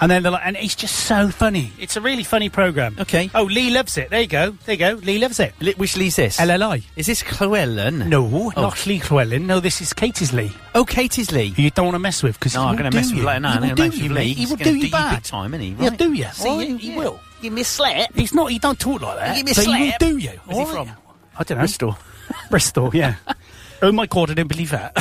Speaker 3: and then they're like, and it's just so funny. It's a really funny program.
Speaker 4: Okay.
Speaker 3: Oh, Lee loves it. There you go. There you go. Lee loves it.
Speaker 4: Li- Which Lee's this?
Speaker 3: LLI.
Speaker 4: Is this Llewellyn?
Speaker 3: No,
Speaker 4: Oh.
Speaker 3: not Lee Llewellyn. No, this is Katie's Lee,
Speaker 4: Oh, Katie's Lee.
Speaker 3: who you don't want to mess with because
Speaker 4: No, I'm going to mess with like, no,
Speaker 3: he
Speaker 4: no,
Speaker 3: will
Speaker 4: no,
Speaker 3: do you,
Speaker 4: Lee.
Speaker 3: mate. He
Speaker 4: He's
Speaker 3: will
Speaker 4: gonna
Speaker 3: do you
Speaker 4: big
Speaker 3: bad.
Speaker 4: time, isn't he?
Speaker 3: He'll
Speaker 4: Right?
Speaker 3: do you. See,
Speaker 4: Oh,
Speaker 3: he,
Speaker 4: yeah,
Speaker 3: he
Speaker 4: yeah.
Speaker 3: will.
Speaker 4: You miss slap.
Speaker 3: He's not. He don't talk like that.
Speaker 4: You miss
Speaker 3: so he will
Speaker 4: slap.
Speaker 3: do you.
Speaker 4: Where's he from?
Speaker 3: I don't know. Bristol. Bristol. Yeah. oh my god! I didn't believe that.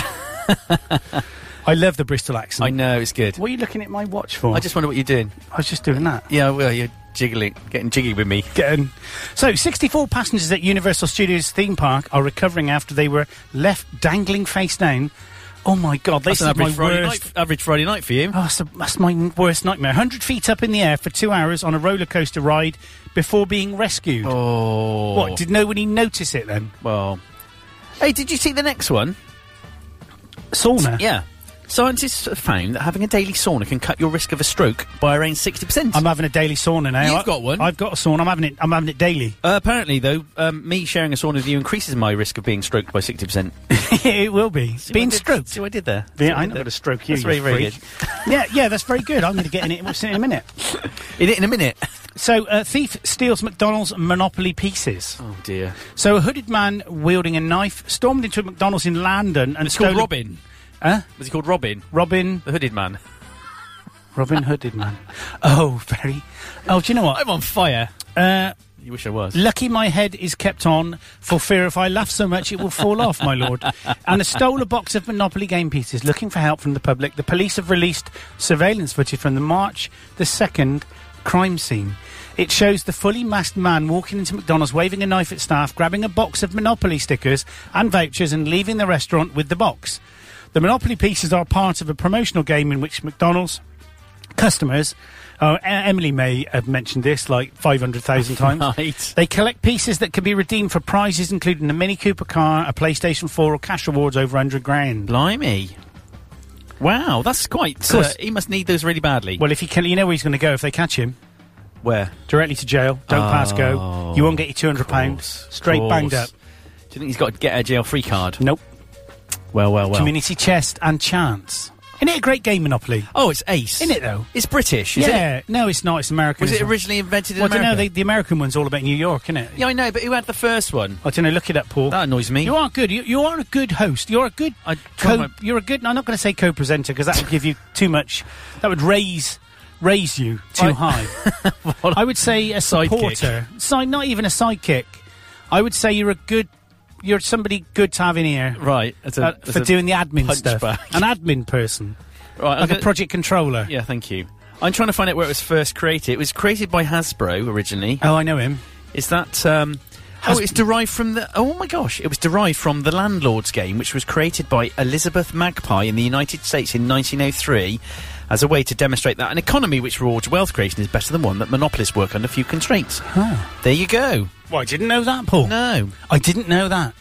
Speaker 3: I love the Bristol accent.
Speaker 4: I know it's good.
Speaker 3: What are you looking at my watch for?
Speaker 4: I just wonder what you're doing.
Speaker 3: I was just doing that.
Speaker 4: Yeah, well, you're jiggling, getting jiggy with me.
Speaker 3: Getting. So, 64 passengers at Universal Studios theme park are recovering after they were left dangling face down. Oh my god, this is
Speaker 4: That's an
Speaker 3: my
Speaker 4: average Friday,
Speaker 3: worst.
Speaker 4: night, average Friday night for you.
Speaker 3: Oh, that's, that's my worst nightmare. 100 feet up in the air for two hours on a roller coaster ride before being rescued.
Speaker 4: Oh.
Speaker 3: What? Did nobody notice it then?
Speaker 4: Well. Hey, did you see the next one?
Speaker 3: Sauna.
Speaker 4: Yeah. Scientists have found that having a daily sauna can cut your risk of a stroke by around 60%.
Speaker 3: I'm having a daily sauna now.
Speaker 4: You've
Speaker 3: I-
Speaker 4: got one.
Speaker 3: I've got a sauna. I'm having it. I'm having it daily.
Speaker 4: uh, apparently, though, um, me sharing a sauna with you increases my risk of being stroked by 60%.
Speaker 3: it will be
Speaker 4: See what I
Speaker 3: being
Speaker 4: did-
Speaker 3: stroked.
Speaker 4: See what I did there? See
Speaker 3: Yeah,
Speaker 4: what
Speaker 3: I'm
Speaker 4: did
Speaker 3: not
Speaker 4: there?
Speaker 3: going to stroke you.
Speaker 4: That's
Speaker 3: you
Speaker 4: very, very
Speaker 3: freak. yeah, yeah, that's very good. I'm going to get in it We'll see it in a minute.
Speaker 4: In, in a minute.
Speaker 3: So, uh, thief steals McDonald's Monopoly pieces.
Speaker 4: Oh, dear.
Speaker 3: So, a hooded man wielding a knife stormed into a McDonald's in London and
Speaker 4: It's called
Speaker 3: stole a-
Speaker 4: Robin.
Speaker 3: Huh?
Speaker 4: Was he called Robin?
Speaker 3: Robin.
Speaker 4: The hooded man.
Speaker 3: Robin Hooded man. Oh, very. Oh, do you know what?
Speaker 4: I'm on fire.
Speaker 3: Uh,
Speaker 4: You wish I was.
Speaker 3: lucky my head is kept on for fear if I laugh so much it will fall off, my lord. And a stole a box of Monopoly game pieces looking for help from the public. The police have released surveillance footage from the March the 2nd crime scene. It shows the fully masked man walking into McDonald's, waving a knife at staff, grabbing a box of Monopoly stickers and vouchers, and leaving the restaurant with the box. The Monopoly pieces are part of a promotional game in which McDonald's customers. Oh, E- Emily may have mentioned this like 500,000 times.
Speaker 4: Right.
Speaker 3: They collect pieces that can be redeemed for prizes, including a Mini Cooper car, a PlayStation 4, or cash awards over 100 grand.
Speaker 4: Blimey. Wow, that's quite. Uh,
Speaker 3: course.
Speaker 4: he must need those really badly.
Speaker 3: Well, if you can, you know where he's going to go if they catch him.
Speaker 4: Where?
Speaker 3: Directly to jail. Don't pass go. You won't get your 200 pounds.
Speaker 4: Course,
Speaker 3: Straight
Speaker 4: course.
Speaker 3: banged up.
Speaker 4: Do you think he's got to get a jail free card?
Speaker 3: Nope.
Speaker 4: Well, well, well.
Speaker 3: Community chest and chance. Isn't it a great game, Monopoly?
Speaker 4: oh, it's Ace.
Speaker 3: Isn't it, though?
Speaker 4: It's British, is it?
Speaker 3: yeah. No, it's not. It's American.
Speaker 4: Was it
Speaker 3: isn't
Speaker 4: originally invented in
Speaker 3: Well, I don't
Speaker 4: America?
Speaker 3: know. They, the American one's all about New York, isn't it?
Speaker 4: Yeah, I know, but who had the first one?
Speaker 3: I don't know. Look it up, Paul.
Speaker 4: That annoys me.
Speaker 3: You are good. You, you are a good host. You're a good.
Speaker 4: I-
Speaker 3: co-
Speaker 4: well, my-
Speaker 3: You're a good. I'm not going to say co-presenter because that would give you too much. That would raise raise you too
Speaker 4: I-
Speaker 3: high. I would say a
Speaker 4: Sidekick.
Speaker 3: supporter. Si- not even a sidekick. I would say you're a good. You're somebody good to have in here
Speaker 4: Right. As a,
Speaker 3: uh,
Speaker 4: as
Speaker 3: for
Speaker 4: a-
Speaker 3: doing the admin stuff.
Speaker 4: hunchback.
Speaker 3: An admin person,
Speaker 4: Right, I'm
Speaker 3: like
Speaker 4: gonna-
Speaker 3: a project controller.
Speaker 4: Yeah, thank you. I'm trying to find out where it was first created. It was created by Hasbro originally.
Speaker 3: Oh, I know him.
Speaker 4: Is that. Um, Oh,
Speaker 3: Has-
Speaker 4: it's derived from the. Oh my gosh! It was derived from the Landlord's Game, which was created by Elizabeth Magpie in the United States in 1903, as a way to demonstrate that an economy which rewards wealth creation is better than one that monopolists work under few constraints. There you go.
Speaker 3: Well, I didn't know that, Paul.
Speaker 4: No,
Speaker 3: I didn't know that.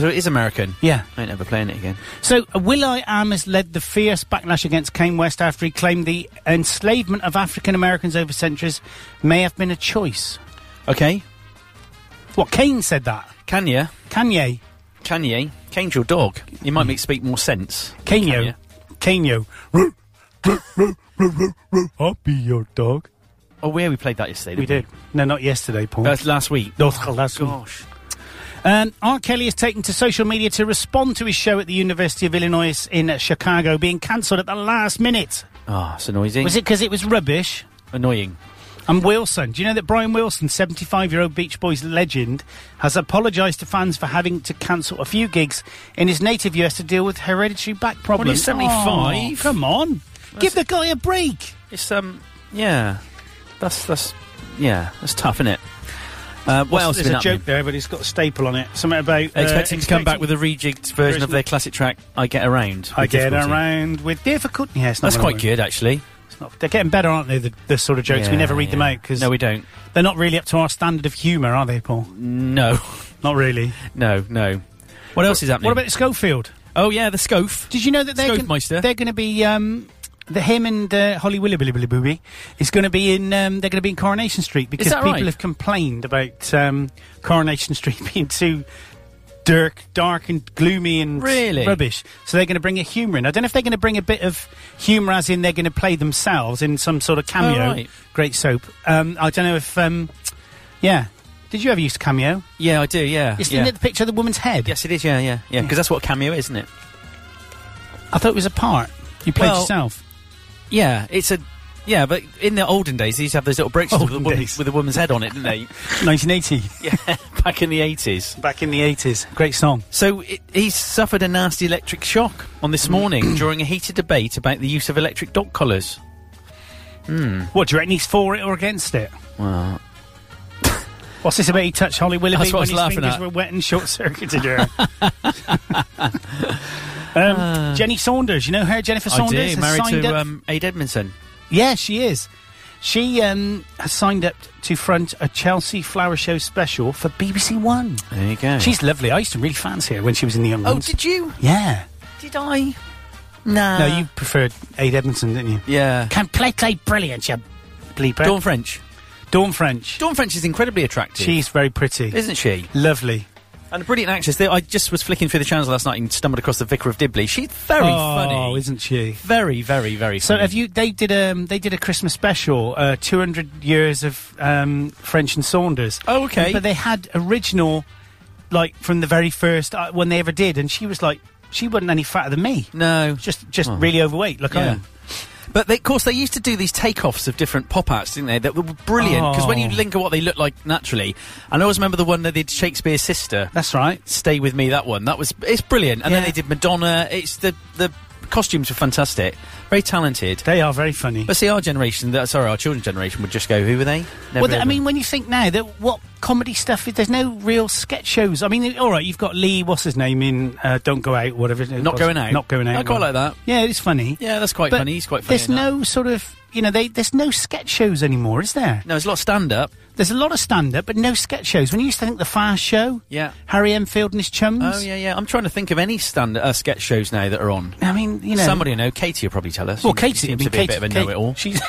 Speaker 4: so it is American.
Speaker 3: Yeah.
Speaker 4: I ain't ever playing it again.
Speaker 3: So, Will I Am has led the fierce backlash against Kane West after he claimed the enslavement of African Americans over centuries may have been a choice.
Speaker 4: Okay,
Speaker 3: What, Kane said that?
Speaker 4: Kanye,
Speaker 3: Kanye?
Speaker 4: Kanye, Kane's your dog. You
Speaker 3: Hmm.
Speaker 4: might make speak more sense.
Speaker 3: Kanyo? Kanyo. Roo, roo, roo, roo, roo, roo. I'll be your dog.
Speaker 4: Oh, where we played that yesterday.
Speaker 3: We
Speaker 4: didn't
Speaker 3: did. No, not yesterday, Paul.
Speaker 4: That's last week.
Speaker 3: No, it's last week.
Speaker 4: Gosh.
Speaker 3: Um, R. Kelly has taken to social media to respond to his show at the University of Illinois in Chicago being cancelled at the last minute.
Speaker 4: Ah, it's annoying.
Speaker 3: Was it because it was rubbish?
Speaker 4: annoying?
Speaker 3: And Wilson, do you know that Brian Wilson, 75 year old Beach Boys legend, has apologised to fans for having to cancel a few gigs in his native US to deal with hereditary back problems?
Speaker 4: he's 75.
Speaker 3: Oh, come on. Give the guy a break.
Speaker 4: It's um, yeah. That's that's yeah. That's tough, isn't it? Uh, what else has
Speaker 3: There's
Speaker 4: been
Speaker 3: a
Speaker 4: happening?
Speaker 3: joke there, but it's got a staple on it. Something about uh,
Speaker 4: Expecting, to come back with a rejigged version of
Speaker 3: version-
Speaker 4: their classic track, I Get Around.
Speaker 3: I
Speaker 4: with
Speaker 3: get
Speaker 4: difficulty.
Speaker 3: around with difficulty. Yeah, it's not
Speaker 4: That's
Speaker 3: one of
Speaker 4: quite
Speaker 3: them.
Speaker 4: good, actually.
Speaker 3: It's not- they're getting better, aren't they? The, the sort of jokes we
Speaker 4: Yeah,
Speaker 3: never read them
Speaker 4: yeah.
Speaker 3: out because
Speaker 4: No, we don't.
Speaker 3: they're not really up to our standard of humour, are they, Paul?
Speaker 4: No,
Speaker 3: Not really.
Speaker 4: no, no. What else is happening?
Speaker 3: What about Schofield?
Speaker 4: Oh yeah, the Scof.
Speaker 3: Did you know that they're gon-
Speaker 4: Scoffmeister.
Speaker 3: they're going to be um, the him and uh, Holly Willy Billy Billy Booby is going to be in um, they're going to be in Coronation Street because
Speaker 4: that
Speaker 3: people
Speaker 4: right?
Speaker 3: have complained about um, Coronation Street being too dark, dark and gloomy and
Speaker 4: Really?
Speaker 3: rubbish. So they're going to bring a humour in. I don't know if they're going to bring a bit of humour as in they're going to play themselves in some sort of cameo.
Speaker 4: Oh, right.
Speaker 3: Great soap. Um, I don't know if um, yeah. Did you ever use cameo?
Speaker 4: Yeah, I do. Yeah,
Speaker 3: Isn't
Speaker 4: yeah.
Speaker 3: it the picture of the woman's head?
Speaker 4: yes, it is. Yeah, yeah, yeah. Because that's what a cameo is, isn't it?
Speaker 3: I thought it was a part. You played
Speaker 4: Well,
Speaker 3: yourself.
Speaker 4: Yeah, it's a. Yeah, but in the olden days, they used to have those little broaches with a,
Speaker 3: Olden
Speaker 4: woman,
Speaker 3: days.
Speaker 4: with a woman's head on it, didn't they?
Speaker 3: 1980.
Speaker 4: yeah, back in the eighties.
Speaker 3: Back in the 80s. Great song.
Speaker 4: So it, he suffered a nasty electric shock on this morning during a heated debate about the use of electric dog collars.
Speaker 3: What, do you reckon he's for it or against it?
Speaker 4: Well,
Speaker 3: What's this about he touched Holly Willoughby
Speaker 4: That's what
Speaker 3: when
Speaker 4: I was
Speaker 3: his
Speaker 4: laughing
Speaker 3: fingers
Speaker 4: at.
Speaker 3: were wet and short-circuited her? um, Jenny Saunders, you know her, Jennifer
Speaker 4: Ah. I
Speaker 3: Saunders?
Speaker 4: do.
Speaker 3: has
Speaker 4: Married
Speaker 3: signed
Speaker 4: to
Speaker 3: up-
Speaker 4: um, Aid Edmondson.
Speaker 3: yeah, she is. She um, has signed up to front a Chelsea Flower Show special for BBC One.
Speaker 4: There you go.
Speaker 3: She's lovely. I used to really fancy her when she was in the Young
Speaker 4: Oh,
Speaker 3: Ones.
Speaker 4: did you?
Speaker 3: yeah.
Speaker 4: Did I? Nah.
Speaker 3: No,
Speaker 4: Ah.
Speaker 3: you preferred Aid Edmondson, didn't you?
Speaker 4: Yeah.
Speaker 3: Completely brilliant, you bleeper.
Speaker 4: Dawn French.
Speaker 3: Dawn French.
Speaker 4: Dawn French is incredibly attractive,
Speaker 3: She's very pretty.
Speaker 4: isn't she?
Speaker 3: Lovely.
Speaker 4: And a brilliant actress. There- I just was flicking through the channels last night and stumbled across the Vicar of Dibley. She's very
Speaker 3: Oh,
Speaker 4: funny.
Speaker 3: isn't she?
Speaker 4: Very, very, very.
Speaker 3: So
Speaker 4: funny.
Speaker 3: have you? They did um they did a Christmas special, uh, two hundred years of um, French and Saunders.
Speaker 4: Oh, okay.
Speaker 3: But they had original, like from the very first uh, one they ever did, and she was like she wasn't any fatter than me,
Speaker 4: No.
Speaker 3: just just really overweight. Look, I
Speaker 4: Oh. Yeah.
Speaker 3: am.
Speaker 4: But they, of course, they used to do these takeoffs of different pop arts, didn't they? That were brilliant because when you
Speaker 3: Oh.
Speaker 4: link at what they look like naturally, and I always remember the one that they did Shakespeare's sister.
Speaker 3: That's right.
Speaker 4: Stay with me. That one. That was it's brilliant. And then
Speaker 3: Yeah.
Speaker 4: they did Madonna. It's the the costumes were fantastic. Very talented.
Speaker 3: They are very funny.
Speaker 4: But see, our generation, that- sorry, our children's generation would just go, "Who were they?" Never
Speaker 3: well, th- I
Speaker 4: ever-
Speaker 3: mean, when you think now that what comedy stuff is, there's no real sketch shows. I mean, all right, you've got Lee, what's his name in uh, Don't Go Out, whatever. it
Speaker 4: Not
Speaker 3: was.
Speaker 4: Going Out.
Speaker 3: Not going out.
Speaker 4: I quite
Speaker 3: well.
Speaker 4: like that.
Speaker 3: Yeah, it's funny.
Speaker 4: yeah, that's quite
Speaker 3: But
Speaker 4: funny. He's quite funny.
Speaker 3: There's
Speaker 4: in that.
Speaker 3: no sort of you know, they, there's no sketch shows anymore, is there?
Speaker 4: no, it's a lot of stand up.
Speaker 3: There's a lot of stand up, but no sketch shows. When you used to think the Fast Show,
Speaker 4: Yeah.
Speaker 3: Harry Enfield and his chums.
Speaker 4: Oh yeah, yeah. I'm trying to think of any stand uh, sketch shows now that are on.
Speaker 3: I mean, you know,
Speaker 4: Somebody I know, Katie will probably tell us.
Speaker 3: Well,
Speaker 4: She
Speaker 3: Katie
Speaker 4: seems
Speaker 3: I mean,
Speaker 4: to be
Speaker 3: Katie,
Speaker 4: a bit of a
Speaker 3: Katie-
Speaker 4: know-it-all.
Speaker 3: She's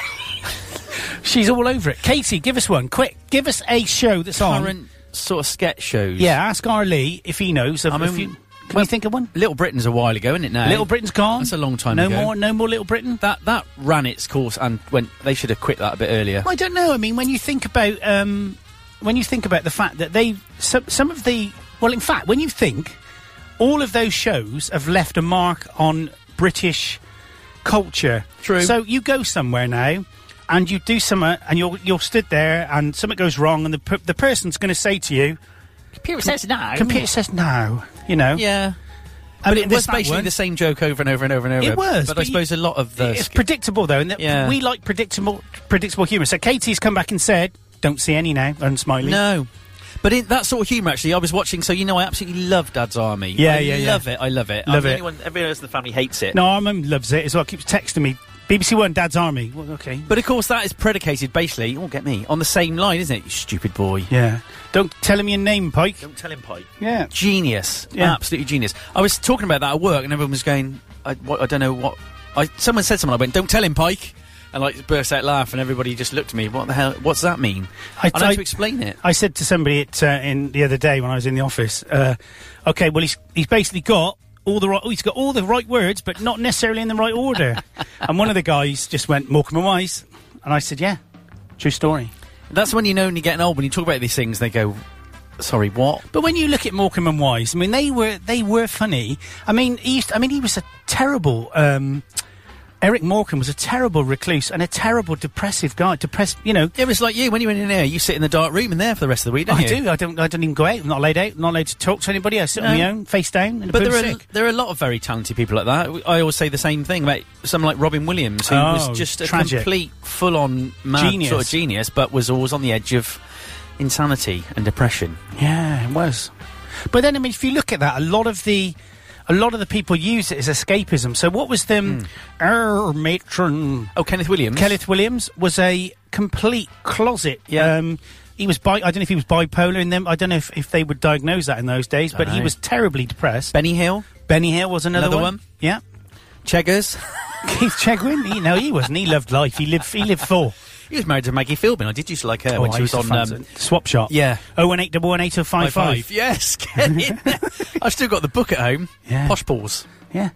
Speaker 3: she's all over it. Katie, give us one quick. Give us a show that's on.
Speaker 4: current sort of sketch shows.
Speaker 3: Yeah, ask R. Lee if he knows. Of,
Speaker 4: I mean,
Speaker 3: if you, can
Speaker 4: well,
Speaker 3: you think of one?
Speaker 4: Little Britain's a while ago, isn't it? Now
Speaker 3: Little Britain's gone.
Speaker 4: That's a long time
Speaker 3: no
Speaker 4: ago.
Speaker 3: No more. No more Little Britain.
Speaker 4: That that ran its course and went. They should have quit that a bit earlier.
Speaker 3: Well, I don't know. I mean, when you think about um, when you think about the fact that they some some of the well, in fact, when you think all of those shows have left a mark on British culture.
Speaker 4: True.
Speaker 3: So you go somewhere now. And you do something, and you're you're stood there, and something goes wrong, and the per- the person's going to say to you,
Speaker 4: Computer says no.
Speaker 3: "Computer says no," you know.
Speaker 4: Oh. Yeah,
Speaker 3: I
Speaker 4: but
Speaker 3: mean,
Speaker 4: it was
Speaker 3: that
Speaker 4: basically
Speaker 3: one.
Speaker 4: the same joke over and over and over and over.
Speaker 3: It was,
Speaker 4: but, I
Speaker 3: but you-
Speaker 4: suppose a lot of the
Speaker 3: It's
Speaker 4: sk-
Speaker 3: predictable though, and that
Speaker 4: Yeah.
Speaker 3: we like predictable predictable humour. So Katie's come back and said, "Don't see any now," unsmiling.
Speaker 4: no. But in that sort of humour, actually, I was watching. So you know, I absolutely love Dad's Army.
Speaker 3: Yeah,
Speaker 4: I
Speaker 3: yeah, yeah.
Speaker 4: Love it. I love it.
Speaker 3: Love
Speaker 4: I'm
Speaker 3: it.
Speaker 4: The only one, everyone else in the family hates it.
Speaker 3: No, our mum loves it as well. Keeps texting me. BBC One, Dad's Army. Well, okay.
Speaker 4: But of course, that is predicated basically. Oh, get me on the same line, isn't it? You stupid boy.
Speaker 3: Yeah. Don't tell him your name, Pike.
Speaker 4: Don't tell him, Pike.
Speaker 3: Yeah.
Speaker 4: genius,
Speaker 3: Yeah.
Speaker 4: absolutely genius. I was talking about that at work, and everyone was going, "I, what, I don't know what." I someone said something. I went, "Don't tell him, Pike," and like burst out laugh, and everybody just looked at me. What the hell? What's that mean?
Speaker 3: I-
Speaker 4: I, had
Speaker 3: I-
Speaker 4: to explain it.
Speaker 3: I said to somebody at, uh, in the other day when I was in the office, uh, okay, well he's he's basically got all the right, oh, he's got all the right words, but not necessarily in the right order. and one of the guys just went Morecambe and Wise, and I said, yeah, true story.
Speaker 4: That's when you know when you're getting old. When you talk about these things, they go, "Sorry, what?"
Speaker 3: But when you look at Morecambe and Wise, I mean, they were they were funny. I mean, he used, I mean, he was a terrible. Um, Eric Morecambe was a terrible recluse and a terrible depressive guy. Depressed, you know.
Speaker 4: It was like you when you went in there. You sit in the dark room in there for the rest of the week, don't
Speaker 3: I
Speaker 4: you?
Speaker 3: do. I don't. I don't even go out. I'm not allowed out. I'm not allowed to talk to anybody. I sit on
Speaker 4: No.
Speaker 3: my own, face down, in a
Speaker 4: But
Speaker 3: pool
Speaker 4: there
Speaker 3: of
Speaker 4: are
Speaker 3: sick.
Speaker 4: there are a lot of very talented people like that. I always say the same thing about someone like Robin Williams, who
Speaker 3: Oh,
Speaker 4: was just a
Speaker 3: tragic.
Speaker 4: complete full on mad
Speaker 3: Genius.
Speaker 4: sort of genius, but was always on the edge of insanity and depression.
Speaker 3: Yeah, it was. But then, I mean, if you look at that, a lot of the a lot of the people use it as escapism. So what was them?
Speaker 4: Hmm.
Speaker 3: Err, matron
Speaker 4: Oh, Kenneth Williams.
Speaker 3: Kenneth Williams was a complete closet.
Speaker 4: Yeah.
Speaker 3: Um, he was bi- I don't know if he was bipolar in them. I don't know if, if they would diagnose that in those days, but he
Speaker 4: know.
Speaker 3: was terribly depressed.
Speaker 4: Benny Hill.
Speaker 3: Benny Hill was another,
Speaker 4: Another
Speaker 3: one.
Speaker 4: one?
Speaker 3: Yeah.
Speaker 4: Cheggers.
Speaker 3: Keith Chegwin, you know, he wasn't. He loved life. He lived. He lived for.
Speaker 4: he was married to Maggie Philbin. I did used to like her
Speaker 3: Oh,
Speaker 4: when
Speaker 3: I
Speaker 4: she was
Speaker 3: used
Speaker 4: on
Speaker 3: to fancy
Speaker 4: um,
Speaker 3: it. Swap Shop.
Speaker 4: yeah.
Speaker 3: Oh, one eight double one eight oh five five.
Speaker 4: Yes, get in there. I've still got the book at home.
Speaker 3: Yeah.
Speaker 4: Posh balls.
Speaker 3: Yeah.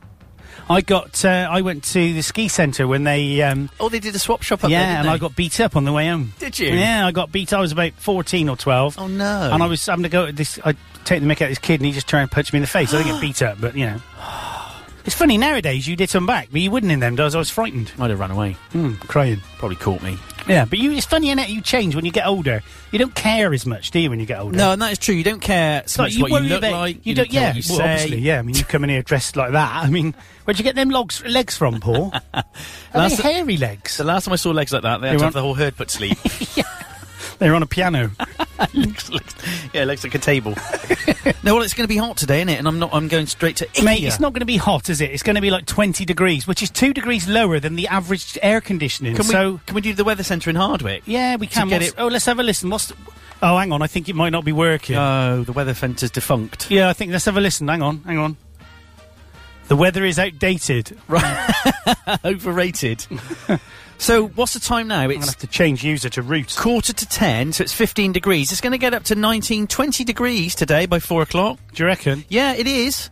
Speaker 3: I got. Uh, I went to the ski centre when they. Um,
Speaker 4: Oh, they did a swap shop up there.
Speaker 3: yeah,
Speaker 4: didn't
Speaker 3: and I
Speaker 4: they?
Speaker 3: got beat up on the way home.
Speaker 4: Did you?
Speaker 3: Yeah, I got beat. I was about fourteen or twelve.
Speaker 4: Oh, no.
Speaker 3: And I was having to go. At this I take the mick out of this kid, and he just turned and punched me in the face. I didn't get beat up, but you know. It's funny nowadays. You did some back, but you wouldn't in them days. I was frightened,
Speaker 4: I'd have run away.
Speaker 3: mm, crying.
Speaker 4: Probably caught me.
Speaker 3: Yeah, but you. It's funny, innit? You change when you get older. You don't care as much, do you? When you get older.
Speaker 4: No, and that is true. You don't care so
Speaker 3: Like,
Speaker 4: much what
Speaker 3: worry
Speaker 4: you look
Speaker 3: about-
Speaker 4: like.
Speaker 3: You, don't,
Speaker 4: care
Speaker 3: yeah,
Speaker 4: what you
Speaker 3: well,
Speaker 4: say.
Speaker 3: obviously, yeah. I mean, you come in here dressed like that. I mean, where'd you get them logs, legs from, Paul? Are they
Speaker 4: Last-
Speaker 3: hairy legs?
Speaker 4: The last time I saw legs like that, they had
Speaker 3: You
Speaker 4: to
Speaker 3: want-
Speaker 4: have the whole herd put to sleep.
Speaker 3: They're on a piano.
Speaker 4: legs, legs, yeah, legs like a table. no, well, it's going to be hot today, isn't it? And I'm not. I'm going straight to
Speaker 3: Mate,
Speaker 4: Ikea.
Speaker 3: it's not going to be hot, is it? It's going to be like 20 degrees, which is two degrees lower than the average air conditioning.
Speaker 4: Can we,
Speaker 3: so,
Speaker 4: can we do the weather centre in Hardwick?
Speaker 3: yeah, we
Speaker 4: to
Speaker 3: can.
Speaker 4: get
Speaker 3: What's-
Speaker 4: it-
Speaker 3: Oh, let's have a listen. What's the... Oh, hang on. I think it might not be working.
Speaker 4: Oh, the weather centre's defunct.
Speaker 3: yeah, I think let's have a listen. Hang on, hang on. The weather is outdated. Right,
Speaker 4: Overrated. so, what's the time now?
Speaker 3: I'm going to
Speaker 4: It's
Speaker 3: have to change user to root.
Speaker 4: quarter to ten, so it's 15 degrees. It's going to get up to 19, 20 degrees today by four o'clock.
Speaker 3: Do you reckon?
Speaker 4: Yeah, it is.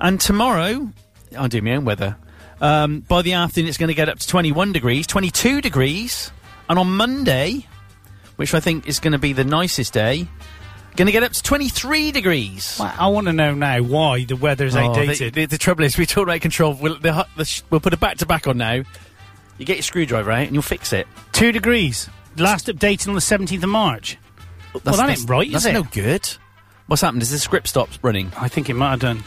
Speaker 4: And tomorrow, oh I'll do my own weather. Um, by the afternoon, it's going to get up to 21 degrees, 22 degrees. And on Monday, which I think is going to be the nicest day, going to get up to 23 degrees.
Speaker 3: Well, I want to know now why the weather is
Speaker 4: Oh, the,
Speaker 3: outdated.
Speaker 4: the, the trouble is, we talk about control. We'll, the, hu- the sh- we'll put a back to back on now. You get your screwdriver out and you'll fix it.
Speaker 3: Two degrees. Last updated on the 17th of March.
Speaker 4: That's-
Speaker 3: that ain't
Speaker 4: that's-
Speaker 3: right, is
Speaker 4: that's
Speaker 3: it?
Speaker 4: no good. What's happened is the script stops running.
Speaker 3: I think it might have done.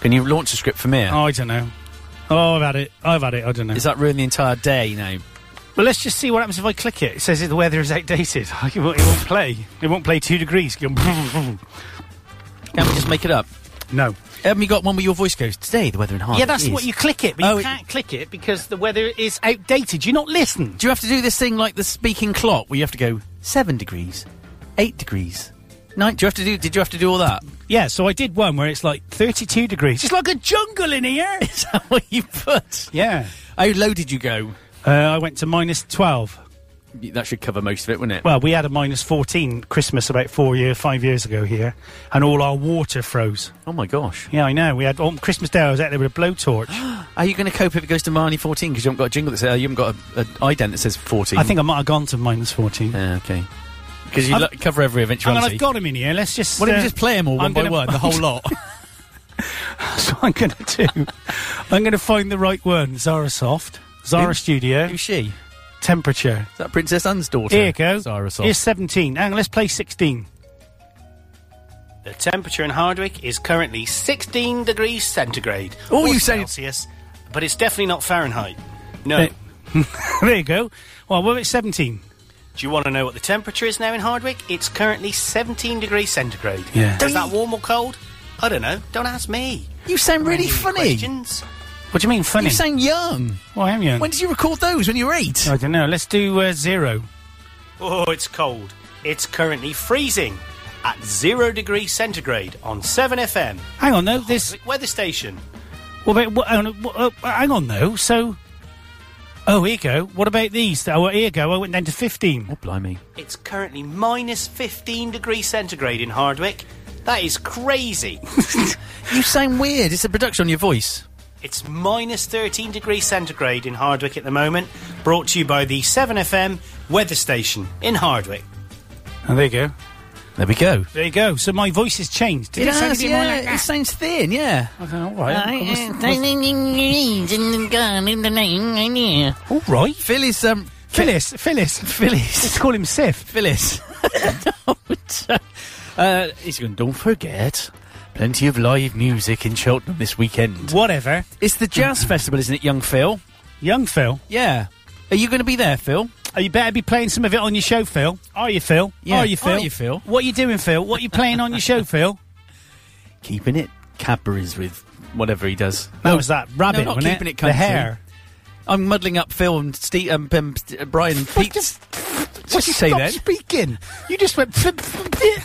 Speaker 4: Can you launch a script from here?
Speaker 3: Oh, I don't know. Oh, I've had it. I've had it. I don't know.
Speaker 4: Is that ruin the entire day now?
Speaker 3: Well, let's just see what happens if I click it. It says that the weather is outdated. it, won't, it won't play. It won't play two degrees. Go
Speaker 4: Can we just make it up?
Speaker 3: no.
Speaker 4: Haven't you got one where your voice goes, today the weather in Hardwick
Speaker 3: Yeah, that's
Speaker 4: is-
Speaker 3: what you click it, but you
Speaker 4: Oh, it-
Speaker 3: can't click it because the weather is outdated. You're not listening.
Speaker 4: Do you have to do this thing like the speaking clock where you have to go, seven degrees, eight degrees, nine? Do you have to do, did you have to do all that?
Speaker 3: Yeah, so I did one where it's like 32 degrees. It's like a jungle in here.
Speaker 4: Is that what you put?
Speaker 3: yeah.
Speaker 4: How low did you go?
Speaker 3: Uh, I went to minus 12.
Speaker 4: That should cover most of it, wouldn't it?
Speaker 3: Well, we had a minus 14 Christmas about four year, five years ago here, and all our water froze.
Speaker 4: oh my gosh.
Speaker 3: Yeah, I know. We had on Christmas Day. I was out there with a blowtorch.
Speaker 4: Are you going to cope if it goes to Marnie 14 because you haven't got a jingle that says, uh, you haven't got an ident that says 14?
Speaker 3: I think I might have gone to minus 14.
Speaker 4: Yeah, okay. Because you
Speaker 3: I've-
Speaker 4: lo- cover every
Speaker 3: I mean,
Speaker 4: eventuality.
Speaker 3: I've got him in here. Let's just.
Speaker 4: Why don't you
Speaker 3: uh,
Speaker 4: just play them all one
Speaker 3: I'm
Speaker 4: by
Speaker 3: gonna-
Speaker 4: one, the whole lot?
Speaker 3: That's what I'm going to do. I'm going to find the right one. Zara Soft, Zara
Speaker 4: Who?
Speaker 3: Studio,
Speaker 4: Who's she? Is
Speaker 3: temperature.
Speaker 4: that Princess Anne's daughter?
Speaker 3: Here you go.
Speaker 4: Zara Soft.
Speaker 3: Here's 17. Hang on, let's play 16. The temperature in Hardwick is currently 16 degrees centigrade.
Speaker 4: Oh,
Speaker 3: Or
Speaker 4: you say-
Speaker 3: Celsius, but it's definitely not Fahrenheit. No. there you go. Well, what about 17? Do you want to know what the temperature is now in Hardwick? It's currently 17 degrees centigrade.
Speaker 4: Yeah.
Speaker 3: Is that warm or cold? I don't know. Don't ask me.
Speaker 4: You sound really funny.
Speaker 3: Questions? What do you mean funny?
Speaker 4: You sound young.
Speaker 3: Well, I am young.
Speaker 4: When did you record those? When you were eight?
Speaker 3: I don't know. Let's do uh, zero. Oh, it's cold. It's currently freezing at zero degrees centigrade on 7FM. Hang on, though. This weather station. Well, but, what, hang on, what- uh, hang on, though. So. Oh, here you go. What about these? Oh, here you go. I went down to 15.
Speaker 4: Oh, blimey.
Speaker 3: It's currently minus 15 degrees centigrade in Hardwick. That is crazy.
Speaker 4: You sound weird. It's the production on your voice.
Speaker 3: It's minus 13 degrees centigrade in Hardwick at the moment. Brought to you by the 7FM weather station in Hardwick. Oh, there you go.
Speaker 4: There we go.
Speaker 3: There you go. So my voice has changed. Did it, sound a bit more like
Speaker 4: It
Speaker 3: that?
Speaker 4: sounds thin, yeah. Uh,
Speaker 3: I thought, all right. I was-
Speaker 4: Phyllis,
Speaker 3: all right.
Speaker 4: um,
Speaker 3: Phyllis, Phyllis, Phyllis. Let's call him Sif.
Speaker 4: Phyllis. uh, he's going, don't forget, plenty of live music in Cheltenham this weekend.
Speaker 3: Whatever.
Speaker 4: It's the Jazz Festival, isn't it, young Phil?
Speaker 3: Young Phil.
Speaker 4: Yeah. Are you going to be there, Phil?
Speaker 3: Oh, You better be playing some of it on your show, Phil. Are you, Phil?
Speaker 4: Yeah.
Speaker 3: Are you, Phil?
Speaker 4: Are you, Phil?
Speaker 3: What you doing, Phil? What you playing on your show, Phil?
Speaker 4: Keeping it Cadbury's with whatever he does.
Speaker 3: That was that rabbit,
Speaker 4: not
Speaker 3: wasn't
Speaker 4: keeping it
Speaker 3: The
Speaker 4: country.
Speaker 3: hair.
Speaker 4: I'm muddling up Phil and Steve, um, um, St- uh, Brian and
Speaker 3: What
Speaker 4: Pete.
Speaker 3: just-
Speaker 4: What'd you say
Speaker 3: Stop
Speaker 4: then?
Speaker 3: speaking. You just went... flip, flip, flip.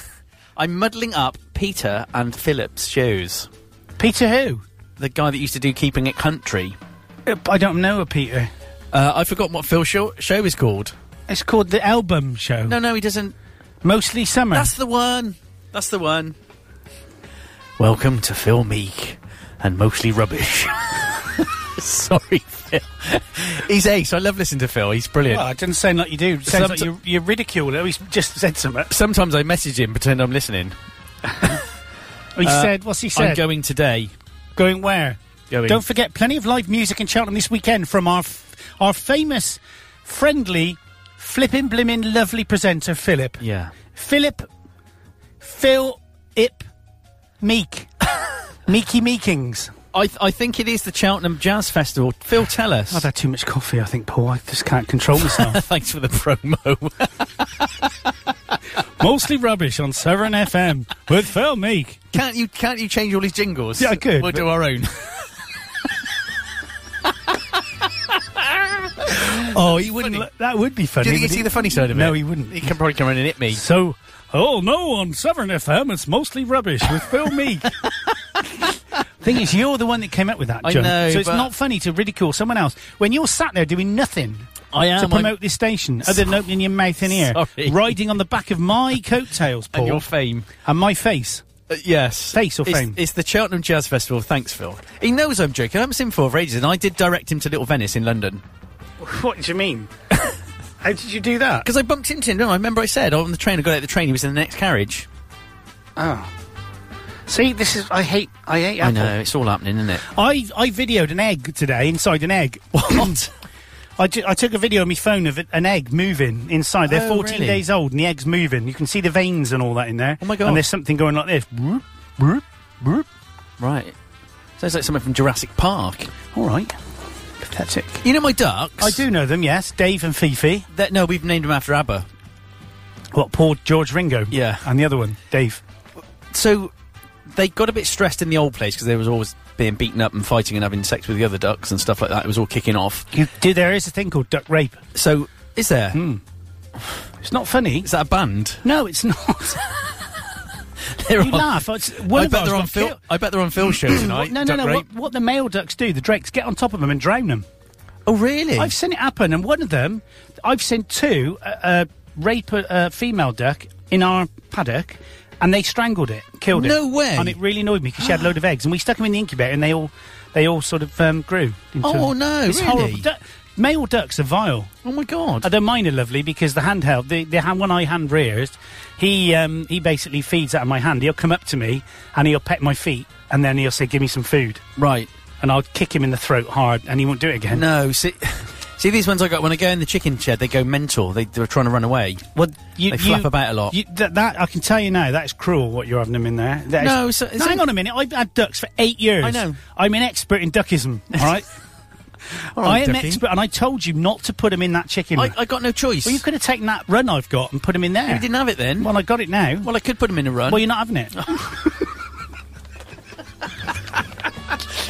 Speaker 4: I'm muddling up Peter and Philip's shows.
Speaker 3: Peter who?
Speaker 4: The guy that used to do Keeping It Country.
Speaker 3: Uh, I don't know a Peter.
Speaker 4: Uh, I've forgotten what Phil's show, show is called.
Speaker 3: It's called The Album Show.
Speaker 4: No, no, he doesn't.
Speaker 3: Mostly Summer.
Speaker 4: That's the one. That's the one. Welcome to Phil Meek and mostly rubbish. Sorry, Phil. He's ace. I love listening to Phil. He's brilliant.
Speaker 3: Well, it doesn't sound like you do. It sounds
Speaker 4: Somet-
Speaker 3: like you're, you're ridiculed. He's just said something.
Speaker 4: Sometimes I message him, pretend I'm listening. Uh,
Speaker 3: He said, what's he
Speaker 4: I'm
Speaker 3: said?
Speaker 4: going today.
Speaker 3: going where?
Speaker 4: Going.
Speaker 3: Don't forget, plenty of live music in Cheltenham this weekend from our f- our famous, friendly, flippin' blimmin' lovely presenter, Philip.
Speaker 4: yeah.
Speaker 3: Philip, Phil, Ip, Meek. Meeky Meekings.
Speaker 4: I, th- I think it is the Cheltenham Jazz Festival. Phil, tell us.
Speaker 3: I've had too much coffee, I think, Paul. I just can't control myself.
Speaker 4: Thanks for the promo.
Speaker 3: Mostly rubbish on Severn FM with Phil Meek.
Speaker 4: can't you can't you change all his jingles?
Speaker 3: Yeah, I could,
Speaker 4: We'll
Speaker 3: but-
Speaker 4: do our own.
Speaker 3: Oh, he wouldn't.
Speaker 4: funny.
Speaker 3: li- that would be funny.
Speaker 4: Do you think
Speaker 3: would
Speaker 4: he'd see the funny side of it?
Speaker 3: No, he wouldn't.
Speaker 4: He can probably come in and hit me.
Speaker 3: So, oh no, on Southern FM, it's mostly rubbish with Phil Meek. Thing is, you're the one that came up with that,
Speaker 4: I
Speaker 3: John.
Speaker 4: know,
Speaker 3: so it's
Speaker 4: but-
Speaker 3: not funny to ridicule someone else when you're sat there doing nothing.
Speaker 4: I am,
Speaker 3: to
Speaker 4: I'm-
Speaker 3: promote this station, other than opening your mouth and ear,
Speaker 4: Sorry.
Speaker 3: riding on the back of my coattails, Paul,
Speaker 4: And your fame.
Speaker 3: and my face.
Speaker 4: Uh, yes.
Speaker 3: Face or
Speaker 4: it's,
Speaker 3: fame?
Speaker 4: It's the Cheltenham Jazz Festival. Thanks, Phil. He knows I'm joking. I haven't seen him for ages, and I did direct him to Little Venice in London.
Speaker 3: What do you mean? How did you do that?
Speaker 4: Because I bumped into him, didn't I? I remember I said "Oh, on the train, I got out of the train, he was in the next carriage.
Speaker 3: See, this is I hate. I hate.
Speaker 4: I
Speaker 3: Apple.
Speaker 4: know, it's all happening, isn't it?
Speaker 3: I I videoed an egg today inside an egg.
Speaker 4: What?
Speaker 3: I, ju- I took a video on my phone of it- an egg moving inside. They're
Speaker 4: Oh,
Speaker 3: 14
Speaker 4: really?
Speaker 3: days old and the egg's moving. You can see the veins and all that in there.
Speaker 4: Oh, my God.
Speaker 3: And there's something going like this. Whoop, whoop, whoop.
Speaker 4: right. Sounds like someone from Jurassic Park.
Speaker 3: All right. Pathetic.
Speaker 4: You know my ducks?
Speaker 3: I do know them, yes. Dave and Fifi.
Speaker 4: That, no, we've named them after ABBA.
Speaker 3: What, poor George Ringo?
Speaker 4: Yeah.
Speaker 3: And the other one, Dave.
Speaker 4: so they got a bit stressed in the old place because they was always being beaten up and fighting and having sex with the other ducks and stuff like that. It was all kicking off.
Speaker 3: You do, there is a thing called duck rape.
Speaker 4: So is there? Is
Speaker 3: It's not funny.
Speaker 4: that a band?
Speaker 3: No, it's not.
Speaker 4: They're
Speaker 3: you
Speaker 4: on-
Speaker 3: laugh. It's, one
Speaker 4: I
Speaker 3: of
Speaker 4: bet
Speaker 3: us
Speaker 4: they're on
Speaker 3: got
Speaker 4: Phil.
Speaker 3: killed.
Speaker 4: I bet they're on Phil's show tonight.
Speaker 3: No, no,
Speaker 4: Duck
Speaker 3: no.
Speaker 4: Rape.
Speaker 3: What, what the male ducks do, the drakes get on top of them and drown them.
Speaker 4: Oh, really?
Speaker 3: I've seen it happen, and one of them, I've seen two uh, uh, rape a uh, female duck in our paddock, and they strangled it, killed it.
Speaker 4: No way.
Speaker 3: And it really annoyed me because she had a load of eggs, and we stuck them in the incubator, and they all they all sort of um, grew. Into
Speaker 4: Oh, no,
Speaker 3: It's
Speaker 4: really?
Speaker 3: horrible. Du- male ducks are vile.
Speaker 4: oh my god.
Speaker 3: Although mine are lovely because the handheld, the, the hand, one I hand rears, he um, he basically feeds out of my hand. He'll come up to me and he'll pet my feet, and then he'll say, "Give me some food,"
Speaker 4: right.
Speaker 3: and I'll kick him in the throat hard, and he won't do it again.
Speaker 4: No. See, see these ones I got when I go in the chicken shed. They go mental. They, they're trying to run away.
Speaker 3: Well, you,
Speaker 4: They
Speaker 3: you-
Speaker 4: flap about a lot.
Speaker 3: You, th- that I can tell you now. That is cruel. What you're having them in there. That is-
Speaker 4: No, so- so-
Speaker 3: hang on a minute. I've had ducks for eight years.
Speaker 4: I know.
Speaker 3: I'm an expert in duckism. All right.
Speaker 4: All
Speaker 3: I
Speaker 4: right,
Speaker 3: am
Speaker 4: ducky.
Speaker 3: expert, and I told you not to put them in that chicken.
Speaker 4: I,
Speaker 3: run.
Speaker 4: I got no choice.
Speaker 3: well, you could have taken that run I've got and put them in there.
Speaker 4: You didn't have it then.
Speaker 3: Well, I got it now. Well,
Speaker 4: Well, I could put them in a run.
Speaker 3: you're not having it.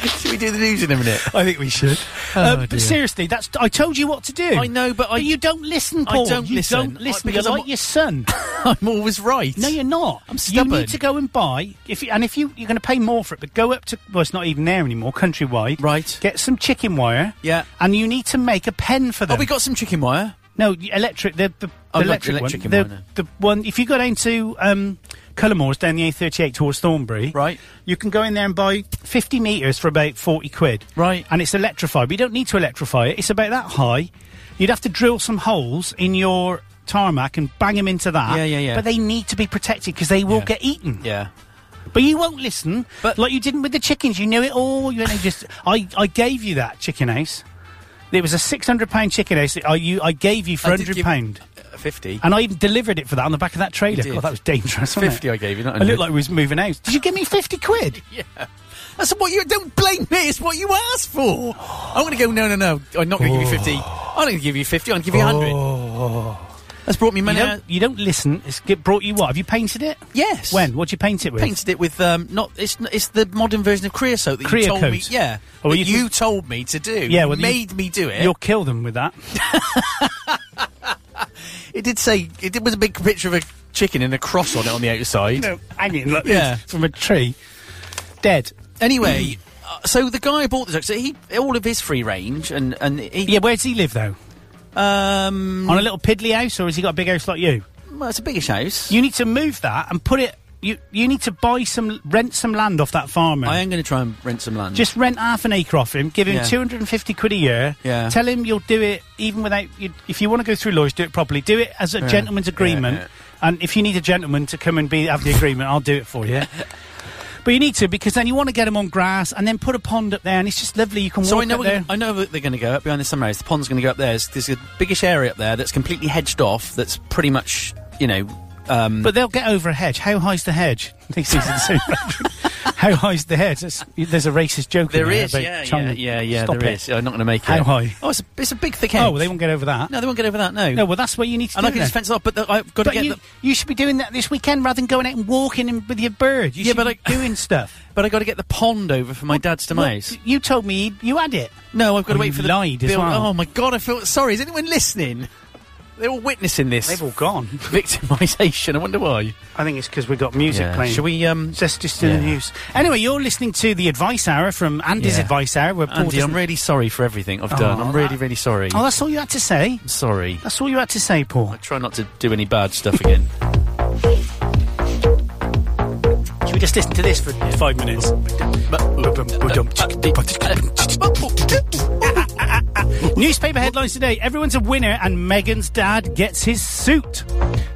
Speaker 4: should we do the news in a minute?
Speaker 3: I think we should.
Speaker 4: Oh,
Speaker 3: Uh, but
Speaker 4: dear.
Speaker 3: seriously, that's. I told you what to do.
Speaker 4: I know, but I-
Speaker 3: you don't listen,
Speaker 4: I
Speaker 3: Paul.
Speaker 4: don't
Speaker 3: you
Speaker 4: listen.
Speaker 3: don't
Speaker 4: I-
Speaker 3: listen
Speaker 4: because
Speaker 3: because you're
Speaker 4: I'm-
Speaker 3: like your son.
Speaker 4: I'm always right.
Speaker 3: No, you're not.
Speaker 4: I'm
Speaker 3: You
Speaker 4: stubborn.
Speaker 3: need to go and buy if you, and if you you're going to pay more for it, but go up to well, it's not even there anymore. Countrywide,
Speaker 4: Right.
Speaker 3: Get some chicken wire.
Speaker 4: Yeah.
Speaker 3: and you need to make a pen for
Speaker 4: Oh,
Speaker 3: them.
Speaker 4: we got some chicken wire.
Speaker 3: no the electric. The, the, the
Speaker 4: Oh,
Speaker 3: electric,
Speaker 4: electric
Speaker 3: one.
Speaker 4: chicken
Speaker 3: the,
Speaker 4: wire,
Speaker 3: the one. If you go down to um, Cullamores down the A38 towards Thornbury,
Speaker 4: Right.
Speaker 3: You can go in there and buy 50 meters for about 40 quid,
Speaker 4: Right.
Speaker 3: And it's electrified. But you don't need to electrify it. It's about that high. You'd have to drill some holes in your tarmac and bang them into that.
Speaker 4: Yeah, yeah, yeah.
Speaker 3: But they need to be protected because they will
Speaker 4: Yeah.
Speaker 3: get eaten.
Speaker 4: Yeah.
Speaker 3: But you won't listen.
Speaker 4: But-
Speaker 3: like you didn't with the chickens, you knew it all. You know, just I, I gave you that chicken house. It was a six hundred pound chicken house. that I you I gave you for
Speaker 4: I did
Speaker 3: hundred
Speaker 4: give-
Speaker 3: pound,
Speaker 4: Uh, Fifty.
Speaker 3: and I even delivered it for that on the back of that trailer.
Speaker 4: did.
Speaker 3: God, that was dangerous. Wasn't
Speaker 4: Fifty.
Speaker 3: It?
Speaker 4: I gave you. Not
Speaker 3: I looked
Speaker 4: 100.
Speaker 3: like we was moving out. Did you give me fifty quid?
Speaker 4: That's what you don't blame me. It's what you
Speaker 3: Oh.
Speaker 4: asked for. I'm going to go. No, no, no. I'm not going to give you fifty. I'm not going to give you fifty. I'm going to give you hundred. That's brought me
Speaker 3: You
Speaker 4: many.
Speaker 3: don't, you don't listen. It's get brought you what? Have you painted it?
Speaker 4: yes.
Speaker 3: When? What'd you paint it with?
Speaker 4: painted it with um, not it's n- it's the modern version of creosote that you told me
Speaker 3: Creocote.
Speaker 4: yeah
Speaker 3: Oh, well,
Speaker 4: that
Speaker 3: you
Speaker 4: you,
Speaker 3: can-
Speaker 4: told me to do
Speaker 3: Yeah,
Speaker 4: You
Speaker 3: well, you-
Speaker 4: made me do it
Speaker 3: You'll kill them with that.
Speaker 4: it did say it did- was a big picture of a chicken and a cross on it on the outside
Speaker 3: no, hanging like
Speaker 4: Yeah.
Speaker 3: this from a tree. Dead.
Speaker 4: anyway uh, so the guy who bought the dog so he all of his free range and and he
Speaker 3: Yeah, where does he live though?
Speaker 4: um
Speaker 3: On a little piddly house, or has he got a big house like you?
Speaker 4: well, it's a biggish house
Speaker 3: You need to move that and put it. You you need to buy some, rent some land off that farmer.
Speaker 4: I am going to try and rent some land
Speaker 3: Just rent half an acre off him. Give him
Speaker 4: Yeah.
Speaker 3: two hundred and fifty quid a year.
Speaker 4: Yeah.
Speaker 3: Tell him you'll do it even without. You, if you want to go through lawyers, do it properly. Do it as a gentleman's agreement.
Speaker 4: yeah.
Speaker 3: And if you need a gentleman to come and be have the agreement, I'll do it for you. But you need to because then you want to get him on grass and then put a pond up there and it's just lovely. You can
Speaker 4: so
Speaker 3: walk
Speaker 4: I know
Speaker 3: up
Speaker 4: we're
Speaker 3: there.
Speaker 4: gonna, I know that they're going to go up behind the summer house. The pond's going to go up there. There's, there's a biggish area up there that's completely hedged off. That's pretty much you know um,
Speaker 3: But they'll get over a hedge. How high's the hedge? These things are the same. How high's the hedge? That's, there's a racist joke. in
Speaker 4: There is,
Speaker 3: about
Speaker 4: yeah,
Speaker 3: trying
Speaker 4: yeah,
Speaker 3: to
Speaker 4: yeah, yeah,
Speaker 3: Stop
Speaker 4: there
Speaker 3: it.
Speaker 4: is. I'm not going to make it.
Speaker 3: How high?
Speaker 4: Oh, it's a, it's a big thick hedge.
Speaker 3: Oh, well, they won't get over that. No,
Speaker 4: No, they won't get over that. No.
Speaker 3: well, that's what you need to
Speaker 4: and
Speaker 3: do.
Speaker 4: I can just
Speaker 3: then.
Speaker 4: fence it off, but the, I've got to
Speaker 3: But
Speaker 4: get.
Speaker 3: you,
Speaker 4: the,
Speaker 3: you should be doing that this weekend rather than going out and walking in with your bird. You
Speaker 4: Yeah,
Speaker 3: should
Speaker 4: but
Speaker 3: be doing stuff.
Speaker 4: but I got to get the pond over for my dad's demise.
Speaker 3: Look, You told me you had it.
Speaker 4: no, I've got to
Speaker 3: Oh,
Speaker 4: wait
Speaker 3: you
Speaker 4: for the
Speaker 3: lied as
Speaker 4: build-
Speaker 3: well.
Speaker 4: Oh my god, I feel sorry. Is anyone listening? They're all witnessing this
Speaker 3: They've all gone.
Speaker 4: victimisation. I wonder why.
Speaker 3: I think it's because we've got music
Speaker 4: Yeah.
Speaker 3: playing.
Speaker 4: Shall we? Um,
Speaker 3: That's just in the
Speaker 4: Yeah.
Speaker 3: news. Anyway, you're listening to the Advice Hour from Andy's
Speaker 4: Yeah.
Speaker 3: Advice Hour. Where Paul
Speaker 4: Andy,
Speaker 3: doesn't-
Speaker 4: I'm really sorry for everything I've done.
Speaker 3: Oh,
Speaker 4: I'm
Speaker 3: that-
Speaker 4: really, really sorry.
Speaker 3: oh, that's all you had to say.
Speaker 4: I'm sorry.
Speaker 3: That's all you had to say, Paul.
Speaker 4: I try not to do any bad stuff again.
Speaker 3: Should we just listen to this for five minutes? Newspaper headlines today. Everyone's a winner, and Meghan's dad gets his suit.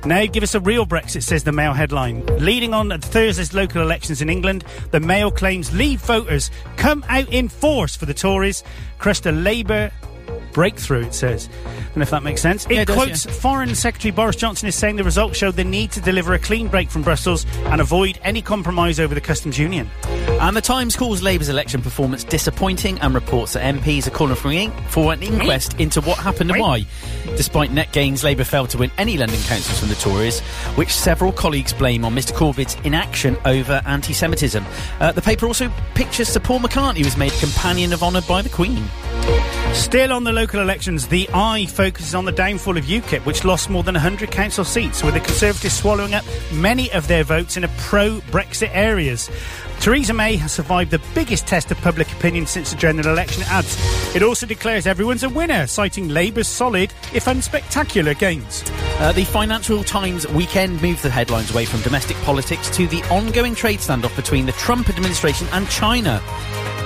Speaker 3: Now, give us a real Brexit, says the Mail headline. Leading on at Thursday's local elections in England, the Mail claims Leave voters come out in force for the Tories, crushed a Labour breakthrough, it says. And if that makes sense, it,
Speaker 4: Yeah, it does,
Speaker 3: quotes
Speaker 4: yeah.
Speaker 3: Foreign Secretary Boris Johnson is saying the results showed the need to deliver a clean break from Brussels and avoid any compromise over the customs union.
Speaker 4: And the Times calls Labour's election performance disappointing and reports that MPs are calling for, an in- for an inquest into what happened and why. Despite net gains, Labour failed to win any London councils from the Tories, which several colleagues blame on Mr Corbett's inaction over anti Semitism. Uh, the paper also pictures Sir Paul McCartney was made Companion of Honour by the Queen.
Speaker 3: Still on the local elections, the Eye focuses on the downfall of UKIP, which lost more than 100 council seats, with the Conservatives swallowing up many of their votes in a pro-Brexit areas. Theresa May has survived the biggest test of public opinion since the general election. It adds, it also declares everyone's a winner, citing Labour's solid, if unspectacular, gains.
Speaker 4: Uh, the Financial Times weekend moved the headlines away from domestic politics to the ongoing trade standoff between the Trump administration and China.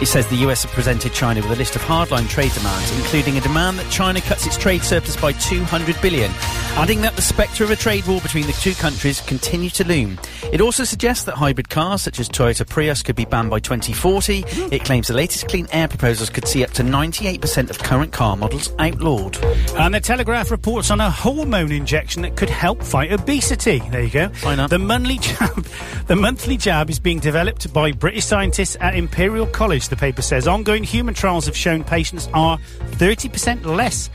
Speaker 4: It says the US have presented China with a list of hardline trade demands, including a demand that China cuts its trade surplus by 200 billion, adding that the spectre of a trade war between the two countries continues to loom. It also suggests that hybrid cars such as Toyota Prius could be banned by 2040. It claims the latest clean air proposals could see up to 98% of current car models outlawed.
Speaker 3: And the Telegraph reports on a hormone injection that could help fight obesity. There you go.
Speaker 4: Sign up.
Speaker 3: The monthly jab, the monthly jab is being developed by British scientists at Imperial College. The paper says ongoing human trials have shown patients are thirty percent less.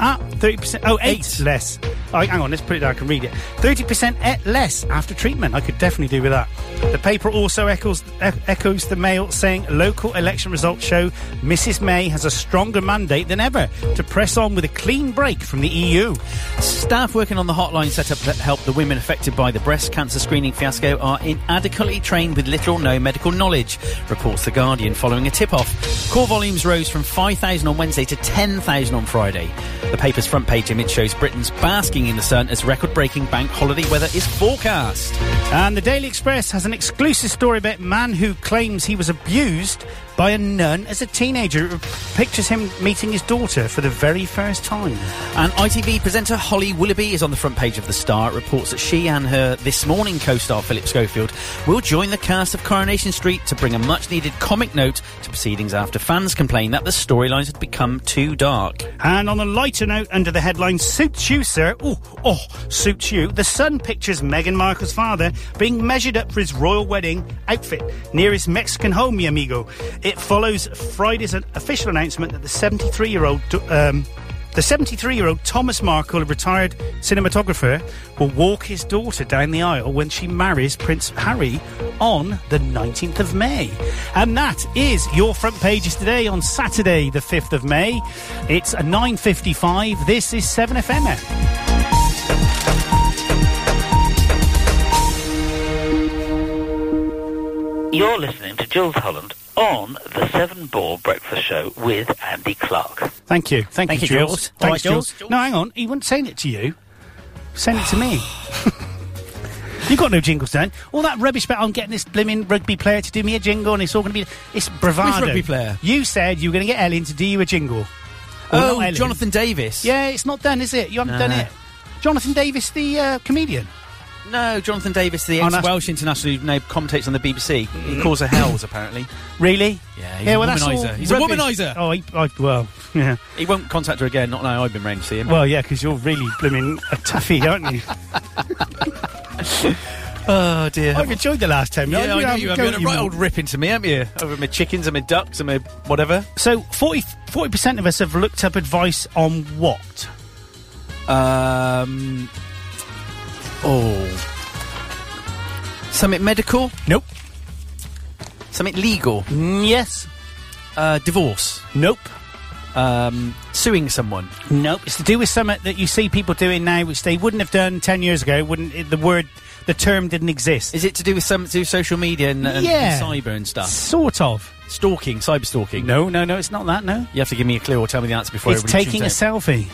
Speaker 3: Ah, thirty percent. Oh, eight,
Speaker 4: Eight.
Speaker 3: less. Oh, hang on, let's put it down. I can read it. Thirty percent e, less after treatment. I could definitely do with that. The paper also echoes e- echoes the Mail, saying local election results show Mrs May has a stronger mandate than ever to press on with a clean break from the E EU.
Speaker 4: Staff working on the hotline set up that help the women affected by the breast cancer screening fiasco are inadequately trained with little or no medical knowledge, reports The Guardian following a tip off. Call volumes rose from 5,000 on Wednesday to 10,000 on Friday. The paper's front page image shows Britain's basking in the sun as record breaking bank holiday weather is forecast.
Speaker 3: And the Daily Express has an exclusive story about a man who claims he was abused by a nun as a teenager. It pictures him meeting his daughter for the very first time.
Speaker 4: And ITV presenter Holly Willoughby is on the front page of The Star. It reports that she and her This Morning co star Philip Schofield will join the cast of Coronation Street to bring a much needed comic note to proceedings after fans complained that the storylines had become too dark.
Speaker 3: And on a lighter note, under the headline "Suits You, Sir," oh, oh, suits you. The Sun pictures Meghan Markle's father being measured up for his royal wedding outfit near his Mexican home, mi amigo. It follows Friday's official announcement that the 73-year-old um, The 73 year old Thomas Markle, a retired cinematographer, will walk his daughter down the aisle when she marries Prince Harry on the 19th of May. And that is your front pages today on Saturday, the 5th of May. It's 9.55. This is 7FM.
Speaker 10: You're listening to Jules Holland on the Seven Ball Breakfast Show with Andy Clark.
Speaker 3: Thank you. Thank,
Speaker 4: Thank
Speaker 3: you,
Speaker 4: you, Jules.
Speaker 3: Jules.
Speaker 4: Thanks,
Speaker 3: All right, Jules.
Speaker 4: Jules.
Speaker 3: No, hang on. He wasn't saying it to you. Send it to me. You've got no jingles, Dan. All that rubbish about I'm getting this blimmin' rugby player to do me a jingle and it's all going to be... It's bravado.
Speaker 4: rugby player?
Speaker 3: You said you were going to get Ellen to do you a jingle. Well, not
Speaker 4: Oh,
Speaker 3: Ellen.
Speaker 4: Jonathan Davis.
Speaker 3: Yeah, it's not done, is it? You haven't
Speaker 4: No.
Speaker 3: done it. Jonathan Davis, the uh, comedian.
Speaker 4: No, Jonathan Davis, the
Speaker 3: Oh, Mm.
Speaker 4: ex
Speaker 3: no.
Speaker 4: Welsh international who now commentates on the BBC. He calls her hells, apparently.
Speaker 3: Really?
Speaker 4: Yeah, he's a womaniser. He's a
Speaker 3: rubbish.
Speaker 4: womaniser.
Speaker 3: Oh, he, I, well, yeah.
Speaker 4: He won't contact her again, not now I've been round to see him.
Speaker 3: Well, yeah, because you're really blimmin' a toughie, aren't you?
Speaker 4: oh, dear.
Speaker 3: I've enjoyed the last time.
Speaker 4: yeah, I know you have. You had a
Speaker 3: you-
Speaker 4: right old rip into me, haven't you? Over my chickens and my ducks and my whatever.
Speaker 3: So 40 percent of us have looked up advice on what?
Speaker 4: Um. Oh. Something medical?
Speaker 3: Nope.
Speaker 4: Something legal?
Speaker 3: Mm, Yes.
Speaker 4: Uh, divorce?
Speaker 3: Nope.
Speaker 4: Um, suing someone?
Speaker 3: Nope. It's to do with something that you see people doing now, which they wouldn't have done ten years ago. Wouldn't it, the word, the term didn't exist?
Speaker 4: Is it to do with some to do with social media and, and
Speaker 3: Yeah.
Speaker 4: cyber and stuff?
Speaker 3: sort of.
Speaker 4: Stalking, cyber stalking.
Speaker 3: No, no, no. It's not that. No.
Speaker 4: You have to give me a clue or tell me the answer before
Speaker 3: it's
Speaker 4: everybody
Speaker 3: taking a
Speaker 4: tunes
Speaker 3: selfie.
Speaker 4: out.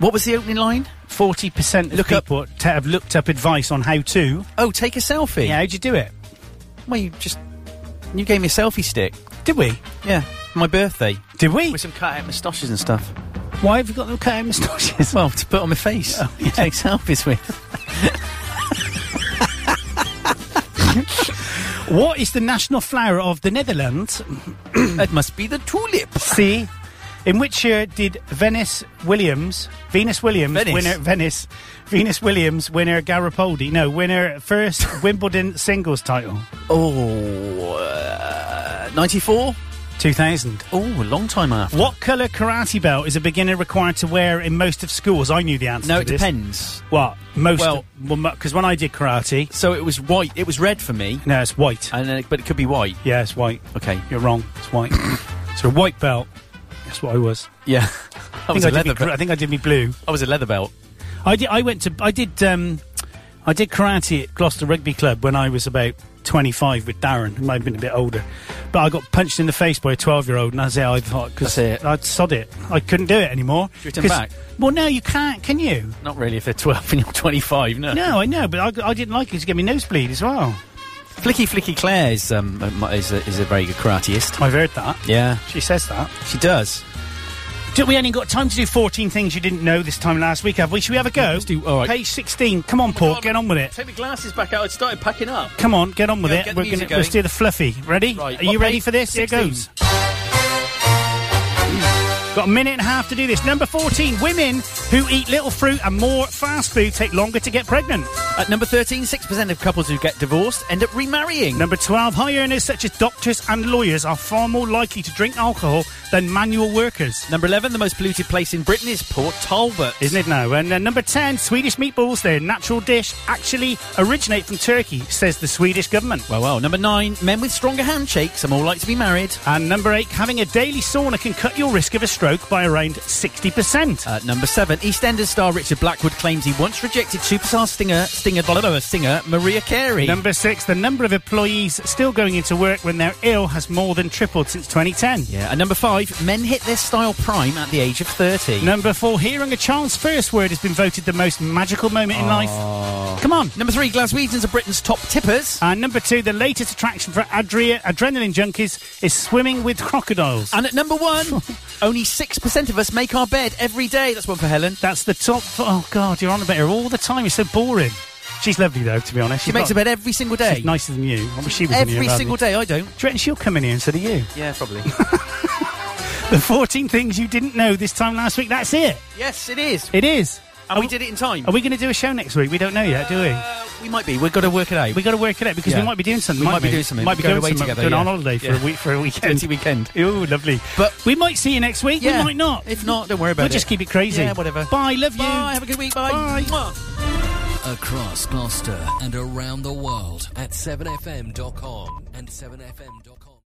Speaker 4: What was the opening line?
Speaker 3: Forty percent of
Speaker 4: Look up-
Speaker 3: people t- have looked up advice on how to.
Speaker 4: Oh, take a selfie.
Speaker 3: Yeah, how'd you do it?
Speaker 4: Well, you just you gave me a selfie stick.
Speaker 3: Did we?
Speaker 4: Yeah, for my birthday
Speaker 3: Did we?
Speaker 4: with some cut out moustaches and stuff.
Speaker 3: Why have you got them cut out moustaches? Oh,
Speaker 4: Well, to put on my face. You take selfies with.
Speaker 3: What is the national flower of the Netherlands?
Speaker 4: it must be the tulip.
Speaker 3: See, in which year did Venice Williams, Venus Williams,
Speaker 4: Venice.
Speaker 3: winner Venice, Venus Williams, winner Garapoldi, no, winner first Wimbledon singles title,
Speaker 4: Oh, uh, 94?
Speaker 3: 2000.
Speaker 4: Oh, a long time after.
Speaker 3: What colour karate belt is a beginner required to wear in most of schools? I knew the answer.
Speaker 4: No,
Speaker 3: to
Speaker 4: it
Speaker 3: this.
Speaker 4: depends.
Speaker 3: What most?
Speaker 4: Well-
Speaker 3: because when I did karate,
Speaker 4: So it was white. It was red for me,
Speaker 3: no, it's white.
Speaker 4: and then, but it could be white.
Speaker 3: yeah, it's white.
Speaker 4: Okay.
Speaker 3: You're wrong. It's white. so a white belt. That's what I was.
Speaker 4: Yeah. I was
Speaker 3: I,
Speaker 4: a
Speaker 3: did me,
Speaker 4: leather.
Speaker 3: gr- I
Speaker 4: belt.
Speaker 3: think I did me blue.
Speaker 4: I was a leather belt.
Speaker 3: I did. I went to. I did. Um, I did karate at Gloucester Rugby Club when I was about 25 with Darren, who might have been a bit older. But I got punched in the face by a 12 year old, and that's it. I thought because
Speaker 4: That's it.
Speaker 3: I'd sod it. I couldn't do it anymore.
Speaker 4: you return
Speaker 3: 'Cause-
Speaker 4: back?
Speaker 3: Well, no, you can't. Can you?
Speaker 4: Not really. If they're twelve and you're twenty-five, no.
Speaker 3: No, I know, but I, I didn't like it. It's gave me nosebleed as well.
Speaker 4: Flicky Flicky Claire is um is a, is a very good karateist.
Speaker 3: I've heard that.
Speaker 4: Yeah,
Speaker 3: She says that.
Speaker 4: she does.
Speaker 3: Do- We only got time to do 14 things you didn't know this time last week, have we? Should we have a go?
Speaker 4: Let's do- all right.
Speaker 3: Page 16. Come on, Paul. Get on with it.
Speaker 4: Take my glasses back out. I started packing up.
Speaker 3: Come on, get on with
Speaker 4: Yeah,
Speaker 3: it.
Speaker 4: get the
Speaker 3: We're
Speaker 4: music
Speaker 3: gonna, let's do
Speaker 4: going.
Speaker 3: the fluffy. Ready?
Speaker 4: Right,
Speaker 3: Are you
Speaker 4: what
Speaker 3: ready
Speaker 4: page?
Speaker 3: for this? Here
Speaker 4: 16.
Speaker 3: goes. Got a minute and a half to do this. Number 14, women who eat little fruit and more fast food take longer to get pregnant.
Speaker 4: At number 13, 6% of couples who get divorced end up remarrying.
Speaker 3: Number 12, high earners such as doctors and lawyers are far more likely to drink alcohol than manual workers.
Speaker 4: Number 11, the most polluted place in Britain is Port Talbot.
Speaker 3: Isn't it now? And uh, number 10, Swedish meatballs, their natural dish, actually originate from Turkey, says the Swedish government.
Speaker 4: Well, well. Number 9, men with stronger handshakes are more likely to be married.
Speaker 3: And number 8, having a daily sauna can cut your risk of a stroke by around 60%.
Speaker 4: At Uh, number 7, EastEnders star Richard Blackwood claims he once rejected superstar stinger, stinger, blah, blah, blah, singer Maria Carey.
Speaker 3: Number six, the number of employees still going into work when they're ill has more than tripled since 2010.
Speaker 4: yeah, and number 5, men hit their style prime at the age of 30.
Speaker 3: Number four, hearing a child's first word has been voted the most magical moment in
Speaker 4: Ah.
Speaker 3: life. Come on.
Speaker 4: Number 3, Glaswegians are Britain's top tippers.
Speaker 3: And number two, the latest attraction for adre- adrenaline junkies is swimming with crocodiles.
Speaker 4: And at number 1, only 6% of us make our bed every day. That's one for Helen.
Speaker 3: That's the top. Oh, God, you're on about her all the time. It's so boring. She's lovely, though, to be honest.
Speaker 4: She makes a bed every single day.
Speaker 3: She's nicer than you. I wish she was in here.
Speaker 4: Every
Speaker 3: rather
Speaker 4: single
Speaker 3: than-
Speaker 4: day, I don't.
Speaker 3: Do you reckon she'll come in here instead of you?
Speaker 4: Yeah, probably.
Speaker 3: The 14 things you didn't know this time last week. That's it.
Speaker 4: yes, it is.
Speaker 3: It is.
Speaker 4: And we did it in time.
Speaker 3: Are we going to do a show next week? We don't know yet, do we?
Speaker 4: we might be. We've got to work it out.
Speaker 3: we got to work it out because
Speaker 4: Yeah.
Speaker 3: we might be doing something.
Speaker 4: We might be
Speaker 3: mightn't
Speaker 4: doing something.
Speaker 3: Might be
Speaker 4: Going
Speaker 3: going,
Speaker 4: away
Speaker 3: somewhere-
Speaker 4: together,
Speaker 3: Going on
Speaker 4: yeah.
Speaker 3: holiday for
Speaker 4: Yeah.
Speaker 3: a week for a
Speaker 4: Dirty
Speaker 3: weekend.
Speaker 4: weekend.
Speaker 3: Ooh, lovely.
Speaker 4: But-
Speaker 3: we might see you next week.
Speaker 4: Yeah.
Speaker 3: We might not.
Speaker 4: If not, don't worry about
Speaker 3: we'll
Speaker 4: it.
Speaker 3: just keep it crazy.
Speaker 4: Yeah, whatever.
Speaker 3: Bye. Love you.
Speaker 4: Bye. Have a good week. Bye.
Speaker 3: Bye.
Speaker 4: Mwah.
Speaker 1: Across Gloucester and around the world at 7fm.com and 7fm.com.